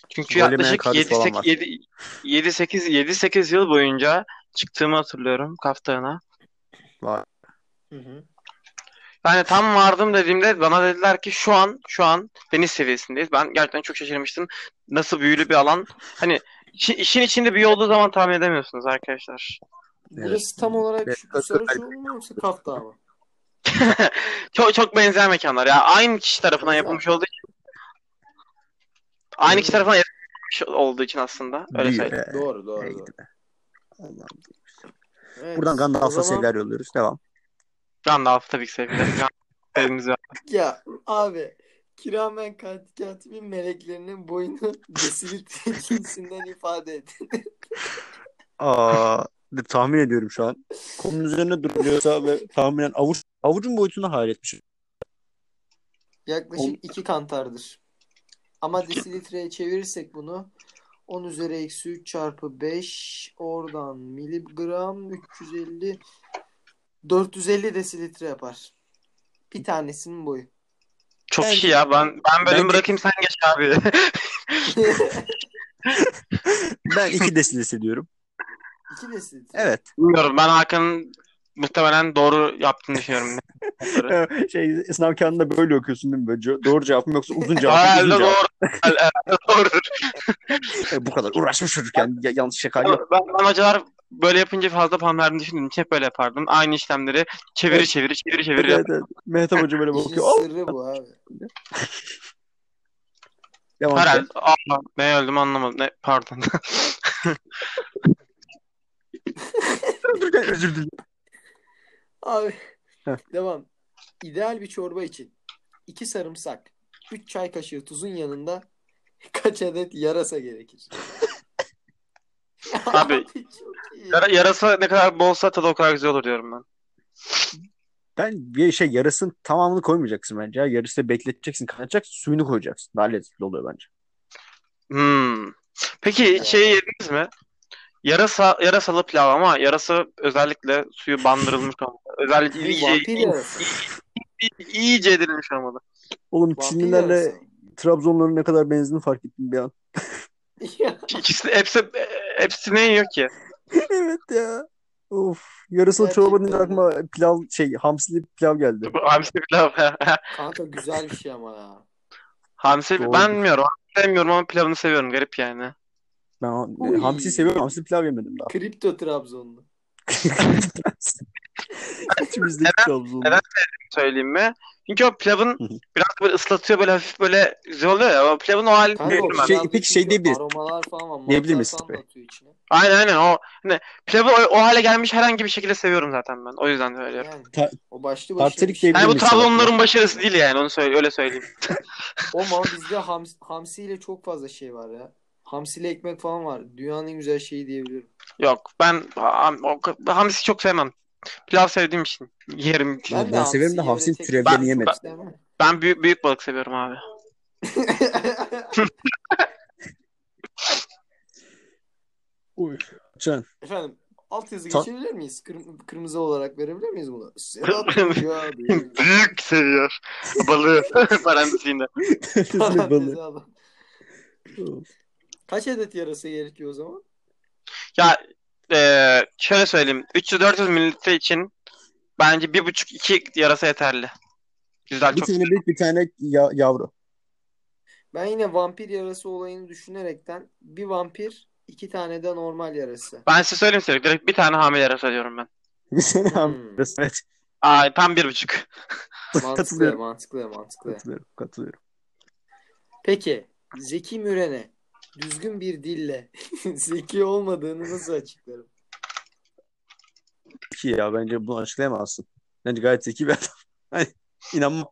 Speaker 2: Çünkü
Speaker 1: Golemeyen
Speaker 2: yaklaşık
Speaker 1: kardeş falan
Speaker 2: 7-8
Speaker 1: var.
Speaker 2: 7 7 8 7 8 yıl boyunca çıktığımı hatırlıyorum Kaf Dağı'na.
Speaker 4: Hı hı.
Speaker 2: Yani tam vardım dediğimde bana dediler ki şu an şu an deniz seviyesindeyiz. Ben gerçekten çok şaşırmıştım. Nasıl büyülü bir alan. Hani işi- işin içinde büyü olduğu zaman tahmin edemiyorsunuz arkadaşlar.
Speaker 4: Burası tam olarak
Speaker 1: Evet,
Speaker 4: şu,
Speaker 1: Kafka-
Speaker 4: Sarıcı mu yoksa Kaf Dağı mı?
Speaker 2: Çok çok benzer mekanlar ya. Aynı kişi tarafından
Speaker 4: Benzer.
Speaker 2: yapılmış olduğu için. Aynı kişi tarafından yapılmış olduğu için aslında. Öyle
Speaker 1: Büyü.
Speaker 2: söyleyeyim.
Speaker 1: Ee,
Speaker 4: Doğru doğru.
Speaker 1: ee,
Speaker 4: doğru.
Speaker 1: gitme. Allah'ım.
Speaker 4: Evet,
Speaker 1: Buradan Gandalf'a
Speaker 4: o zaman-
Speaker 1: sevgiler yolluyoruz. Devam.
Speaker 2: Gandalf tabii ki sevgili. Gandalf sevgimiz var.
Speaker 4: Ya abi kiramen kat- katibin meleklerinin boyunu desilit cinsinden ifade et.
Speaker 1: Aa, de- tahmin ediyorum şu an. Konunun üzerine duruluyorsa ve tahminen avuç avucun boyutunu hayal etmişim.
Speaker 4: Yaklaşık
Speaker 1: On-
Speaker 4: 2 kantardır. Ama desilitreye çevirirsek bunu 10 üzeri eksi 3 çarpı 5 oradan miligram 350 450 desilitre yapar. Bir tanesinin boyu.
Speaker 2: Çok
Speaker 1: Bence-
Speaker 2: iyi ya. Ben ben bölüm
Speaker 1: Bence-
Speaker 2: bırakayım sen geç abi.
Speaker 1: Ben iki desilesi diyorum.
Speaker 4: 2 desilitre.
Speaker 1: Evet.
Speaker 2: Bilmiyorum. Ben Hakan'ın muhtemelen doğru yaptığını düşünüyorum.
Speaker 1: şey sınav kağıdında böyle okuyorsun değil mi? Böyle ce- doğru cevap mı yoksa uzun cevap mı?
Speaker 2: Herhalde
Speaker 1: Uzun cevap.
Speaker 2: doğru. Herhalde doğrudur.
Speaker 1: E, bu kadar uğraşmış çocukken ya, yanlış şaka yok.
Speaker 2: Ben, ben hocalar böyle yapınca fazla puan verdiğini düşündüğüm için hep böyle yapardım. Aynı işlemleri çeviri
Speaker 1: Evet.
Speaker 2: çeviri çeviri
Speaker 1: Evet,
Speaker 2: çeviri.
Speaker 1: evet, evet. Mehtap Hoca böyle
Speaker 4: İşin
Speaker 1: bakıyor. Oh,
Speaker 4: sırrı bu abi.
Speaker 1: devam et.
Speaker 2: Herhalde. Aa, ne öldüm anlamadım. Ne, pardon.
Speaker 1: Özür dilerim.
Speaker 4: Abi
Speaker 1: Heh.
Speaker 4: devam. İdeal bir çorba için 2 sarımsak, 3 çay kaşığı tuzun yanında kaç adet yarasa gerekir?
Speaker 2: Abi,
Speaker 4: çok iyi.
Speaker 2: Yara- yarasa ne kadar bolsa tadı o kadar güzel olur diyorum ben.
Speaker 1: Ben bir şey yarısının tamamını koymayacaksın bence. ya. Yarısı da bekleteceksin, kaynatacaksın, suyunu koyacaksın. Daha lezzetli oluyor bence.
Speaker 2: Hmm. Peki şey yediniz mi? Yarasa, yarasalı pilav ama yarasa özellikle suyu bandırılmış olmalı. Özellikle
Speaker 4: Bu
Speaker 1: şey
Speaker 2: iyice,
Speaker 4: vampir yarası.
Speaker 2: iyice edilmiş olmalı.
Speaker 1: Oğlum
Speaker 4: Vampir
Speaker 1: Çinlilerle
Speaker 4: yarası.
Speaker 1: Trabzonların ne kadar benziğini fark ettim bir an.
Speaker 4: Ya,
Speaker 2: İkisi hepsi, hepsi ne yiyor ki?
Speaker 1: evet ya. Of. Yarısını
Speaker 4: Gerçekten
Speaker 1: çorba deyince
Speaker 4: öyle.
Speaker 1: aklıma pilav şey hamsili pilav geldi.
Speaker 2: Hamsi pilav.
Speaker 4: Kanka güzel bir şey ama ya.
Speaker 2: Hamsi
Speaker 1: Doğru.
Speaker 2: ben bilmiyorum. Hamsi sevmiyorum ama pilavını seviyorum. Garip yani.
Speaker 1: Ben
Speaker 4: Uy.
Speaker 1: hamsi hamsiyi seviyorum. Hamsili pilav yemedim daha.
Speaker 4: Kripto Trabzonlu.
Speaker 1: Şey, İçimizdeki Trabzonlu.
Speaker 2: neden? Söyleyeyim mi? Çünkü o pilavın
Speaker 1: Hı hı.
Speaker 2: biraz böyle ıslatıyor böyle hafif böyle güzel oluyor ya. O pilavın o halini
Speaker 4: Kanka o
Speaker 2: seviyorum ben.
Speaker 1: Şey,
Speaker 4: pilavda
Speaker 1: peki şey
Speaker 4: çünkü
Speaker 1: diyebiliriz.
Speaker 4: Aromalar falan var.
Speaker 1: Diyebilir
Speaker 4: Mantar
Speaker 1: miyiz?
Speaker 4: falan da atıyor içine.
Speaker 2: Aynen aynen o. Hani pilavı o, o hale gelmiş herhangi bir şekilde seviyorum zaten ben. O yüzden de öyle.
Speaker 4: Yani.
Speaker 1: Ta-
Speaker 4: o başlı başına. bir
Speaker 1: Tartarik
Speaker 4: şey.
Speaker 1: diyebilir
Speaker 2: Yani bu
Speaker 1: miyiz?
Speaker 2: Trabzonların başarısı değil yani onu söyle öyle söyleyeyim.
Speaker 4: O ama bizde hams, hamsiyle çok fazla şey var ya. Hamsiyle ekmek falan var. Dünyanın en güzel şeyi diyebilirim.
Speaker 2: Yok ben ham, o- hamsi çok sevmem. Pilav sevdiğim için yerim.
Speaker 1: Ben severim
Speaker 4: de
Speaker 1: de
Speaker 4: hamsiyi öyle
Speaker 1: hamsinin
Speaker 4: tek-
Speaker 1: türevlerini
Speaker 4: Ben-
Speaker 1: yemedim.
Speaker 4: istemem.
Speaker 2: Ben büyük, büyük balık seviyorum abi.
Speaker 1: Can.
Speaker 4: Efendim altyazı
Speaker 1: Ta-
Speaker 4: geçebilir miyiz? Kırm- kırmızı olarak verebilir miyiz bunu? Sedat Hoca diye.
Speaker 2: Büyük seviyor balığı parantezinde.
Speaker 1: Kesinlikle balığı.
Speaker 4: Parantezi adam. Kaç adet yarası gerekiyor o zaman?
Speaker 2: Ya eee, şöyle söyleyeyim. 300-400 mililitre için bence 1,5-2 yarasa yeterli. Güzel
Speaker 1: Bir
Speaker 2: çok.
Speaker 1: tane büyük bir tane ya- yavru.
Speaker 4: Ben yine vampir yarası olayını düşünerekten bir vampir iki tane de normal yarası.
Speaker 2: Ben size söyleyeyim size. Direkt bir tane hamile yarasa diyorum ben.
Speaker 1: Bir sene
Speaker 4: Hmm.
Speaker 1: hamsi. Evet.
Speaker 2: Ay tam 1,5.
Speaker 4: Mantıklı,
Speaker 1: Katılıyorum.
Speaker 4: mantıklı, mantıklı.
Speaker 1: Katılıyorum. Katılıyorum.
Speaker 4: Peki Zeki Müren'e düzgün bir dille zeki olmadığını nasıl açıklarım?
Speaker 1: Ki ya bence bunu açıklayamazsın. Bence gayet zeki bir adam. Hani inanmam.
Speaker 2: Hmm.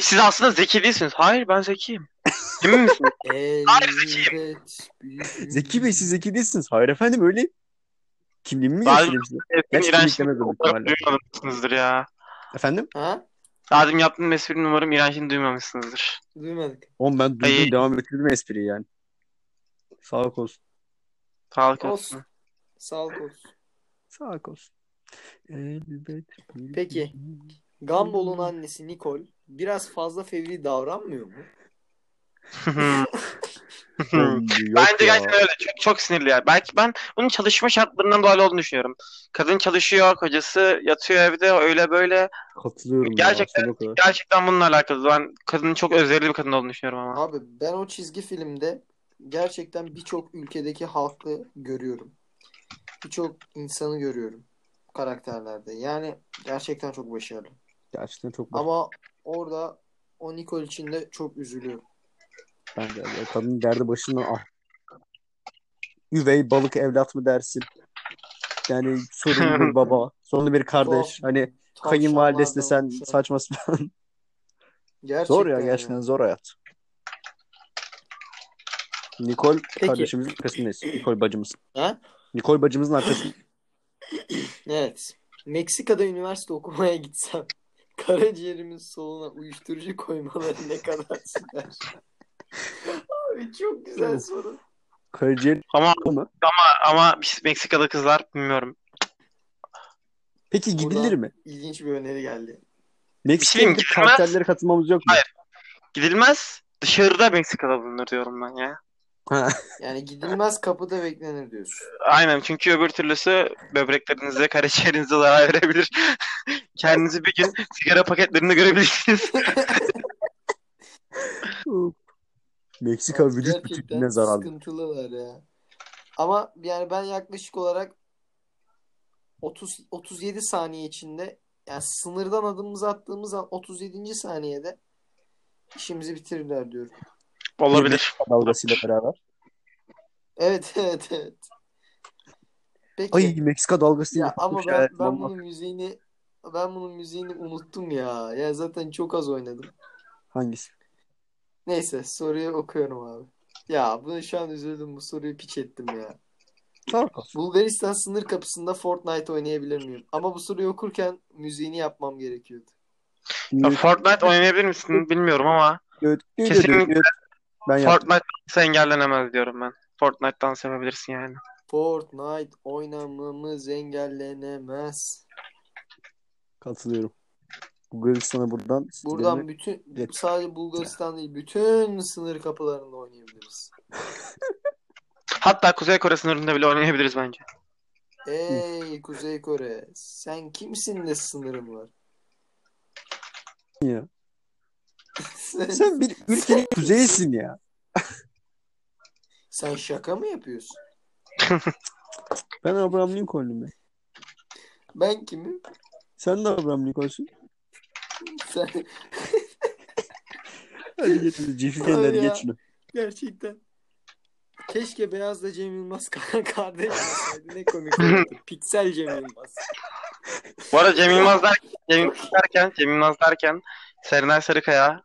Speaker 2: Siz aslında zeki değilsiniz. Hayır ben zekiyim. Emin misiniz?
Speaker 4: Elbet büyük-
Speaker 1: Zeki Bey siz zeki değilsiniz. Hayır efendim öyle. Kimliğimi mi
Speaker 2: Abi-
Speaker 1: göstereyim size?
Speaker 2: Esin
Speaker 1: Gerçi kimlik
Speaker 2: iğrençlik
Speaker 1: demez o büyük
Speaker 2: umarım
Speaker 1: şey ihtimalle.
Speaker 2: duymamışsınızdır ya.
Speaker 1: Efendim?
Speaker 4: Ha?
Speaker 2: Adım yaptığım esprinin umarım iğrençliğini duymamışsınızdır.
Speaker 4: Duymadık.
Speaker 1: Oğlum ben duydum
Speaker 2: Ay.
Speaker 1: devam ettirdim espriyi yani. Sağlık olsun.
Speaker 2: Sağlık olsun.
Speaker 4: Olsun.
Speaker 5: Sağlık olsun.
Speaker 1: Sağlık olsun. Elbet.
Speaker 4: Peki. Gumball'un annesi Nicole biraz fazla fevri davranmıyor mu?
Speaker 2: Bence gerçekten öyle. Çok, çok sinirli yani. Belki ben bunun çalışma şartlarından dolayı olduğunu düşünüyorum. Kadın çalışıyor, kocası yatıyor evde öyle böyle.
Speaker 1: Katılıyorum.
Speaker 2: Gerçekten-
Speaker 1: Ya, aslında o kadar.
Speaker 2: Gerçekten bununla alakalı. Ben kadının çok özverili bir kadın olduğunu düşünüyorum ama.
Speaker 4: Abi ben o çizgi filmde gerçekten birçok ülkedeki halkı görüyorum. Birçok insanı görüyorum bu karakterlerde. Yani gerçekten çok başarılı.
Speaker 1: Gerçekten çok bak.
Speaker 4: Ama orada o Nicole için de çok üzülüyorum.
Speaker 1: Ben de, ya kadının derdi başından ah. Üvey balık evlat mı dersin? Yani sorunlu bir baba. Sorunlu bir kardeş.
Speaker 4: Tuhaf-
Speaker 1: Hani
Speaker 4: tuhaf şey.
Speaker 1: kayınvalidesi desen
Speaker 4: şanlardan oluşan.
Speaker 1: saçma sapan.
Speaker 4: Gerçekten
Speaker 1: Zor ya
Speaker 4: yani.
Speaker 1: gerçekten zor hayat. Nikol
Speaker 4: Peki.
Speaker 1: kardeşimizin arkasındayız. Nikol bacımız.
Speaker 4: Ha?
Speaker 1: Nikol bacımızın arkasındayız.
Speaker 4: Evet. Meksika'da üniversite okumaya gitsem karaciğerimin soluna uyuşturucu koymaları ne kadar sürer? Abi çok güzel
Speaker 1: Of.
Speaker 4: soru.
Speaker 1: Karaciğer
Speaker 2: Ama
Speaker 1: mı?
Speaker 2: ama biz Meksikalı kızlar bilmiyorum.
Speaker 1: Peki gidilir
Speaker 4: Buradan
Speaker 1: mi?
Speaker 4: İlginç bir şey öneri geldi.
Speaker 1: Meksika'ya
Speaker 2: gidilmez.
Speaker 1: kartellere katılmamız yok mu?
Speaker 2: Gidilmez. Dışarıda Meksikalı bulunur diyorum ben ya.
Speaker 4: Yani gidilmez kapıda beklenir diyorsun.
Speaker 2: Aynen çünkü öbür türlüsü böbreklerinize, karaciğerinize zarar verebilir. Kendinizi bir gün sigara paketlerinde görebilirsiniz.
Speaker 1: Meksika
Speaker 4: Abi
Speaker 1: vücut
Speaker 4: gerçekten
Speaker 1: bütünlüğüne zararlı.
Speaker 4: sıkıntılılar ya. Ama yani ben yaklaşık olarak 30 37 saniye içinde yani sınırdan adımımızı attığımız an 37. saniyede işimizi bitirirler diyorum.
Speaker 2: Olabilir.
Speaker 1: Dalgasıyla beraber.
Speaker 4: Evet evet evet. Peki.
Speaker 1: Ay Meksika dalgası
Speaker 4: ya ama ben, ben
Speaker 1: Vallahi.
Speaker 4: bunun müziğini ben bunun müziğini unuttum ya. Ya zaten çok az oynadım.
Speaker 1: Hangisi?
Speaker 4: Neyse soruyu okuyorum abi. Ya bunu şu an üzüldüm bu soruyu piç ettim ya.
Speaker 1: Sağlık olsun.
Speaker 4: Bulgaristan sınır kapısında Fortnite oynayabilir miyim? Ama bu soruyu okurken müziğini yapmam gerekiyordu.
Speaker 2: Ya Fortnite oynayabilir misin bilmiyorum ama
Speaker 1: Evet, evet,
Speaker 2: Kesinlikle.
Speaker 1: evet. Ben yaptım.
Speaker 2: Fortnite dansı engellenemez diyorum ben. Fortnite dansı yapabilirsin yani.
Speaker 4: Fortnite oynamamız engellenemez.
Speaker 1: Katılıyorum. Bulgaristan'a buradan
Speaker 4: Buradan bütün
Speaker 1: Evet.
Speaker 4: sadece Bulgaristan değil bütün sınır kapılarında oynayabiliriz.
Speaker 2: Hatta Kuzey Kore sınırında bile oynayabiliriz bence.
Speaker 4: Ey Kuzey Kore sen kimsin de sınırın var?
Speaker 1: sinirlerini- ya.
Speaker 4: sen, sen,
Speaker 1: Sen bir ülkenin kuzeyisin ya.
Speaker 4: şaka mı yapıyorsun?
Speaker 1: Ben Abraham Lincoln'um ya.
Speaker 4: Ben kimim?
Speaker 1: Sen de Abraham Lincoln'sun.
Speaker 4: Sen
Speaker 1: Hadi geçin. Cifri
Speaker 4: Hayır
Speaker 1: kendileri
Speaker 4: ya.
Speaker 1: geç şunu.
Speaker 4: Gerçekten. Keşke Beyaz'la Cem Yılmaz ka- kardeş olsaydı. Ne komik olurdu. Piksel Cem Yılmaz.
Speaker 2: Bu arada Cem Yılmaz derken, Cem Yılmaz derken, Cem Yılmaz derken Serenay Sarıkaya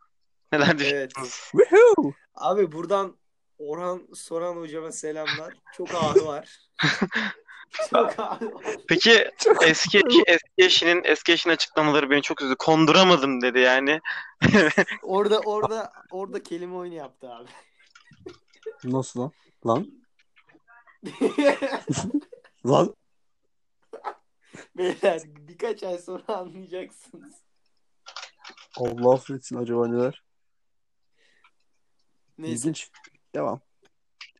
Speaker 2: neler düşünüyorsunuz?
Speaker 4: Evet.
Speaker 1: Woohoo!
Speaker 4: Abi buradan Orhan Soran hocama selamlar. Çok ağrı var. Çok ağrı var.
Speaker 2: Peki eski eski eşinin eski eşinin açıklamaları beni çok üzdü. Konduramadım dedi yani.
Speaker 4: Orada orada orada kelime oyunu yaptı abi.
Speaker 1: Nasıl lan? Lan? Lan?
Speaker 4: Beyler birkaç ay sonra anlayacaksınız.
Speaker 1: Allah affetsin acaba neler?
Speaker 4: Neyse.
Speaker 1: İlginç. Devam.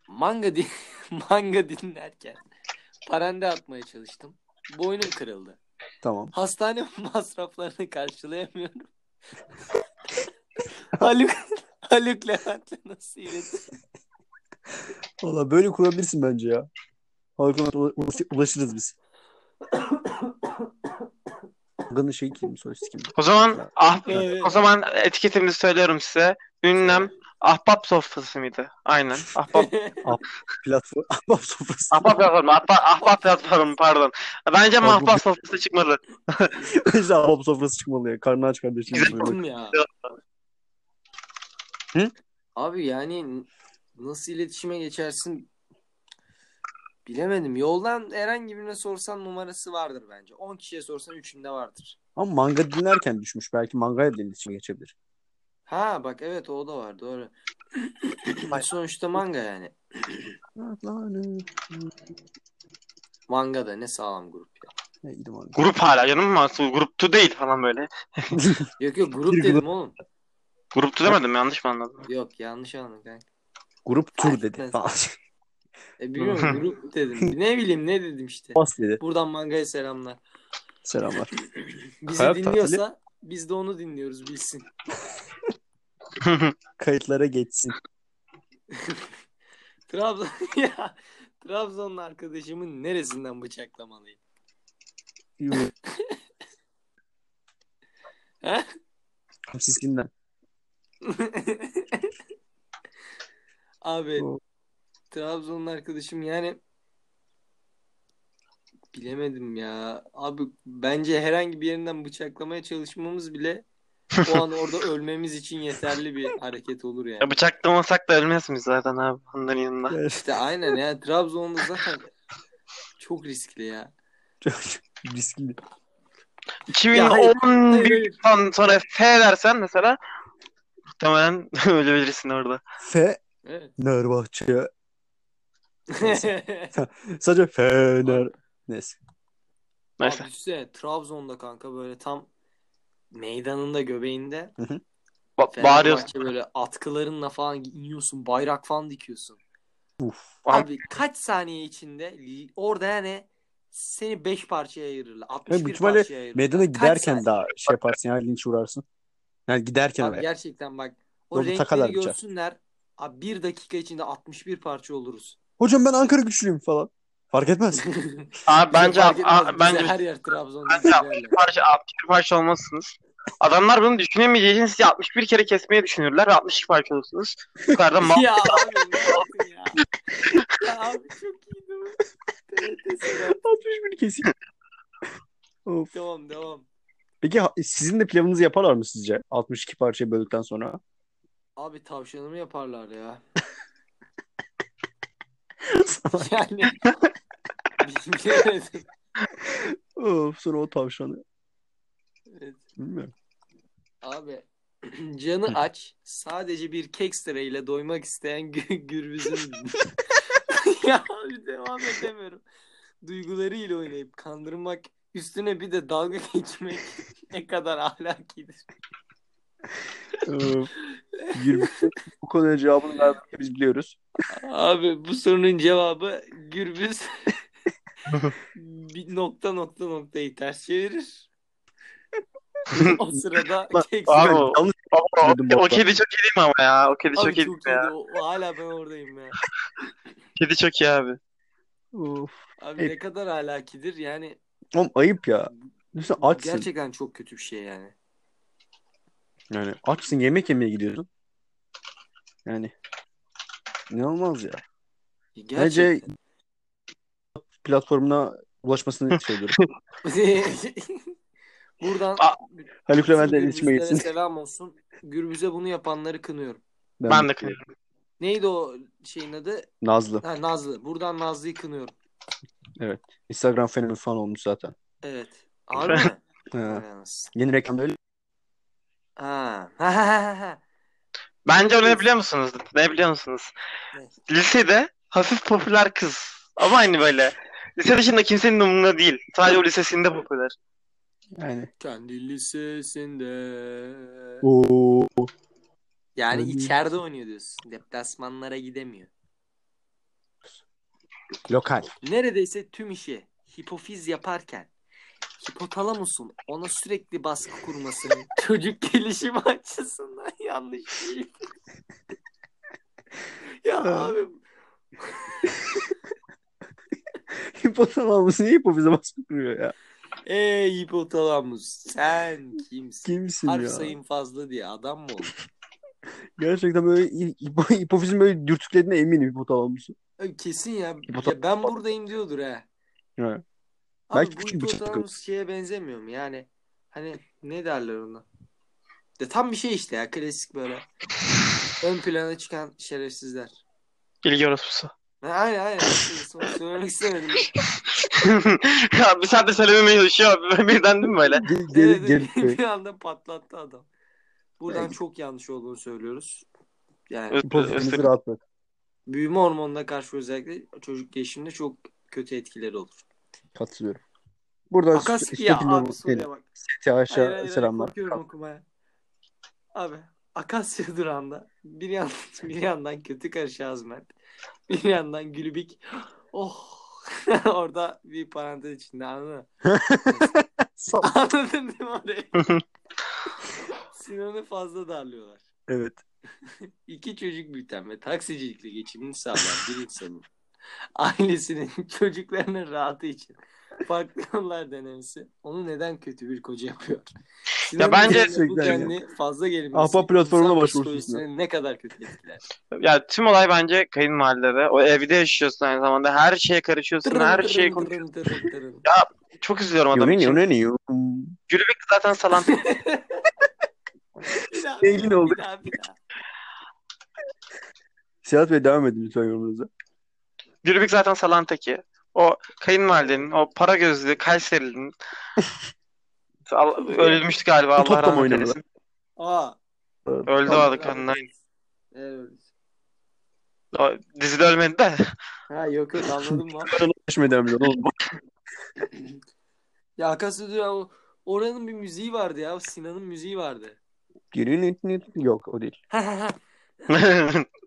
Speaker 5: Manga, din manga dinlerken parende atmaya çalıştım. Boynum kırıldı.
Speaker 1: Tamam.
Speaker 5: Hastane masraflarını karşılayamıyorum. Haluk, Haluk Levent'le nasıl iletişim?
Speaker 1: Valla böyle kurabilirsin bence ya. Halkına ula- ulaş- ulaşırız biz. Gını şey kim? Solist kim?
Speaker 2: O zaman ah,
Speaker 5: Evet.
Speaker 2: o zaman etiketimi söylüyorum size. Ünlem ahbap sofrası mıydı? Aynen. Ahbap
Speaker 1: Platform. Ahbap sofrası.
Speaker 2: ahbap platformu. Ahbap, ahbap platformu pardon. Bence ama
Speaker 1: Ahbap-
Speaker 2: ahbap sofrası çıkmadı.
Speaker 1: Bence ahbap sofrası çıkmalı ya. Karnı aç kardeşim.
Speaker 5: Yaptım ya.
Speaker 1: Hı?
Speaker 5: Abi yani nasıl iletişime geçersin bilemedim. Yoldan herhangi birine sorsan numarası vardır bence. 10 kişiye sorsan 3'ünde vardır.
Speaker 1: Ama manga dinlerken düşmüş. Belki mangaya da iletişime geçebilir.
Speaker 5: Ha bak evet o da var doğru. Sonuçta manga yani.
Speaker 4: Manga da ne sağlam grup ya.
Speaker 1: Ne gidim abi.
Speaker 2: Grup hala canım ama grup tu değil falan böyle.
Speaker 4: Yok yok grup
Speaker 1: Bir grup.
Speaker 4: dedim oğlum.
Speaker 2: Grup tu demedim yanlış mı anladım?
Speaker 4: Yok yanlış anladın kanka.
Speaker 1: Grup tur dedi.
Speaker 4: Aynen.
Speaker 1: Falan.
Speaker 4: E bilmiyorum grup dedim. Ne bileyim ne dedim işte.
Speaker 1: Bas dedi.
Speaker 4: Buradan mangaya selamlar.
Speaker 1: Selamlar.
Speaker 4: Bizi
Speaker 1: Hayat
Speaker 4: dinliyorsa biz de onu dinliyoruz bilsin.
Speaker 1: Kayıtlara geçsin.
Speaker 4: Trabzon ya Trabzonlu arkadaşımın neresinden bıçaklamalıyım?
Speaker 1: Yuh.
Speaker 4: He?
Speaker 1: Hamsiskinden.
Speaker 4: Abi
Speaker 1: O-
Speaker 4: Trabzonlu arkadaşım yani bilemedim ya. Abi bence herhangi bir yerinden bıçaklamaya çalışmamız bile o an orada ölmemiz için yeterli bir hareket olur yani.
Speaker 2: Ya bıçaklamasak da ölmez miyiz zaten abi onların yanında?
Speaker 1: Yani
Speaker 4: İşte aynen ya Trabzon'da zaten çok riskli ya.
Speaker 1: çok riskli.
Speaker 4: Ya hayır,
Speaker 2: 2011
Speaker 4: hayır.
Speaker 2: falan sonra F versen mesela muhtemelen ölebilirsin orada.
Speaker 1: Fe
Speaker 4: Evet.
Speaker 1: Fenerbahçe. Sadece Fener. Neyse.
Speaker 2: Neyse.
Speaker 4: Abi düşünsene, Trabzon'da kanka böyle tam meydanında göbeğinde
Speaker 2: Ba- bağırıyorsun.
Speaker 4: Fenerbahçe böyle atkılarınla falan iniyorsun bayrak falan dikiyorsun.
Speaker 1: Uf.
Speaker 4: Abi kaç saniye içinde li- orada yani seni 5 parçaya ayırırlar. 61
Speaker 1: büyük ihtimalle
Speaker 4: parçaya ayırırlar.
Speaker 1: Meydana
Speaker 4: Kaç
Speaker 1: giderken
Speaker 4: saniye?
Speaker 1: daha şey yaparsın ya linç uğrarsın. Yani giderken
Speaker 4: Abi
Speaker 1: oraya.
Speaker 4: gerçekten bak o
Speaker 1: Yolda
Speaker 4: renkleri
Speaker 1: takarlar bıçağı.
Speaker 4: görsünler. Abi bir dakika içinde 61 parça oluruz.
Speaker 1: Hocam ben Ankara güçlüyüm falan. Fark etmez.
Speaker 2: Abi bence
Speaker 4: Fark etmez,
Speaker 2: a-
Speaker 4: bize
Speaker 2: bence
Speaker 4: her yer Trabzon'da.
Speaker 2: Bence 61 parça, 61 parça olmazsınız. Adamlar bunu düşünemeyeceği için sizi 61 kere kesmeyi düşünürler. 62 parça olursunuz. Bu kadar da mal.
Speaker 4: ya abi ne yaptın ya? ya abi çok iyiydi bu. TRT selam.
Speaker 1: 61 kesin. Of.
Speaker 4: Devam devam.
Speaker 1: Peki ha- sizin de pilavınızı yaparlar mı sizce? 62 parçaya böldükten sonra.
Speaker 4: Abi tavşanımı yaparlar ya. yani bilemedim.
Speaker 1: Of, sonra o tavşanı.
Speaker 4: Evet.
Speaker 1: Bilmiyorum.
Speaker 4: Abi canı aç sadece bir kekstra ile doymak isteyen gü- gürbüzün ya abi devam edemiyorum. Duygularıyla oynayıp kandırmak üstüne bir de dalga geçmek ne kadar ahlakidir.
Speaker 1: Of. Yirmi- bu konuya cevabını verdiğini biz biliyoruz.
Speaker 4: Abi bu sorunun cevabı gürbüz bir nokta nokta noktayı ters çevirir. o sırada kek
Speaker 2: Abi
Speaker 1: Ben
Speaker 2: o-
Speaker 1: yanlış
Speaker 2: o,
Speaker 1: Dedim bak
Speaker 2: o
Speaker 1: bak.
Speaker 2: kedi çok iyi değil mi ama ya? O kedi
Speaker 4: Abi
Speaker 2: çok iyi değil mi ya.
Speaker 4: iyiydi. O, o hala ben oradayım ya.
Speaker 2: Kedi çok iyi abi.
Speaker 1: Of.
Speaker 4: Abi ne kadar alakidir yani.
Speaker 1: Oğlum ayıp ya. Düşünsene açsın.
Speaker 4: Gerçekten çok kötü bir şey yani.
Speaker 1: Yani açsın yemek yemeye gidiyorsun. Yani ne olmaz ya.
Speaker 4: Gerçekten.
Speaker 1: Bence platformuna ulaşmasını şey söylüyorum.
Speaker 4: Buradan
Speaker 2: A-
Speaker 1: Haluk Levent'le
Speaker 4: bütün
Speaker 1: iletişime
Speaker 4: gürbüzlere
Speaker 1: geçsin.
Speaker 4: selam olsun. Gürbüze bunu yapanları kınıyorum.
Speaker 2: Ben, de kınıyorum.
Speaker 4: Neydi o şeyin adı?
Speaker 1: Nazlı.
Speaker 4: Ha, Nazlı. Buradan Nazlı'yı kınıyorum.
Speaker 1: Instagram fenomeni falan olmuş zaten.
Speaker 4: Evet. Abi mi?
Speaker 1: Ha.
Speaker 4: Vay anasını.
Speaker 1: Yeni reklam öyle.
Speaker 4: Ha. Ha, ha, ha, ha.
Speaker 2: Bence öyle biliyor musunuz? Ne biliyor musunuz?
Speaker 4: Ne?
Speaker 2: Lisede hafif popüler kız. Ama aynı böyle. Lise dışında kimsenin umurunda değil. Sadece o lisesinde popüler.
Speaker 1: Yani.
Speaker 4: Kendi lisesinde.
Speaker 1: Oo.
Speaker 4: Yani
Speaker 1: Kendi-
Speaker 4: içeride oynuyor diyorsun. Deplasmanlara gidemiyor.
Speaker 1: Lokal.
Speaker 4: Neredeyse tüm işi hipofiz yaparken hipotalamusun ona sürekli baskı kurmasının çocuk gelişimi açısından yanlış değil. ya abi
Speaker 1: Hipotalamus niye hipofize baskı kuruyor ya?
Speaker 4: ey hipotalamus sen kimsin?
Speaker 1: Kimsin
Speaker 4: Harf
Speaker 1: ya?
Speaker 4: sayın fazla diye adam mı olur?
Speaker 1: Gerçekten böyle hipo- hipofizin böyle dürtüklediğine eminim hipotalamusu.
Speaker 4: Abi Kesin ya.
Speaker 1: Hipotal-
Speaker 4: ya ben buradayım diyordur ha.
Speaker 1: Evet.
Speaker 4: Abi
Speaker 1: Belki
Speaker 4: bu
Speaker 1: küçük bir
Speaker 4: hipotalamus şeye benzemiyor mu? Yani hani ne derler ona? De tam bir şey işte ya klasik böyle. Ön plana çıkan şerefsizler.
Speaker 2: Bilgi orospusu.
Speaker 4: Ha, aynen aynen. Şimdi Söylemek istemedim.
Speaker 2: ya bir saattir söylememeye çalışıyor. abi. Birden değil mi böyle?
Speaker 1: Geri, geri,
Speaker 4: Evet,
Speaker 1: geri,
Speaker 4: bir anda patlattı adam. Buradan
Speaker 1: Belki.
Speaker 4: çok yanlış olduğunu söylüyoruz. Yani
Speaker 2: Öz-
Speaker 1: Hipofizimizi
Speaker 2: öz-
Speaker 1: rahat bırak.
Speaker 4: büyüme hormonuna karşı özellikle çocuk gelişiminde çok kötü etkileri olur.
Speaker 1: Katılıyorum. Buradan
Speaker 4: Akasya abi soruya bak. Hayır, hayır,
Speaker 1: aşağı
Speaker 4: hayır,
Speaker 1: Şey, selamlar.
Speaker 4: Korkuyorum okumaya. Abi Akasya durağında bir, yan, bir yandan kötü karışı Azmet. Bir yandan Gülübik. Oh. Orada bir parantez içinde anladın mı?
Speaker 1: Sal-
Speaker 4: Anladın değil mi orayı? Sinan'ı fazla darlıyorlar.
Speaker 1: evet.
Speaker 4: İki çocuk büyüten ve taksicilikle geçimini sağlayan bir insanın ailesinin çocuklarının rahatı için farklı yollar denemesi onu neden kötü bir koca yapıyor? Sinan'ın
Speaker 2: bence-
Speaker 4: üzerine bu
Speaker 1: Gerçekten ya.
Speaker 4: kendi fazla gerilmesi
Speaker 1: Ahbap platformuna
Speaker 4: insan
Speaker 1: başvursun
Speaker 4: psikolojisini Ne kadar kötü etkiler.
Speaker 2: Ya tüm olay bence kayınvalidede. O evde yaşıyorsun aynı zamanda. Her şeye karışıyorsun. Her şeye konu-
Speaker 4: tırın tırın tırın.
Speaker 2: Çok üzülüyorum adam
Speaker 1: Yöneni
Speaker 2: için.
Speaker 1: yöneni
Speaker 2: Gülübük zaten salan.
Speaker 4: Bir daha,
Speaker 1: Sevgili oldu.
Speaker 4: Bir daha, bir daha.
Speaker 1: Sedat Bey devam edin lütfen yorumunuza.
Speaker 2: Gülübük zaten salantaki. O kayınvalidenin, o para gözlü Kayserili'nin Al- ölmüştü galiba
Speaker 1: Bu
Speaker 2: Allah
Speaker 1: topla mı
Speaker 2: rahmet
Speaker 1: oynadılar?
Speaker 2: eylesin.
Speaker 4: Aa.
Speaker 2: Öldü o adı kadın.
Speaker 4: rahmet eylesin. Evet.
Speaker 2: O dizide ölmedi de.
Speaker 4: Ha yok yok anladım ben.
Speaker 1: Geçmeden bile oğlum.
Speaker 4: Ya Akasya Durağı oranın bir müziği vardı ya. Sinan'ın müziği vardı.
Speaker 1: Yok o değil.
Speaker 4: Ne ne ne ne ne ne ne ne ne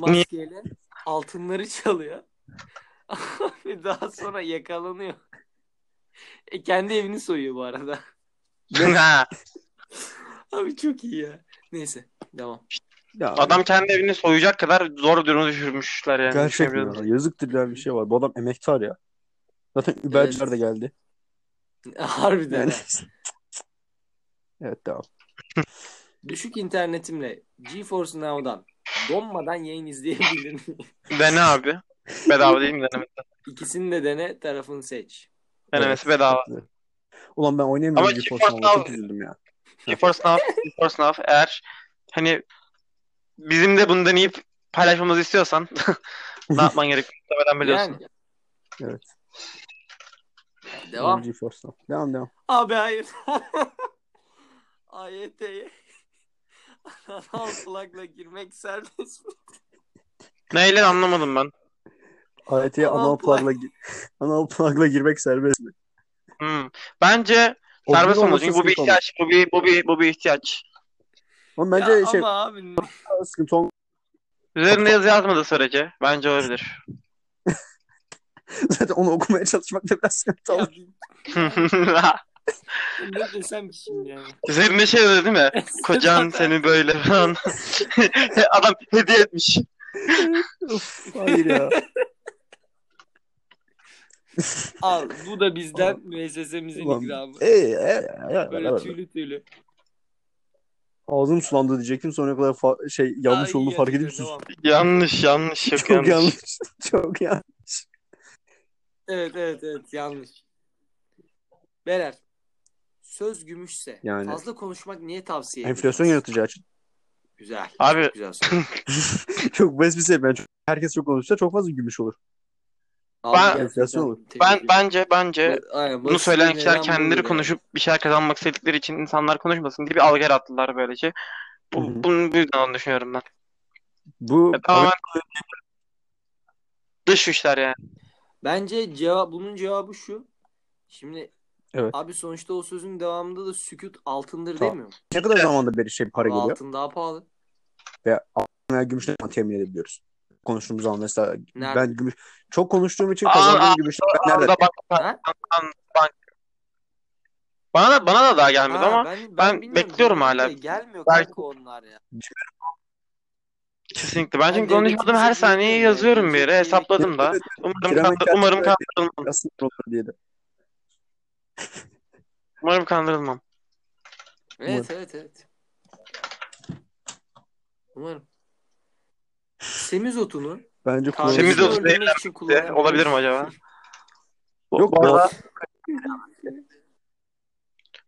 Speaker 4: Maskeyle altınları çalıyor. Abi daha sonra yakalanıyor. E, kendi evini soyuyor bu arada.
Speaker 2: Ha,
Speaker 4: Abi çok iyi ya. Neyse devam.
Speaker 1: Ya,
Speaker 2: Adam kendi evini soyacak kadar zor duruma düşürmüşler yani.
Speaker 1: gerçek
Speaker 2: Düşünebiliyor
Speaker 1: ya.
Speaker 2: musun?
Speaker 1: Yazıktır yani bir şey var. Bu adam emektar ya. Zaten Uber'ciler
Speaker 4: Evet.
Speaker 1: de geldi.
Speaker 4: Harbiden.
Speaker 1: Yani.
Speaker 4: ha.
Speaker 1: evet devam.
Speaker 4: Düşük internetimle GeForce Now'dan donmadan yayın izleyebilirim.
Speaker 2: Dene abi. Bedava değil mi denemesi?
Speaker 4: İkisini de dene tarafını seç.
Speaker 2: Denemesi bedava.
Speaker 1: Evet. Ulan ben oynayamıyorum.
Speaker 2: Ama
Speaker 1: Ama
Speaker 2: Keep
Speaker 1: GeForce
Speaker 2: Out
Speaker 1: Çok
Speaker 2: Now-
Speaker 1: üzüldüm ya.
Speaker 2: GeForce Now, GeForce Now eğer hani bizim de bunu deneyip paylaşmamızı istiyorsan ne yapman gerekiyor? Muhtemelen biliyorsun.
Speaker 4: Yani.
Speaker 1: Evet.
Speaker 4: Devam.
Speaker 1: GeForce Now. Devam devam.
Speaker 4: Abi hayır. AYT'ye anal plakla girmek serbest mi?
Speaker 2: Neyle anlamadım ben.
Speaker 1: AYT'ye
Speaker 4: Anal
Speaker 1: anal
Speaker 4: plug.
Speaker 1: plug'la gi- anal plug'la girmek serbest mi?
Speaker 2: Hmm. Bence
Speaker 1: O
Speaker 2: serbest
Speaker 1: gün
Speaker 2: olmalı
Speaker 1: olmasa
Speaker 2: çünkü bu bir
Speaker 1: sıkıntı olmaz.
Speaker 2: ihtiyaç. Bu bir, bu bir, bu bir ihtiyaç.
Speaker 1: Ama bence
Speaker 4: Ya
Speaker 1: şey
Speaker 4: Ama abi
Speaker 1: sıkıntı olmaz.
Speaker 2: Üzerinde yazı yazmadığı sürece bence olabilir.
Speaker 1: Zaten onu okumaya çalışmak da biraz sıkıntı
Speaker 4: ya,
Speaker 1: olur.
Speaker 4: ne desem ki şimdi yani.
Speaker 2: Üzerinde şey yazıyor değil mi? Kocan seni böyle falan. Adam hediye etmiş.
Speaker 1: Of, hayır ya.
Speaker 4: Al bu da bizden müessesemizin
Speaker 1: Ulan,
Speaker 4: ikramı.
Speaker 1: Ee, e, e,
Speaker 4: Böyle tüylü tüylü.
Speaker 1: Ağzım sulandı diyecektim sonra kadar fa- şey yanlış
Speaker 4: Ay,
Speaker 1: olduğunu fark edip
Speaker 4: gerçekten,
Speaker 1: sus.
Speaker 4: devam.
Speaker 2: Yanlış yanlış çok,
Speaker 1: Çok
Speaker 2: yanlış.
Speaker 1: yanlış. Çok yanlış.
Speaker 4: Evet evet evet yanlış. Beler. Söz gümüşse
Speaker 1: Yani.
Speaker 4: fazla konuşmak niye tavsiye edilir?
Speaker 1: Enflasyon yaratacağı için.
Speaker 4: Güzel.
Speaker 2: Abi-
Speaker 4: çok Güzel soru.
Speaker 1: çok basit bir sebep. Yani çok- herkes çok konuşsa çok fazla gümüş olur.
Speaker 4: Abi
Speaker 2: Ben-
Speaker 4: gerçekten
Speaker 1: Enflasyon olur.
Speaker 4: tebrik
Speaker 2: Ben
Speaker 4: ederim.
Speaker 2: bence bence
Speaker 4: Aynen,
Speaker 2: bunu söyleyen
Speaker 4: basitliği
Speaker 2: kişiler
Speaker 4: neden
Speaker 2: kendileri
Speaker 4: buluyor
Speaker 2: konuşup bir şeyler kazanmak istedikleri için insanlar konuşmasın diye bir algı yarattılar böylece. Bu,
Speaker 1: Hı hı.
Speaker 2: bunu bu yüzden onu düşünüyorum ben.
Speaker 1: Bu
Speaker 2: Ya, tamamen dış güçler yani.
Speaker 4: yani? Bence cevap bunun cevabı şu. Şimdi
Speaker 1: Evet.
Speaker 4: abi sonuçta o sözün devamında da sükut altındır
Speaker 1: Tamam.
Speaker 4: demiyor mu?
Speaker 1: ne kadar zamanda beri şey para
Speaker 4: Bu
Speaker 1: geliyor
Speaker 4: Altın daha pahalı.
Speaker 1: ve altın veya gümüşle temin edebiliyoruz. Konuştuğumuz zaman mesela
Speaker 4: Nerede?
Speaker 1: ben gümüş çok konuştuğum için
Speaker 2: Aa, aa,
Speaker 1: kazandığım gümüşle ben nerede?
Speaker 2: Anda bak,
Speaker 4: Ha?
Speaker 2: bana da bana da daha gelmedi
Speaker 4: Ha,
Speaker 2: ama
Speaker 4: ben,
Speaker 2: ben
Speaker 4: bilmiyorum.
Speaker 2: bekliyorum
Speaker 4: Benim
Speaker 2: hala.
Speaker 4: de Gelmiyor
Speaker 2: Belki-
Speaker 4: kanka onlar ya.
Speaker 2: kesinlikle. Ben çünkü
Speaker 4: Ben
Speaker 2: konuşmadığım
Speaker 4: devletimizin
Speaker 2: her saniyeyi
Speaker 4: bilmiyorum ya.
Speaker 2: yazıyorum bir yere
Speaker 4: Gelecek-
Speaker 2: hesapladım da.
Speaker 1: Evet,
Speaker 2: Umarım
Speaker 1: Piramit
Speaker 2: kandır, umarım
Speaker 1: yaptı.
Speaker 2: kandırılmam.
Speaker 1: Nasıl olur diye de.
Speaker 2: Umarım kandırılmam.
Speaker 4: Evet evet evet. Umarım. Semizotunu
Speaker 1: Bence kullanılır.
Speaker 4: tanrısını
Speaker 2: Semizot-
Speaker 4: öldürmek için kullanan
Speaker 2: Olabilir mi
Speaker 4: bir-
Speaker 2: acaba? Bu,
Speaker 1: Yok,
Speaker 2: bu arada,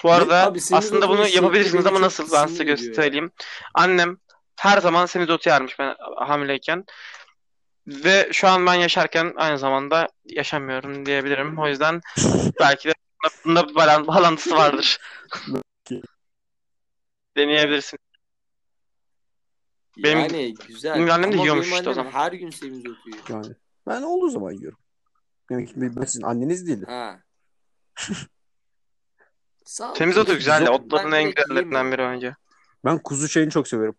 Speaker 2: bu arada
Speaker 4: Abi seni
Speaker 2: aslında
Speaker 4: zaten
Speaker 2: bunu
Speaker 4: sürekli
Speaker 2: yapabilirsiniz
Speaker 4: beni
Speaker 2: ama
Speaker 4: çok
Speaker 2: nasıl ben size
Speaker 4: sinir ediyor ya.
Speaker 2: göstereyim. Annem her zaman semizotu yermiş ben hamileyken. Ve şu an ben yaşarken aynı zamanda yaşamıyorum diyebilirim. O yüzden belki de bunda bir balan- bağlantısı vardır. Deneyebilirsin. Benim-
Speaker 4: yani güzel.
Speaker 2: benim annem de
Speaker 4: Ama
Speaker 2: yiyormuş
Speaker 4: benim
Speaker 2: işte o
Speaker 4: annem
Speaker 2: zaman.
Speaker 4: Her gün semizotu yiyor.
Speaker 1: Yani ben olduğu zaman yiyorum. Demek ki ben sizin anneniz değilim.
Speaker 4: Ha. Sağ ol.
Speaker 2: Semizotu güzel de
Speaker 1: Ben
Speaker 2: otların en
Speaker 4: direkt yiyeyim
Speaker 2: güzellerinden
Speaker 4: onu.
Speaker 2: biri önce.
Speaker 1: Ben kuzu şeyini çok severim.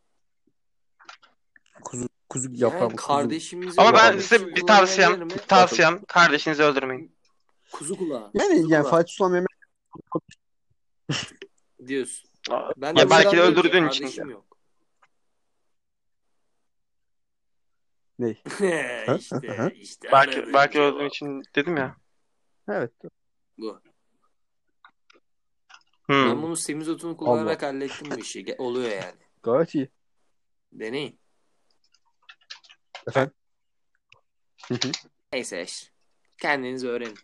Speaker 1: Kuzu kuzu yaprağı.
Speaker 4: Yani
Speaker 1: kuzu-
Speaker 4: kardeşimizi
Speaker 2: Ama ben
Speaker 1: Yapamam.
Speaker 2: size bir tavsiyem,
Speaker 4: kullanmayan yerine
Speaker 2: tavsiyem kardeşinizi öldürmeyin.
Speaker 4: Kuzu kulağı
Speaker 1: Yani yani Fatih Sultan Mehmet
Speaker 4: diyorsun. Ben
Speaker 2: Ya
Speaker 4: o
Speaker 2: belki de
Speaker 4: yüzden diyorum ki
Speaker 2: öldürdüğün için.
Speaker 4: kardeşim yok.
Speaker 1: ne?
Speaker 4: işte, işte.
Speaker 2: Belki
Speaker 4: aradığın
Speaker 2: belki
Speaker 4: cevap.
Speaker 2: öldüğüm için dedim ya.
Speaker 1: Evet.
Speaker 2: Hmm.
Speaker 4: Ben bunu semizotunu kullanarak hallettim bu işi. Ge- Oluyor yani.
Speaker 1: Gayet iyi.
Speaker 4: Deneyin.
Speaker 1: Efendim?
Speaker 4: Neyse eş. Kendiniz öğrenin.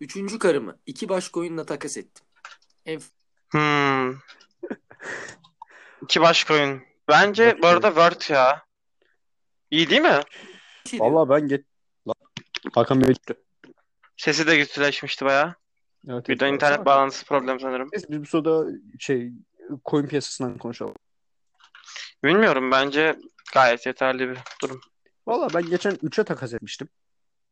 Speaker 4: Üçüncü karımı iki baş koyunla takas ettim. En
Speaker 2: Hmm. İki baş koyun. Bence bu arada Word ya. İyi değil mi?
Speaker 4: şey diyor.
Speaker 1: Vallahi ben get Lan, Hakan Bey gitti.
Speaker 2: Sesi de güçleşmişti bayağı.
Speaker 1: Evet,
Speaker 2: Bir de
Speaker 1: evet.
Speaker 2: internet bağlantısı problem sanırım.
Speaker 1: Biz biz bu soruda şey koyun piyasasından konuşalım.
Speaker 2: Bilmiyorum bence gayet yeterli bir durum.
Speaker 1: Valla ben geçen 3'e takas etmiştim.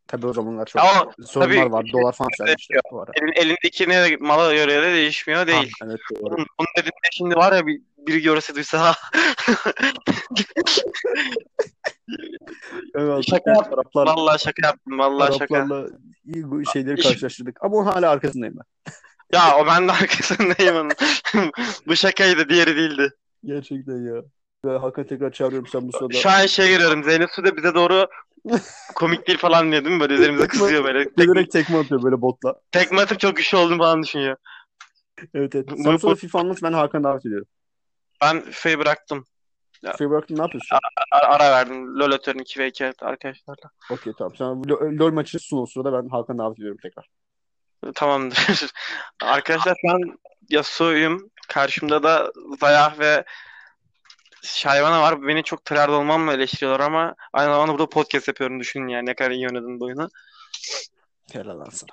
Speaker 1: Tabii o zamanlar çok
Speaker 2: Ama
Speaker 1: sorunlar
Speaker 2: tabii- şey
Speaker 1: var. Dolar falan yükselmişti bu ara.
Speaker 2: elin, elindekine mala göre de değişmiyor Şey
Speaker 4: Ah.
Speaker 2: değil.
Speaker 1: Ha, evet doğru.
Speaker 2: Bunun Bunu dediğinde şimdi var ya bir, biri görse duysa ha.
Speaker 1: Evet,
Speaker 2: Şaka yaptım.
Speaker 1: Araplar,
Speaker 2: Vallahi şaka yaptım. Vallahi şaka.
Speaker 1: Araplarla iyi bu şeyleri karşılaştırdık. Ama hala arkasındayım ben.
Speaker 2: Ya o ben de arkasındayım onun. Bu şakaydı diğeri değildi.
Speaker 1: Gerçekten ya. Ve Hakan tekrar çağırıyorum sen bu sırada.
Speaker 2: Şu an şey görüyorum. Zeynep Su da bize doğru komik değil falan diyor değil mi? Böyle üzerimize kızıyor böyle. Tek,
Speaker 1: Gelerek tekme atıyor böyle botla.
Speaker 2: tekme atıp çok güçlü oldum falan düşünüyor.
Speaker 1: Evet evet. Sen
Speaker 2: Bu-
Speaker 1: bu sırada FIFA anlat ben Hakan'ı davet ediyorum.
Speaker 2: Ben şey bıraktım. Ya.
Speaker 1: Free Work'ta ne yapıyorsun?
Speaker 2: Ara, ara verdim. LoL atıyorum 2 ve 2 arkadaşlarla.
Speaker 1: Okey tamam. Sen LoL, LoL maçını sun o sırada ben Hakan'ı davet ediyorum tekrar.
Speaker 2: Tamamdır. Arkadaşlar ben Yasuo'yum. Karşımda da Zayah ve Shyvana var. Beni çok tryhard olmamla eleştiriyorlar ama aynı zamanda burada podcast yapıyorum. Düşünün yani ne kadar iyi oynadım bu oyunu.
Speaker 1: Helal lan sana.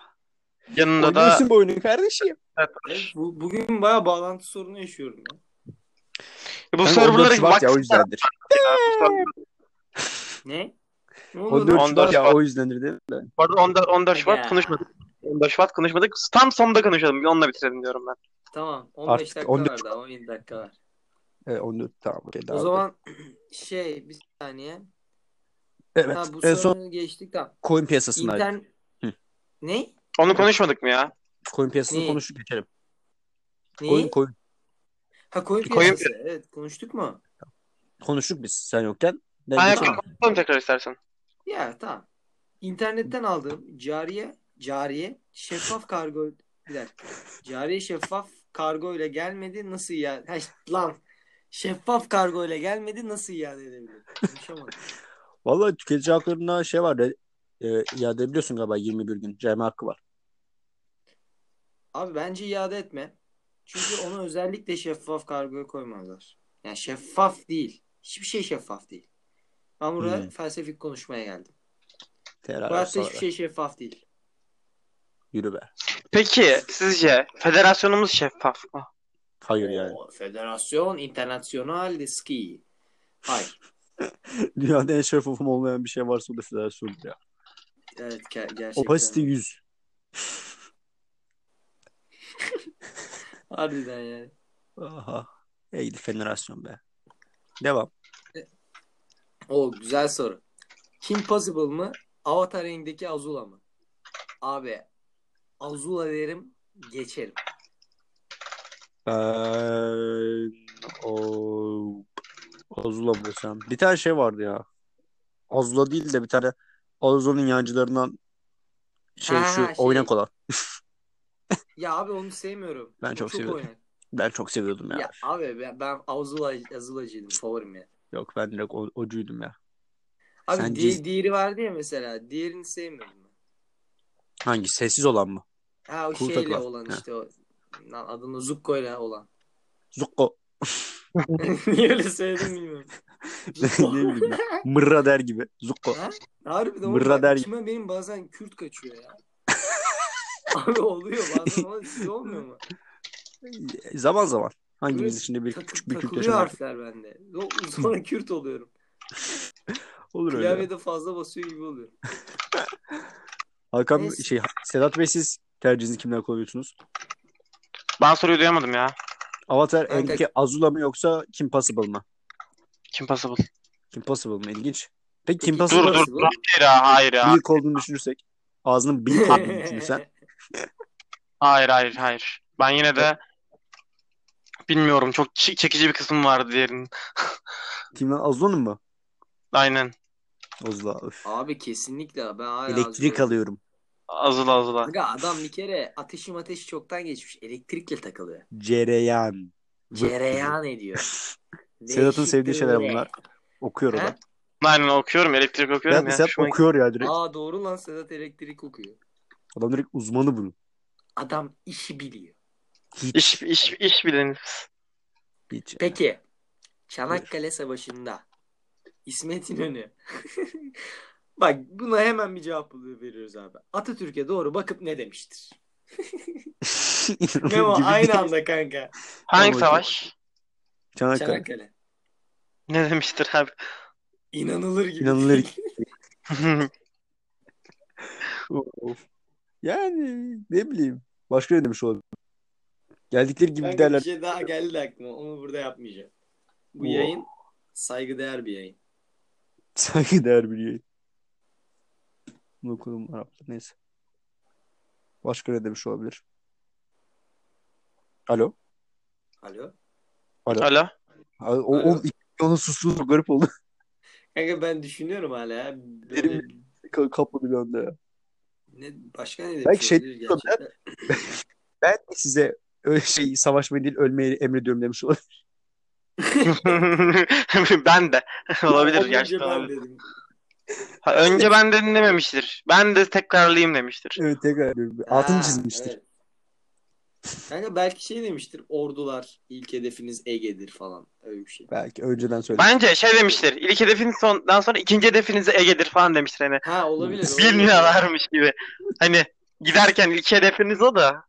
Speaker 2: Yanında da
Speaker 1: Oynuyorsun bu oyunu kardeşim.
Speaker 4: Evet, bu, bugün bayağı bağlantı sorunu yaşıyorum ya.
Speaker 2: bu
Speaker 1: Kanka
Speaker 2: serverlara
Speaker 1: 14 Şubat ya o
Speaker 2: baksana.
Speaker 1: yüzdendir.
Speaker 4: Ne? Ne oldu
Speaker 1: 14
Speaker 4: lan?
Speaker 1: Şubat ya
Speaker 2: Şubat.
Speaker 1: o yüzdendir değil mi?
Speaker 2: Bu arada 14, 14 Şubat
Speaker 4: Ya.
Speaker 2: konuşmadık. 14 Şubat konuşmadık. Tam sonunda konuşalım. Bir onunla bitirelim diyorum ben.
Speaker 4: Tamam. 15
Speaker 1: Artık
Speaker 4: dakika
Speaker 1: 14
Speaker 4: var daha 17 dakika var.
Speaker 1: Evet 14 tamam. okey,
Speaker 4: o
Speaker 1: davet
Speaker 4: zaman şey bir saniye.
Speaker 1: Evet.
Speaker 4: Ha, bu
Speaker 1: en
Speaker 4: sorunu
Speaker 1: son
Speaker 4: geçtik tamam.
Speaker 1: coin piyasasını
Speaker 4: İnter...
Speaker 1: Hı.
Speaker 4: Ne?
Speaker 2: Onu konuşmadık mı ya?
Speaker 1: Coin piyasasını
Speaker 4: Ne?
Speaker 1: konuştuk geçelim.
Speaker 4: Neyi?
Speaker 1: Coin coin
Speaker 4: Ha koyun
Speaker 2: Koyun
Speaker 4: piyasası. Evet konuştuk mu?
Speaker 1: konuştuk biz sen yokken. Ben
Speaker 2: Ben
Speaker 1: geçelim.
Speaker 2: konuşalım tekrar istersen.
Speaker 4: Ya tamam. İnternetten aldığım cariye cariye şeffaf kargo bir dakika. Cariye şeffaf kargo ile gelmedi nasıl iade ha, işte, lan şeffaf kargo ile gelmedi nasıl iade edebilirim? Konuşamadım.
Speaker 1: Valla tüketici haklarında şey var. re- E, iade biliyorsun galiba 21 gün. CM hakkı var.
Speaker 4: Abi bence iade etme. Çünkü onu özellikle şeffaf kargoya koymazlar. Yani şeffaf değil. Hiçbir şey şeffaf değil. Ben buraya
Speaker 1: Hmm.
Speaker 4: felsefik konuşmaya geldim. Bu
Speaker 1: Terör
Speaker 4: hayatta
Speaker 1: sonra.
Speaker 4: hiçbir şey şeffaf değil.
Speaker 1: Yürü be.
Speaker 2: Peki sizce federasyonumuz şeffaf mı?
Speaker 1: Hayır yani.
Speaker 4: O Federasyon Internasyonal de Ski. Hayır.
Speaker 1: Dünyada en şeffafım olmayan bir şey varsa o da federasyon ya.
Speaker 4: Evet ge- gerçekten.
Speaker 1: Opacity 100.
Speaker 4: Harbiden yani.
Speaker 1: Aha. Ey federasyon be. Devam.
Speaker 4: O güzel soru. Kim Possible mı? Avatar rengindeki Azula mı? Abi Azula derim geçerim.
Speaker 1: Ben o Azula mı desem? Bir tane şey vardı ya. Azula değil de bir tane Azula'nın yancılarından şey
Speaker 4: Ha,
Speaker 1: şu
Speaker 4: şey.
Speaker 1: oynak olan.
Speaker 4: Ya abi onu sevmiyorum.
Speaker 1: Ben
Speaker 4: O
Speaker 1: çok seviyorum.
Speaker 4: oynak.
Speaker 1: Ben çok seviyordum ya.
Speaker 4: Ya abi ben, ben Azula, Azula'cıydım favorim ya.
Speaker 1: Yok ben direkt o, ocuydum ya.
Speaker 4: Abi
Speaker 1: Sen
Speaker 4: di-
Speaker 1: ciz-
Speaker 4: diğeri vardı ya mesela. Diğerini sevmedim ben.
Speaker 1: Hangi? Sessiz olan mı?
Speaker 4: Ha o
Speaker 1: Kurtak
Speaker 4: şeyle
Speaker 1: var.
Speaker 4: olan
Speaker 1: Ha.
Speaker 4: işte o. Lan adını Zukko'yla olan.
Speaker 1: Zukko.
Speaker 4: Niye öyle söyledim bilmiyorum.
Speaker 1: ne bileyim ben. Mırra der gibi. Zukko.
Speaker 4: Ha? Harbiden
Speaker 1: Mırra
Speaker 4: Mırra
Speaker 1: der gibi.
Speaker 4: içime benim bazen Kürt kaçıyor ya. Abi oluyor bazen ama size olmuyor mu?
Speaker 1: Zaman zaman. Hangimiz
Speaker 4: Böyle
Speaker 1: içinde bir
Speaker 4: Takı-
Speaker 1: küçük bir Kürt
Speaker 4: takılıyor
Speaker 1: yaşamak
Speaker 4: harfler bende. O- Sonra Kürt oluyorum.
Speaker 1: olur öyle.
Speaker 4: Klavyede fazla basıyor gibi oluyor.
Speaker 1: Hakan
Speaker 4: Neyse.
Speaker 1: şey Sedat Bey siz tercihinizi kimden koyuyorsunuz?
Speaker 2: Ben soruyu duyamadım ya.
Speaker 1: Avatar
Speaker 4: Kanka-
Speaker 1: Enrique Azula mı yoksa Kim Possible mı?
Speaker 2: Kim Possible?
Speaker 1: Kim Possible mı? İlginç. Peki Kim
Speaker 4: Peki,
Speaker 1: Possible
Speaker 2: Dur dur.
Speaker 4: Possible?
Speaker 2: dur. Hayır ha, hayır ha.
Speaker 1: bıyık olduğunu düşünürsek. Ağzının bıyık olduğunu düşünürsen.
Speaker 2: Hayır hayır hayır. Ben yine de bilmiyorum. Çok çi- çekici bir kısım vardı diğerinin.
Speaker 1: Kim lan? Azula'nın mı?
Speaker 2: Aynen.
Speaker 1: Azula. Öf.
Speaker 4: Abi kesinlikle ben hala
Speaker 1: Elektrik
Speaker 4: hazırım.
Speaker 1: alıyorum.
Speaker 2: Azıla azıla.
Speaker 4: Aga adam bir kere ateşim ateş çoktan geçmiş. Elektrikle takılıyor.
Speaker 1: Cereyan. Vıh.
Speaker 4: Cereyan ediyor.
Speaker 1: Sedat'ın sevdiği
Speaker 4: Değişik
Speaker 1: şeyler
Speaker 4: böyle.
Speaker 1: bunlar. Okuyor o
Speaker 4: He?
Speaker 1: da.
Speaker 2: Aynen okuyorum. Elektrik okuyorum
Speaker 1: Sedat,
Speaker 2: ya.
Speaker 1: Sedat
Speaker 2: Hoşuma-
Speaker 1: okuyor ya direkt.
Speaker 4: Aa doğru lan Sedat elektrik okuyor.
Speaker 1: Adam direkt uzmanı bunun.
Speaker 4: Adam işi biliyor.
Speaker 2: İş, iş, iş biliniz.
Speaker 1: Hiç.
Speaker 4: Peki Çanakkale Savaşı'nda İsmet İnönü Bak buna hemen bir cevap buluyor- veriyoruz abi. Atatürk'e doğru bakıp ne demiştir? Ne o
Speaker 1: Gibi
Speaker 4: aynı
Speaker 1: değil.
Speaker 4: anda kanka.
Speaker 2: Hangi
Speaker 1: Tamam,
Speaker 2: savaş?
Speaker 1: Çanakkale.
Speaker 4: Çanakkale.
Speaker 2: Ne demiştir abi?
Speaker 4: İnanılır gibi.
Speaker 1: İnanılır
Speaker 4: değil.
Speaker 1: Of. Yani ne bileyim. Başka ne demiş olabilir? Geldikleri gibi
Speaker 4: Kanka
Speaker 1: giderler.
Speaker 4: bir şey daha geldi de aklıma. Onu burada yapmayacağım. Bu
Speaker 1: Wow.
Speaker 4: yayın saygıdeğer bir yayın.
Speaker 1: Sanki değer bir yayın. Bunu okudum Arap'ta. Neyse. Başka ne demiş olabilir? Alo.
Speaker 4: Alo.
Speaker 1: Alo.
Speaker 2: Alo.
Speaker 1: Aa, O, o
Speaker 4: Alo.
Speaker 1: iki- onun susluğu çok garip oldu.
Speaker 4: Kanka ben düşünüyorum hala ya. Böyle
Speaker 1: Derin- Ka- Kapladı bir anda ya.
Speaker 4: ne, başka ne demiş
Speaker 1: Belki şey
Speaker 4: olabilir gerçekten?
Speaker 1: Ben de size öyle şey savaşmayı değil ölmeyi emrediyorum demiş olabilir.
Speaker 2: ben de. Olabilir
Speaker 4: Ondan önce
Speaker 2: gerçekten.
Speaker 4: ben
Speaker 2: olabilir.
Speaker 4: dedim.
Speaker 2: Ha, önce ben de dinlememiştir. Ben de tekrarlayayım demiştir.
Speaker 1: Evet tekrar ediyorum. Altını
Speaker 4: Ha,
Speaker 1: çizmiştir.
Speaker 4: evet. Kanka belki şey demiştir. Ordular ilk hedefiniz Ege'dir falan. Öyle bir şey.
Speaker 1: Belki önceden söylemiş.
Speaker 2: Bence şey demiştir. İlk hedefin sondan sonra ikinci hedefiniz Ege'dir falan demiştir. Hani
Speaker 4: Ha olabilir. olabilir.
Speaker 2: bilmiyorlarmış gibi. Hani giderken ilk hedefiniz o da.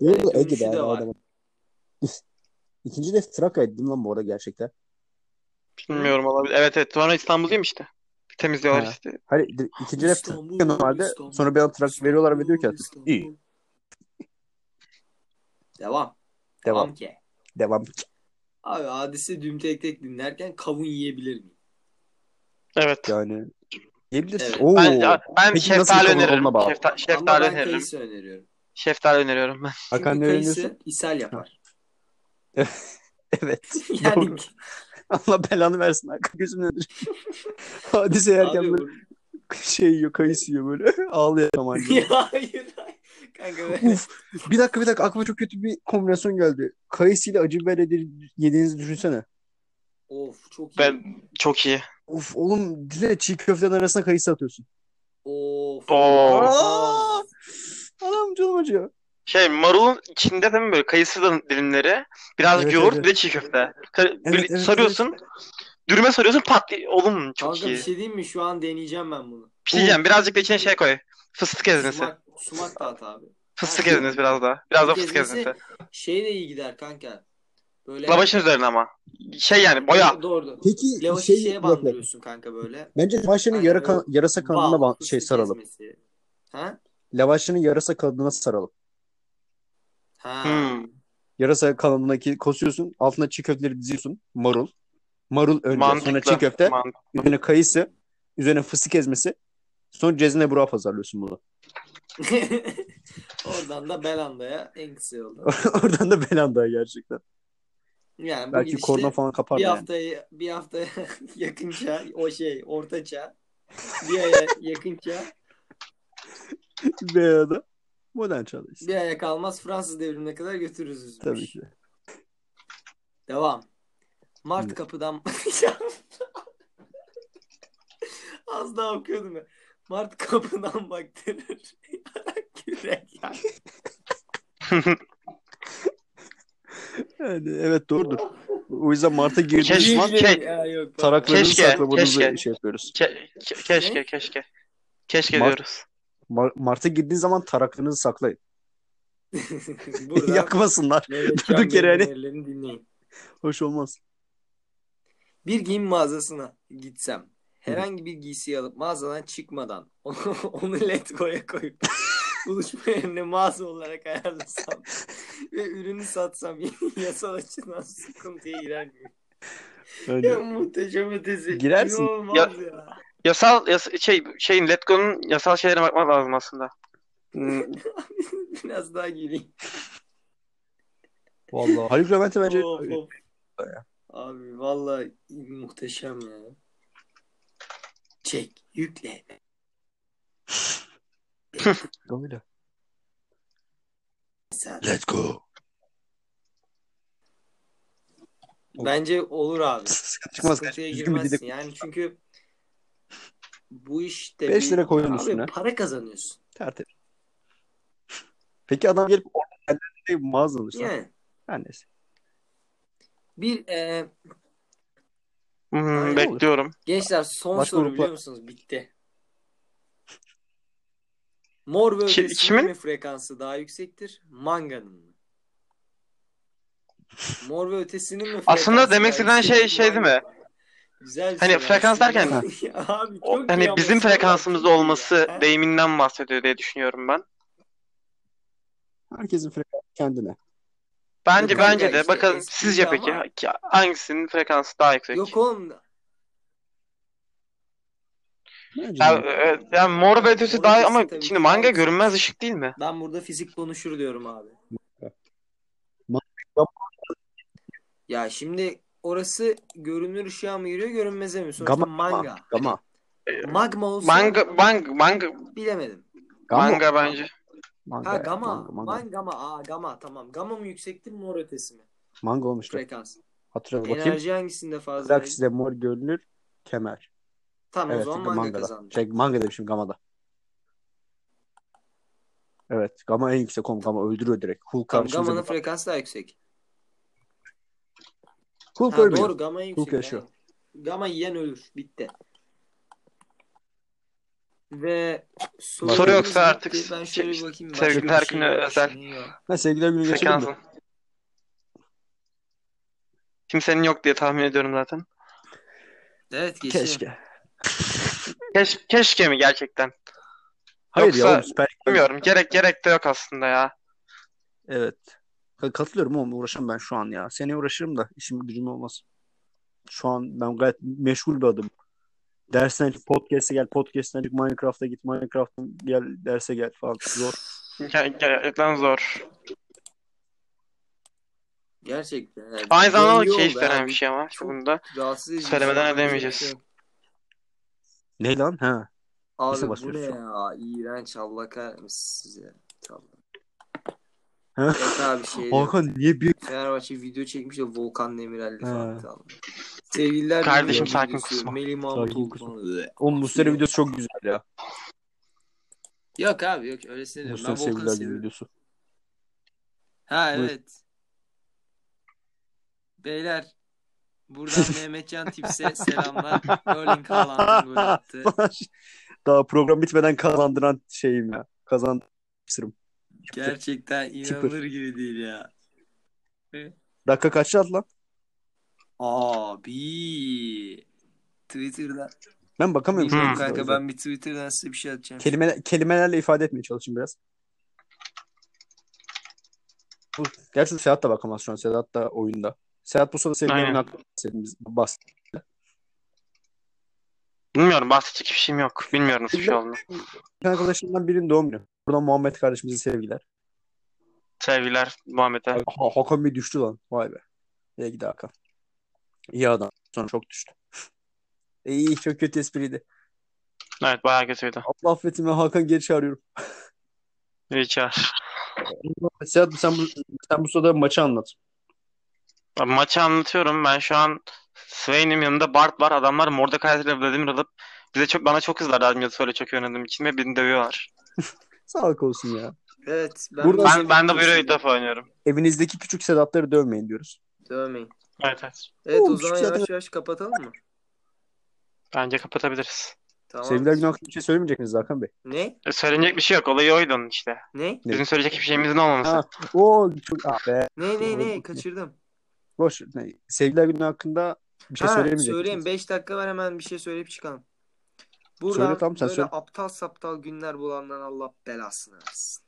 Speaker 1: Yok
Speaker 4: Evet,
Speaker 1: Ege
Speaker 4: dönüşü
Speaker 1: be,
Speaker 4: de var.
Speaker 1: adam. İkinci de Trakya dedim lan bu arada gerçekten.
Speaker 2: Bilmiyorum olabilir. Evet evet. Sonra İstanbul'dayım işte. Temizliyorlar
Speaker 1: Ha.
Speaker 2: işte.
Speaker 1: Hayır de- Hani ikinci de Trakya
Speaker 4: İstanbul,
Speaker 1: normalde
Speaker 4: İstanbul,
Speaker 1: sonra bir an Trakya veriyorlar ve diyor ki
Speaker 4: İstanbul,
Speaker 1: Atatürk, iyi
Speaker 4: Devam.
Speaker 1: devam
Speaker 4: Devam ki.
Speaker 1: devam.
Speaker 4: Abi hadise düm tek tek dinlerken kavun yiyebilir miyim?
Speaker 2: Evet.
Speaker 1: Yani diyebilirsin.
Speaker 4: Evet.
Speaker 1: Oo.
Speaker 2: Ben, ben
Speaker 1: Peki nasıl
Speaker 2: şeftali
Speaker 1: yapalım?
Speaker 2: öneririm.
Speaker 1: Onunla bağlı.
Speaker 2: Şefta-
Speaker 4: Ama
Speaker 2: şeftali
Speaker 4: ben
Speaker 2: öneririm.
Speaker 4: kayısı öneriyorum.
Speaker 2: Şeftali öneririm ben.
Speaker 1: Hakan
Speaker 4: Çünkü
Speaker 1: ne
Speaker 4: kayısı
Speaker 1: öneriyorsun?
Speaker 4: ishal yapar.
Speaker 1: Evet.
Speaker 4: yani
Speaker 1: Allah belanı versin. Hakan gözümün önünde. Hadise yerken
Speaker 4: abi
Speaker 1: böyle
Speaker 4: bu...
Speaker 1: şey yiyor, kayısı yiyor böyle. Ağlıyor tamam.
Speaker 4: Ya, hayır hayır. Kanka ben...
Speaker 1: Uf, bir dakika bir dakika aklıma çok kötü bir kombinasyon geldi. Kayısıyla acı biber yedi- yediğinizi düşünsene.
Speaker 4: of çok iyi.
Speaker 2: Ben çok iyi.
Speaker 1: Of oğlum düşünsene çiğ köftenin arasına kayısı atıyorsun.
Speaker 4: Of.
Speaker 2: Oo.
Speaker 1: Aa! Anam canım acıyor.
Speaker 2: Şey marulun içinde de mi böyle kayısı da- dilimleri, biraz
Speaker 1: Evet,
Speaker 2: yoğurt
Speaker 1: evet.
Speaker 2: bir de çiğ köfte. Ka- böyle
Speaker 1: evet,
Speaker 2: sarıyorsun, dürüme sarıyorsun pat oğlum çok
Speaker 4: Kanka
Speaker 2: iyi.
Speaker 4: bir
Speaker 2: Bir şey
Speaker 4: şey diyeyim mi? Şu an deneyeceğim ben bunu.
Speaker 2: diyeceğim birazcık da içine şey koy. Fıstık ezmesi.
Speaker 4: Sumak, sumak da at abi.
Speaker 2: Fıstık
Speaker 4: Ha,
Speaker 2: ezmesi biraz daha. Biraz da
Speaker 4: Fıstık
Speaker 2: fıstık
Speaker 4: ezmesi-
Speaker 2: ezmesi.
Speaker 4: Şey de iyi gider kanka. Böyle
Speaker 2: Lavaşın üzerine ama. Şey yani boya.
Speaker 4: Doğru.
Speaker 1: Peki
Speaker 4: Lavaşı
Speaker 1: şey
Speaker 4: şeye bandırıyorsun kanka böyle.
Speaker 1: Bence lavaşının
Speaker 4: Aynen,
Speaker 1: yara
Speaker 4: böyle
Speaker 1: kan- yarasa kanadına
Speaker 4: Bal,
Speaker 1: ban- şey
Speaker 4: fıstık
Speaker 1: saralım.
Speaker 4: ezmesi. Ha?
Speaker 1: Lavaşının yarasa kanadına saralım.
Speaker 4: Ha.
Speaker 2: Hmm.
Speaker 1: Yarasa kanadındaki kosiyorsun. Altına çiğ köfteleri diziyorsun. Marul. Marul önce sonra çiğ
Speaker 2: Mantıklı.
Speaker 1: köfte.
Speaker 2: Mantıklı.
Speaker 1: Üzerine kayısı. Üzerine fıstık ezmesi. Sonra cezine buraya pazarlıyorsun bunu.
Speaker 4: Oradan da Belanda'ya en kısa yoldan.
Speaker 1: Oradan da belanda gerçekten.
Speaker 4: Yani bu
Speaker 1: Belki
Speaker 4: gidişle
Speaker 1: korna falan kapar
Speaker 4: bir
Speaker 1: yani.
Speaker 4: haftaya bir haftaya yakınca o şey ortaça bir aya yakınca
Speaker 1: Veya da modern çağdayız.
Speaker 4: bir aya kalmaz Fransız devrimine kadar götürürüz. biz bu
Speaker 1: Tabii
Speaker 4: işi.
Speaker 1: ki. de.
Speaker 4: Devam. Mart
Speaker 1: Evet.
Speaker 4: kapıdan az daha okuyordum ben. Mart kapıdan baktırır. Kürek.
Speaker 1: Yani, evet doğrudur. O yüzden Mart'a girdiğimiz
Speaker 2: Keşke-
Speaker 1: zaman
Speaker 2: Keşke-
Speaker 4: Ya, yok,
Speaker 1: taraklarımızı
Speaker 2: Keşke,
Speaker 1: saklamadığımızı
Speaker 2: keşke.
Speaker 1: şey yapıyoruz.
Speaker 2: Ke- ke- keşke keşke. Keşke
Speaker 1: Mart-
Speaker 2: diyoruz.
Speaker 1: Mar- Mart'a girdiğiniz zaman taraklarınızı saklayın.
Speaker 4: Buradan
Speaker 1: Yakmasınlar.
Speaker 4: Mehmet
Speaker 1: Durduk
Speaker 4: Can
Speaker 1: yere
Speaker 4: Bey'in
Speaker 1: hani.
Speaker 4: önerilerini dinleyin.
Speaker 1: Hoş olmaz.
Speaker 4: Bir giyim mağazasına gitsem herhangi bir giysiyi alıp mağazadan çıkmadan onu letgoya koyup buluşma yerine mağaza olarak ayarlasam ve ürünü satsam yasal açıdan sıkıntıya girer miyim? Ya
Speaker 1: Öyle.
Speaker 4: muhteşem ötesi.
Speaker 1: Girersin.
Speaker 4: İnanılmaz
Speaker 2: Ya-
Speaker 4: ya.
Speaker 2: Yasal yas- şey şeyin Letgo'nun yasal şeylerine bakmak lazım aslında. Hmm,
Speaker 4: Biraz daha gireyim.
Speaker 1: Vallahi Haluk Levent'e bence
Speaker 4: Of, of. Abi vallahi muhteşem ya. Çek, yükle.
Speaker 1: öyle.
Speaker 4: Sen.
Speaker 1: Let's go.
Speaker 4: Bence olur abi.
Speaker 1: Çıkmaz.
Speaker 4: Sıkıntıya
Speaker 1: Düzgün bir
Speaker 4: girmezsin.
Speaker 1: dilek.
Speaker 4: Yani çünkü bu işte
Speaker 1: Beş
Speaker 4: bir-
Speaker 1: lira koydun
Speaker 4: abi
Speaker 1: üstüne.
Speaker 4: para kazanıyorsun.
Speaker 1: Tertemiz. Peki adam gelip orada kendine şey mağaza alırsa.
Speaker 4: Yani
Speaker 1: Her neyse.
Speaker 4: bir e,
Speaker 2: hmm, bekliyorum.
Speaker 4: gençler son
Speaker 1: Başka
Speaker 4: soru
Speaker 1: gruplar-
Speaker 4: biliyor musunuz? Bitti. Mor ve
Speaker 2: Ki-
Speaker 4: ötesinin
Speaker 2: kimin?
Speaker 4: mi frekansı daha yüksektir? Manga'nın mı? Mor ve ötesinin mi frekansı
Speaker 2: Aslında
Speaker 4: daha
Speaker 2: demek istediğin şey-
Speaker 4: yüksektir?
Speaker 2: şey değil mi?
Speaker 4: Manga'nın mı? Güzel bir
Speaker 2: Hani
Speaker 4: soru
Speaker 2: frekans
Speaker 4: aslında.
Speaker 2: derken-
Speaker 4: Ya abi
Speaker 2: O-
Speaker 4: çok iyi
Speaker 2: hani
Speaker 4: ama
Speaker 2: bizim
Speaker 4: sorular
Speaker 2: frekansımızda
Speaker 4: çok iyi
Speaker 2: olması
Speaker 4: ya.
Speaker 2: deyiminden bahsediyor diye düşünüyorum ben.
Speaker 1: Herkesin frekansı kendine.
Speaker 2: Bence
Speaker 4: Yok kanka
Speaker 2: bence de.
Speaker 4: işte
Speaker 2: Bakalım
Speaker 4: eskiydi
Speaker 2: sizce
Speaker 4: ama-
Speaker 2: peki ha- ki- hangisinin frekansı daha yüksek?
Speaker 4: Yok oğlum
Speaker 1: Bence
Speaker 2: Ya,
Speaker 1: de.
Speaker 2: e, yani mor ve ötesi
Speaker 4: Mor
Speaker 2: daha
Speaker 4: ötesi
Speaker 2: ama
Speaker 4: tabii
Speaker 2: şimdi
Speaker 4: ki daha
Speaker 2: manga
Speaker 4: yüksek.
Speaker 2: görünmez ışık değil mi?
Speaker 4: ben burada fizik konuşur diyorum abi. Ya şimdi orası görünür ışığa mı giriyor görünmeze mi? Sonuçta
Speaker 1: Gama-
Speaker 4: manga.
Speaker 1: Gama.
Speaker 4: Magma olsa
Speaker 2: Manga manga manga
Speaker 4: bilemedim.
Speaker 1: Gama.
Speaker 2: manga bence.
Speaker 1: Manga.
Speaker 4: Ha
Speaker 1: ya,
Speaker 4: gama.
Speaker 1: Manga, manga.
Speaker 4: Man gama. Aa gama tamam. Gama mı yüksektir mor ötesi mi?
Speaker 1: Manga olmuştu.
Speaker 4: Frekans.
Speaker 1: Hatırladım. Bakayım.
Speaker 4: Enerji hangisinde fazla?
Speaker 1: Galakside mor görünür. Kemer.
Speaker 4: Tamam o
Speaker 1: Evet.
Speaker 4: zaman
Speaker 1: çünkü
Speaker 4: manga
Speaker 1: mangada.
Speaker 4: kazandı.
Speaker 1: Şey, manga demişim gamada. Evet. Gama en yüksek oğlum. Gama öldürüyor direkt. Hulk
Speaker 4: Tamam,
Speaker 1: karşımıza.
Speaker 4: gamanın
Speaker 1: bir-
Speaker 4: frekansı daha yüksek.
Speaker 1: Hulk
Speaker 4: Ha,
Speaker 1: ölmüyor.
Speaker 4: doğru gama en
Speaker 1: Hulk
Speaker 4: yüksek.
Speaker 1: yaşıyor.
Speaker 4: aynen. Gama yiyen ölür. Bitti. Ve soru,
Speaker 2: Soru yoksa artık
Speaker 4: Ben şöyle bir
Speaker 2: se-
Speaker 4: bakayım.
Speaker 2: sevgili
Speaker 4: Başka bir
Speaker 2: Tarkın'a
Speaker 4: var mı?
Speaker 2: özel.
Speaker 4: Şey yok.
Speaker 1: Ha, sevgiler günü geçelim mi?
Speaker 2: Frekansın. Kimsenin yok diye tahmin ediyorum zaten.
Speaker 4: Evet geçelim.
Speaker 1: Keşke.
Speaker 2: Keş- keşke mi gerçekten?
Speaker 1: Hayır
Speaker 2: Yoksa-
Speaker 1: ya oğlum süper. Lig-
Speaker 2: Bilmiyorum. Gerek gerek de yok aslında ya.
Speaker 1: Evet. Ka- Katılıyorum oğlum uğraşamam ben şu an ya. Seneye uğraşırım da işim gücüm olmaz. Şu an ben gayet meşgul bir adamım. Dersten çık podcast'e gel, podcast'ten çık Minecraft'a git, Minecraft'tan gel, derse gel falan. Zor.
Speaker 2: Ger- Gerçekten zor.
Speaker 4: Gerçekten. Yani
Speaker 2: Aynı zamanda
Speaker 4: belli
Speaker 2: da
Speaker 4: oldu
Speaker 2: keyif veren
Speaker 4: abi.
Speaker 2: bir şey ama
Speaker 4: Çok
Speaker 2: bunda.
Speaker 4: Rahatsız edici.
Speaker 2: Söylemeden
Speaker 4: Yapacak
Speaker 2: ödemeyeceğiz.
Speaker 4: bir şey yok.
Speaker 1: Ne lan? Ha.
Speaker 4: Abi
Speaker 1: Nasıl
Speaker 4: bu ne
Speaker 1: basıyorsun?
Speaker 4: ya? İğrenç Allah kahretmesin size. Tamam.
Speaker 1: Ha?
Speaker 4: Evet abi şey yok.
Speaker 1: Hakan niye bir...
Speaker 4: Fenerbahçe video çekmiş de Volkan Demirel'le falan.
Speaker 1: He.
Speaker 4: Tamam. Sevgililer
Speaker 2: Kardeşim
Speaker 4: Birliği
Speaker 2: sakin
Speaker 4: videosu,
Speaker 2: kusma.
Speaker 4: Melih
Speaker 1: Sakin
Speaker 4: Mahmutoğlu
Speaker 1: kusma.
Speaker 4: falan. Bleh.
Speaker 1: Oğlum
Speaker 4: şey-
Speaker 1: Muslera videosu çok güzel ya.
Speaker 4: Yok abi yok öylesine diyorum.
Speaker 1: Muslera
Speaker 4: Ben Volkan'ı
Speaker 1: sevgiler günü
Speaker 4: seviyorum.
Speaker 1: videosu.
Speaker 4: Ha
Speaker 1: Buyur.
Speaker 4: evet. Beyler buradan Mehmetcan Tips'e selamlar. Erling Haaland'ın gol attı.
Speaker 1: Daha program bitmeden kazandıran şeyim ya. Kazandım.
Speaker 4: Gerçekten inanılır gibi değil ya.
Speaker 1: Dakika kaç at lan?
Speaker 4: Abi. Twitter'dan.
Speaker 1: Ben bakamıyorum.
Speaker 4: Bilmiyorum
Speaker 2: Hmm.
Speaker 1: şu an.
Speaker 4: kanka ben bir Twitter'dan size bir şey atacağım.
Speaker 1: Kelime, kelimelerle ifade etmeye çalışayım biraz. Bu, gerçi Sedat da bakamaz şu an. Sedat da oyunda. Sedat bu sırada sevgilerinin
Speaker 2: Aynen.
Speaker 1: hakkında bahsettiğimiz bas.
Speaker 2: Bilmiyorum bahsedecek bir şeyim yok. Bilmiyorum nasıl bir şey olduğunu.
Speaker 1: Bir arkadaşımdan birinin doğum günü. Buradan Muhammed kardeşimize sevgiler.
Speaker 2: Sevgiler Muhammed'e.
Speaker 1: Ha, Hakan bir düştü lan. Vay be. İyi gidi Hakan. İyi adam. Sonra çok düştü. İyi çok kötü espriydi.
Speaker 2: Evet bayağı kötüydü.
Speaker 1: Allah affetin ben Hakan geri çağırıyorum.
Speaker 2: Richard.
Speaker 1: Sedat sen bu, sen bu sırada maçı anlat.
Speaker 2: Maçı anlatıyorum. Ben şu an Swain'in yanında Bart var. Adamlar Mordecai ile Vladimir alıp Bize çok, bana çok kızlar Erdem Yazısoy'la çok iyi oynadığım için ve beni dövüyorlar.
Speaker 1: Sağlık olsun ya.
Speaker 4: Evet. şey
Speaker 1: Burada-
Speaker 2: Ben, ben de böyle ilk defa oynuyorum.
Speaker 1: Evinizdeki küçük Sedatları dövmeyin diyoruz.
Speaker 4: Dövmeyin.
Speaker 2: Evet evet.
Speaker 4: Evet
Speaker 1: Oğlum,
Speaker 4: o zaman
Speaker 1: şu zaten-
Speaker 4: yavaş yavaş kapatalım mı?
Speaker 2: Bence kapatabiliriz.
Speaker 4: Tamam.
Speaker 1: Sevgiler günah hakkında bir şey söylemeyecek misiniz Hakan Bey?
Speaker 4: Ne?
Speaker 2: E, Söylenecek bir şey yok. Olayı oydu onun işte.
Speaker 4: Ne?
Speaker 1: Ne?
Speaker 2: Bizim söyleyecek hiçbir şeyimizin olmaması.
Speaker 1: Ha, o çok ah be.
Speaker 4: Ne ne ne? Kaçırdım.
Speaker 1: Boş. Ne, sevgiler günü hakkında bir şey
Speaker 4: ha,
Speaker 1: söyleyemeyecek
Speaker 4: söyleyeyim.
Speaker 1: misiniz?
Speaker 4: 5 dakika var hemen bir şey söyleyip çıkalım. Buradan
Speaker 1: Söyle tamam, sen
Speaker 4: böyle
Speaker 1: söyle.
Speaker 4: aptal saptal günler bulandan Allah belasını versin.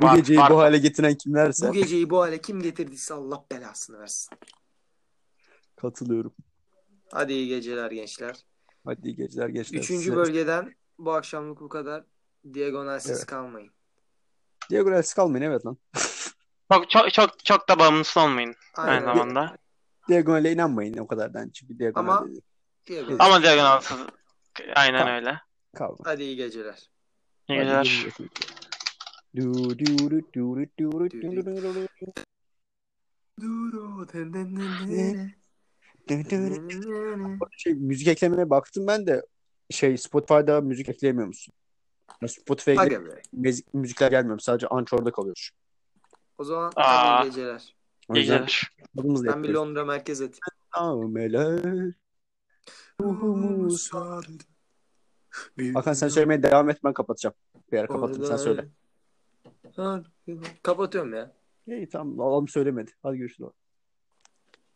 Speaker 1: Bu
Speaker 2: Var-
Speaker 1: geceyi
Speaker 2: var.
Speaker 1: bu hale getiren kimlerse
Speaker 4: Bu geceyi bu hale kim getirdiyse Allah belasını versin.
Speaker 1: katılıyorum.
Speaker 4: Hadi iyi geceler gençler.
Speaker 1: Hadi iyi geceler gençler.
Speaker 4: Üçüncü
Speaker 1: Size-
Speaker 4: bölgeden bu akşamlık bu kadar. Diagonalsiz
Speaker 1: Evet.
Speaker 4: kalmayın.
Speaker 1: Diagonalsiz kalmayın evet lan.
Speaker 2: Çok, çok, çok, çok da bağımlısı olmayın aynı
Speaker 1: Aynen.
Speaker 2: zamanda.
Speaker 1: Diagonale inanmayın o kadar ben. Çünkü diagonale
Speaker 4: Ama- Diagonal.
Speaker 2: Ama diagonalsız. Aynen öyle.
Speaker 1: kalma.
Speaker 4: Hadi iyi geceler.
Speaker 2: İyi geceler.
Speaker 1: Du, du, du, du, du, du, du, du, du, du, du.
Speaker 4: Duro.
Speaker 1: Dö, dö, dö. Şey, müzik eklemene baktım ben de şey Spotify'da müzik ekleyemiyor musun? Ya Spotify'a girip
Speaker 4: Aga be.
Speaker 1: müzik- müzikler gelmiyor. Sadece Anchor'da kalıyor.
Speaker 4: O zaman
Speaker 2: Aa.
Speaker 4: hadi iyi geceler.
Speaker 1: O
Speaker 2: İyi
Speaker 1: yüzden
Speaker 2: geceler.
Speaker 1: adımızla
Speaker 4: Ben bir
Speaker 1: yapıyoruz.
Speaker 4: Londra merkez atayım.
Speaker 1: Nameler. Ruhumuz.
Speaker 4: Bir-
Speaker 1: Hakan sen söylemeye devam et ben kapatacağım. Bir yer kapattım sen
Speaker 4: Orada
Speaker 1: söyle.
Speaker 4: öyle. Ha, Kapatıyorum ya.
Speaker 1: İyi tamam adam söylemedi. Hadi görüşürüz.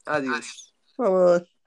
Speaker 4: Hadi görüşürüz.
Speaker 1: Bye bye.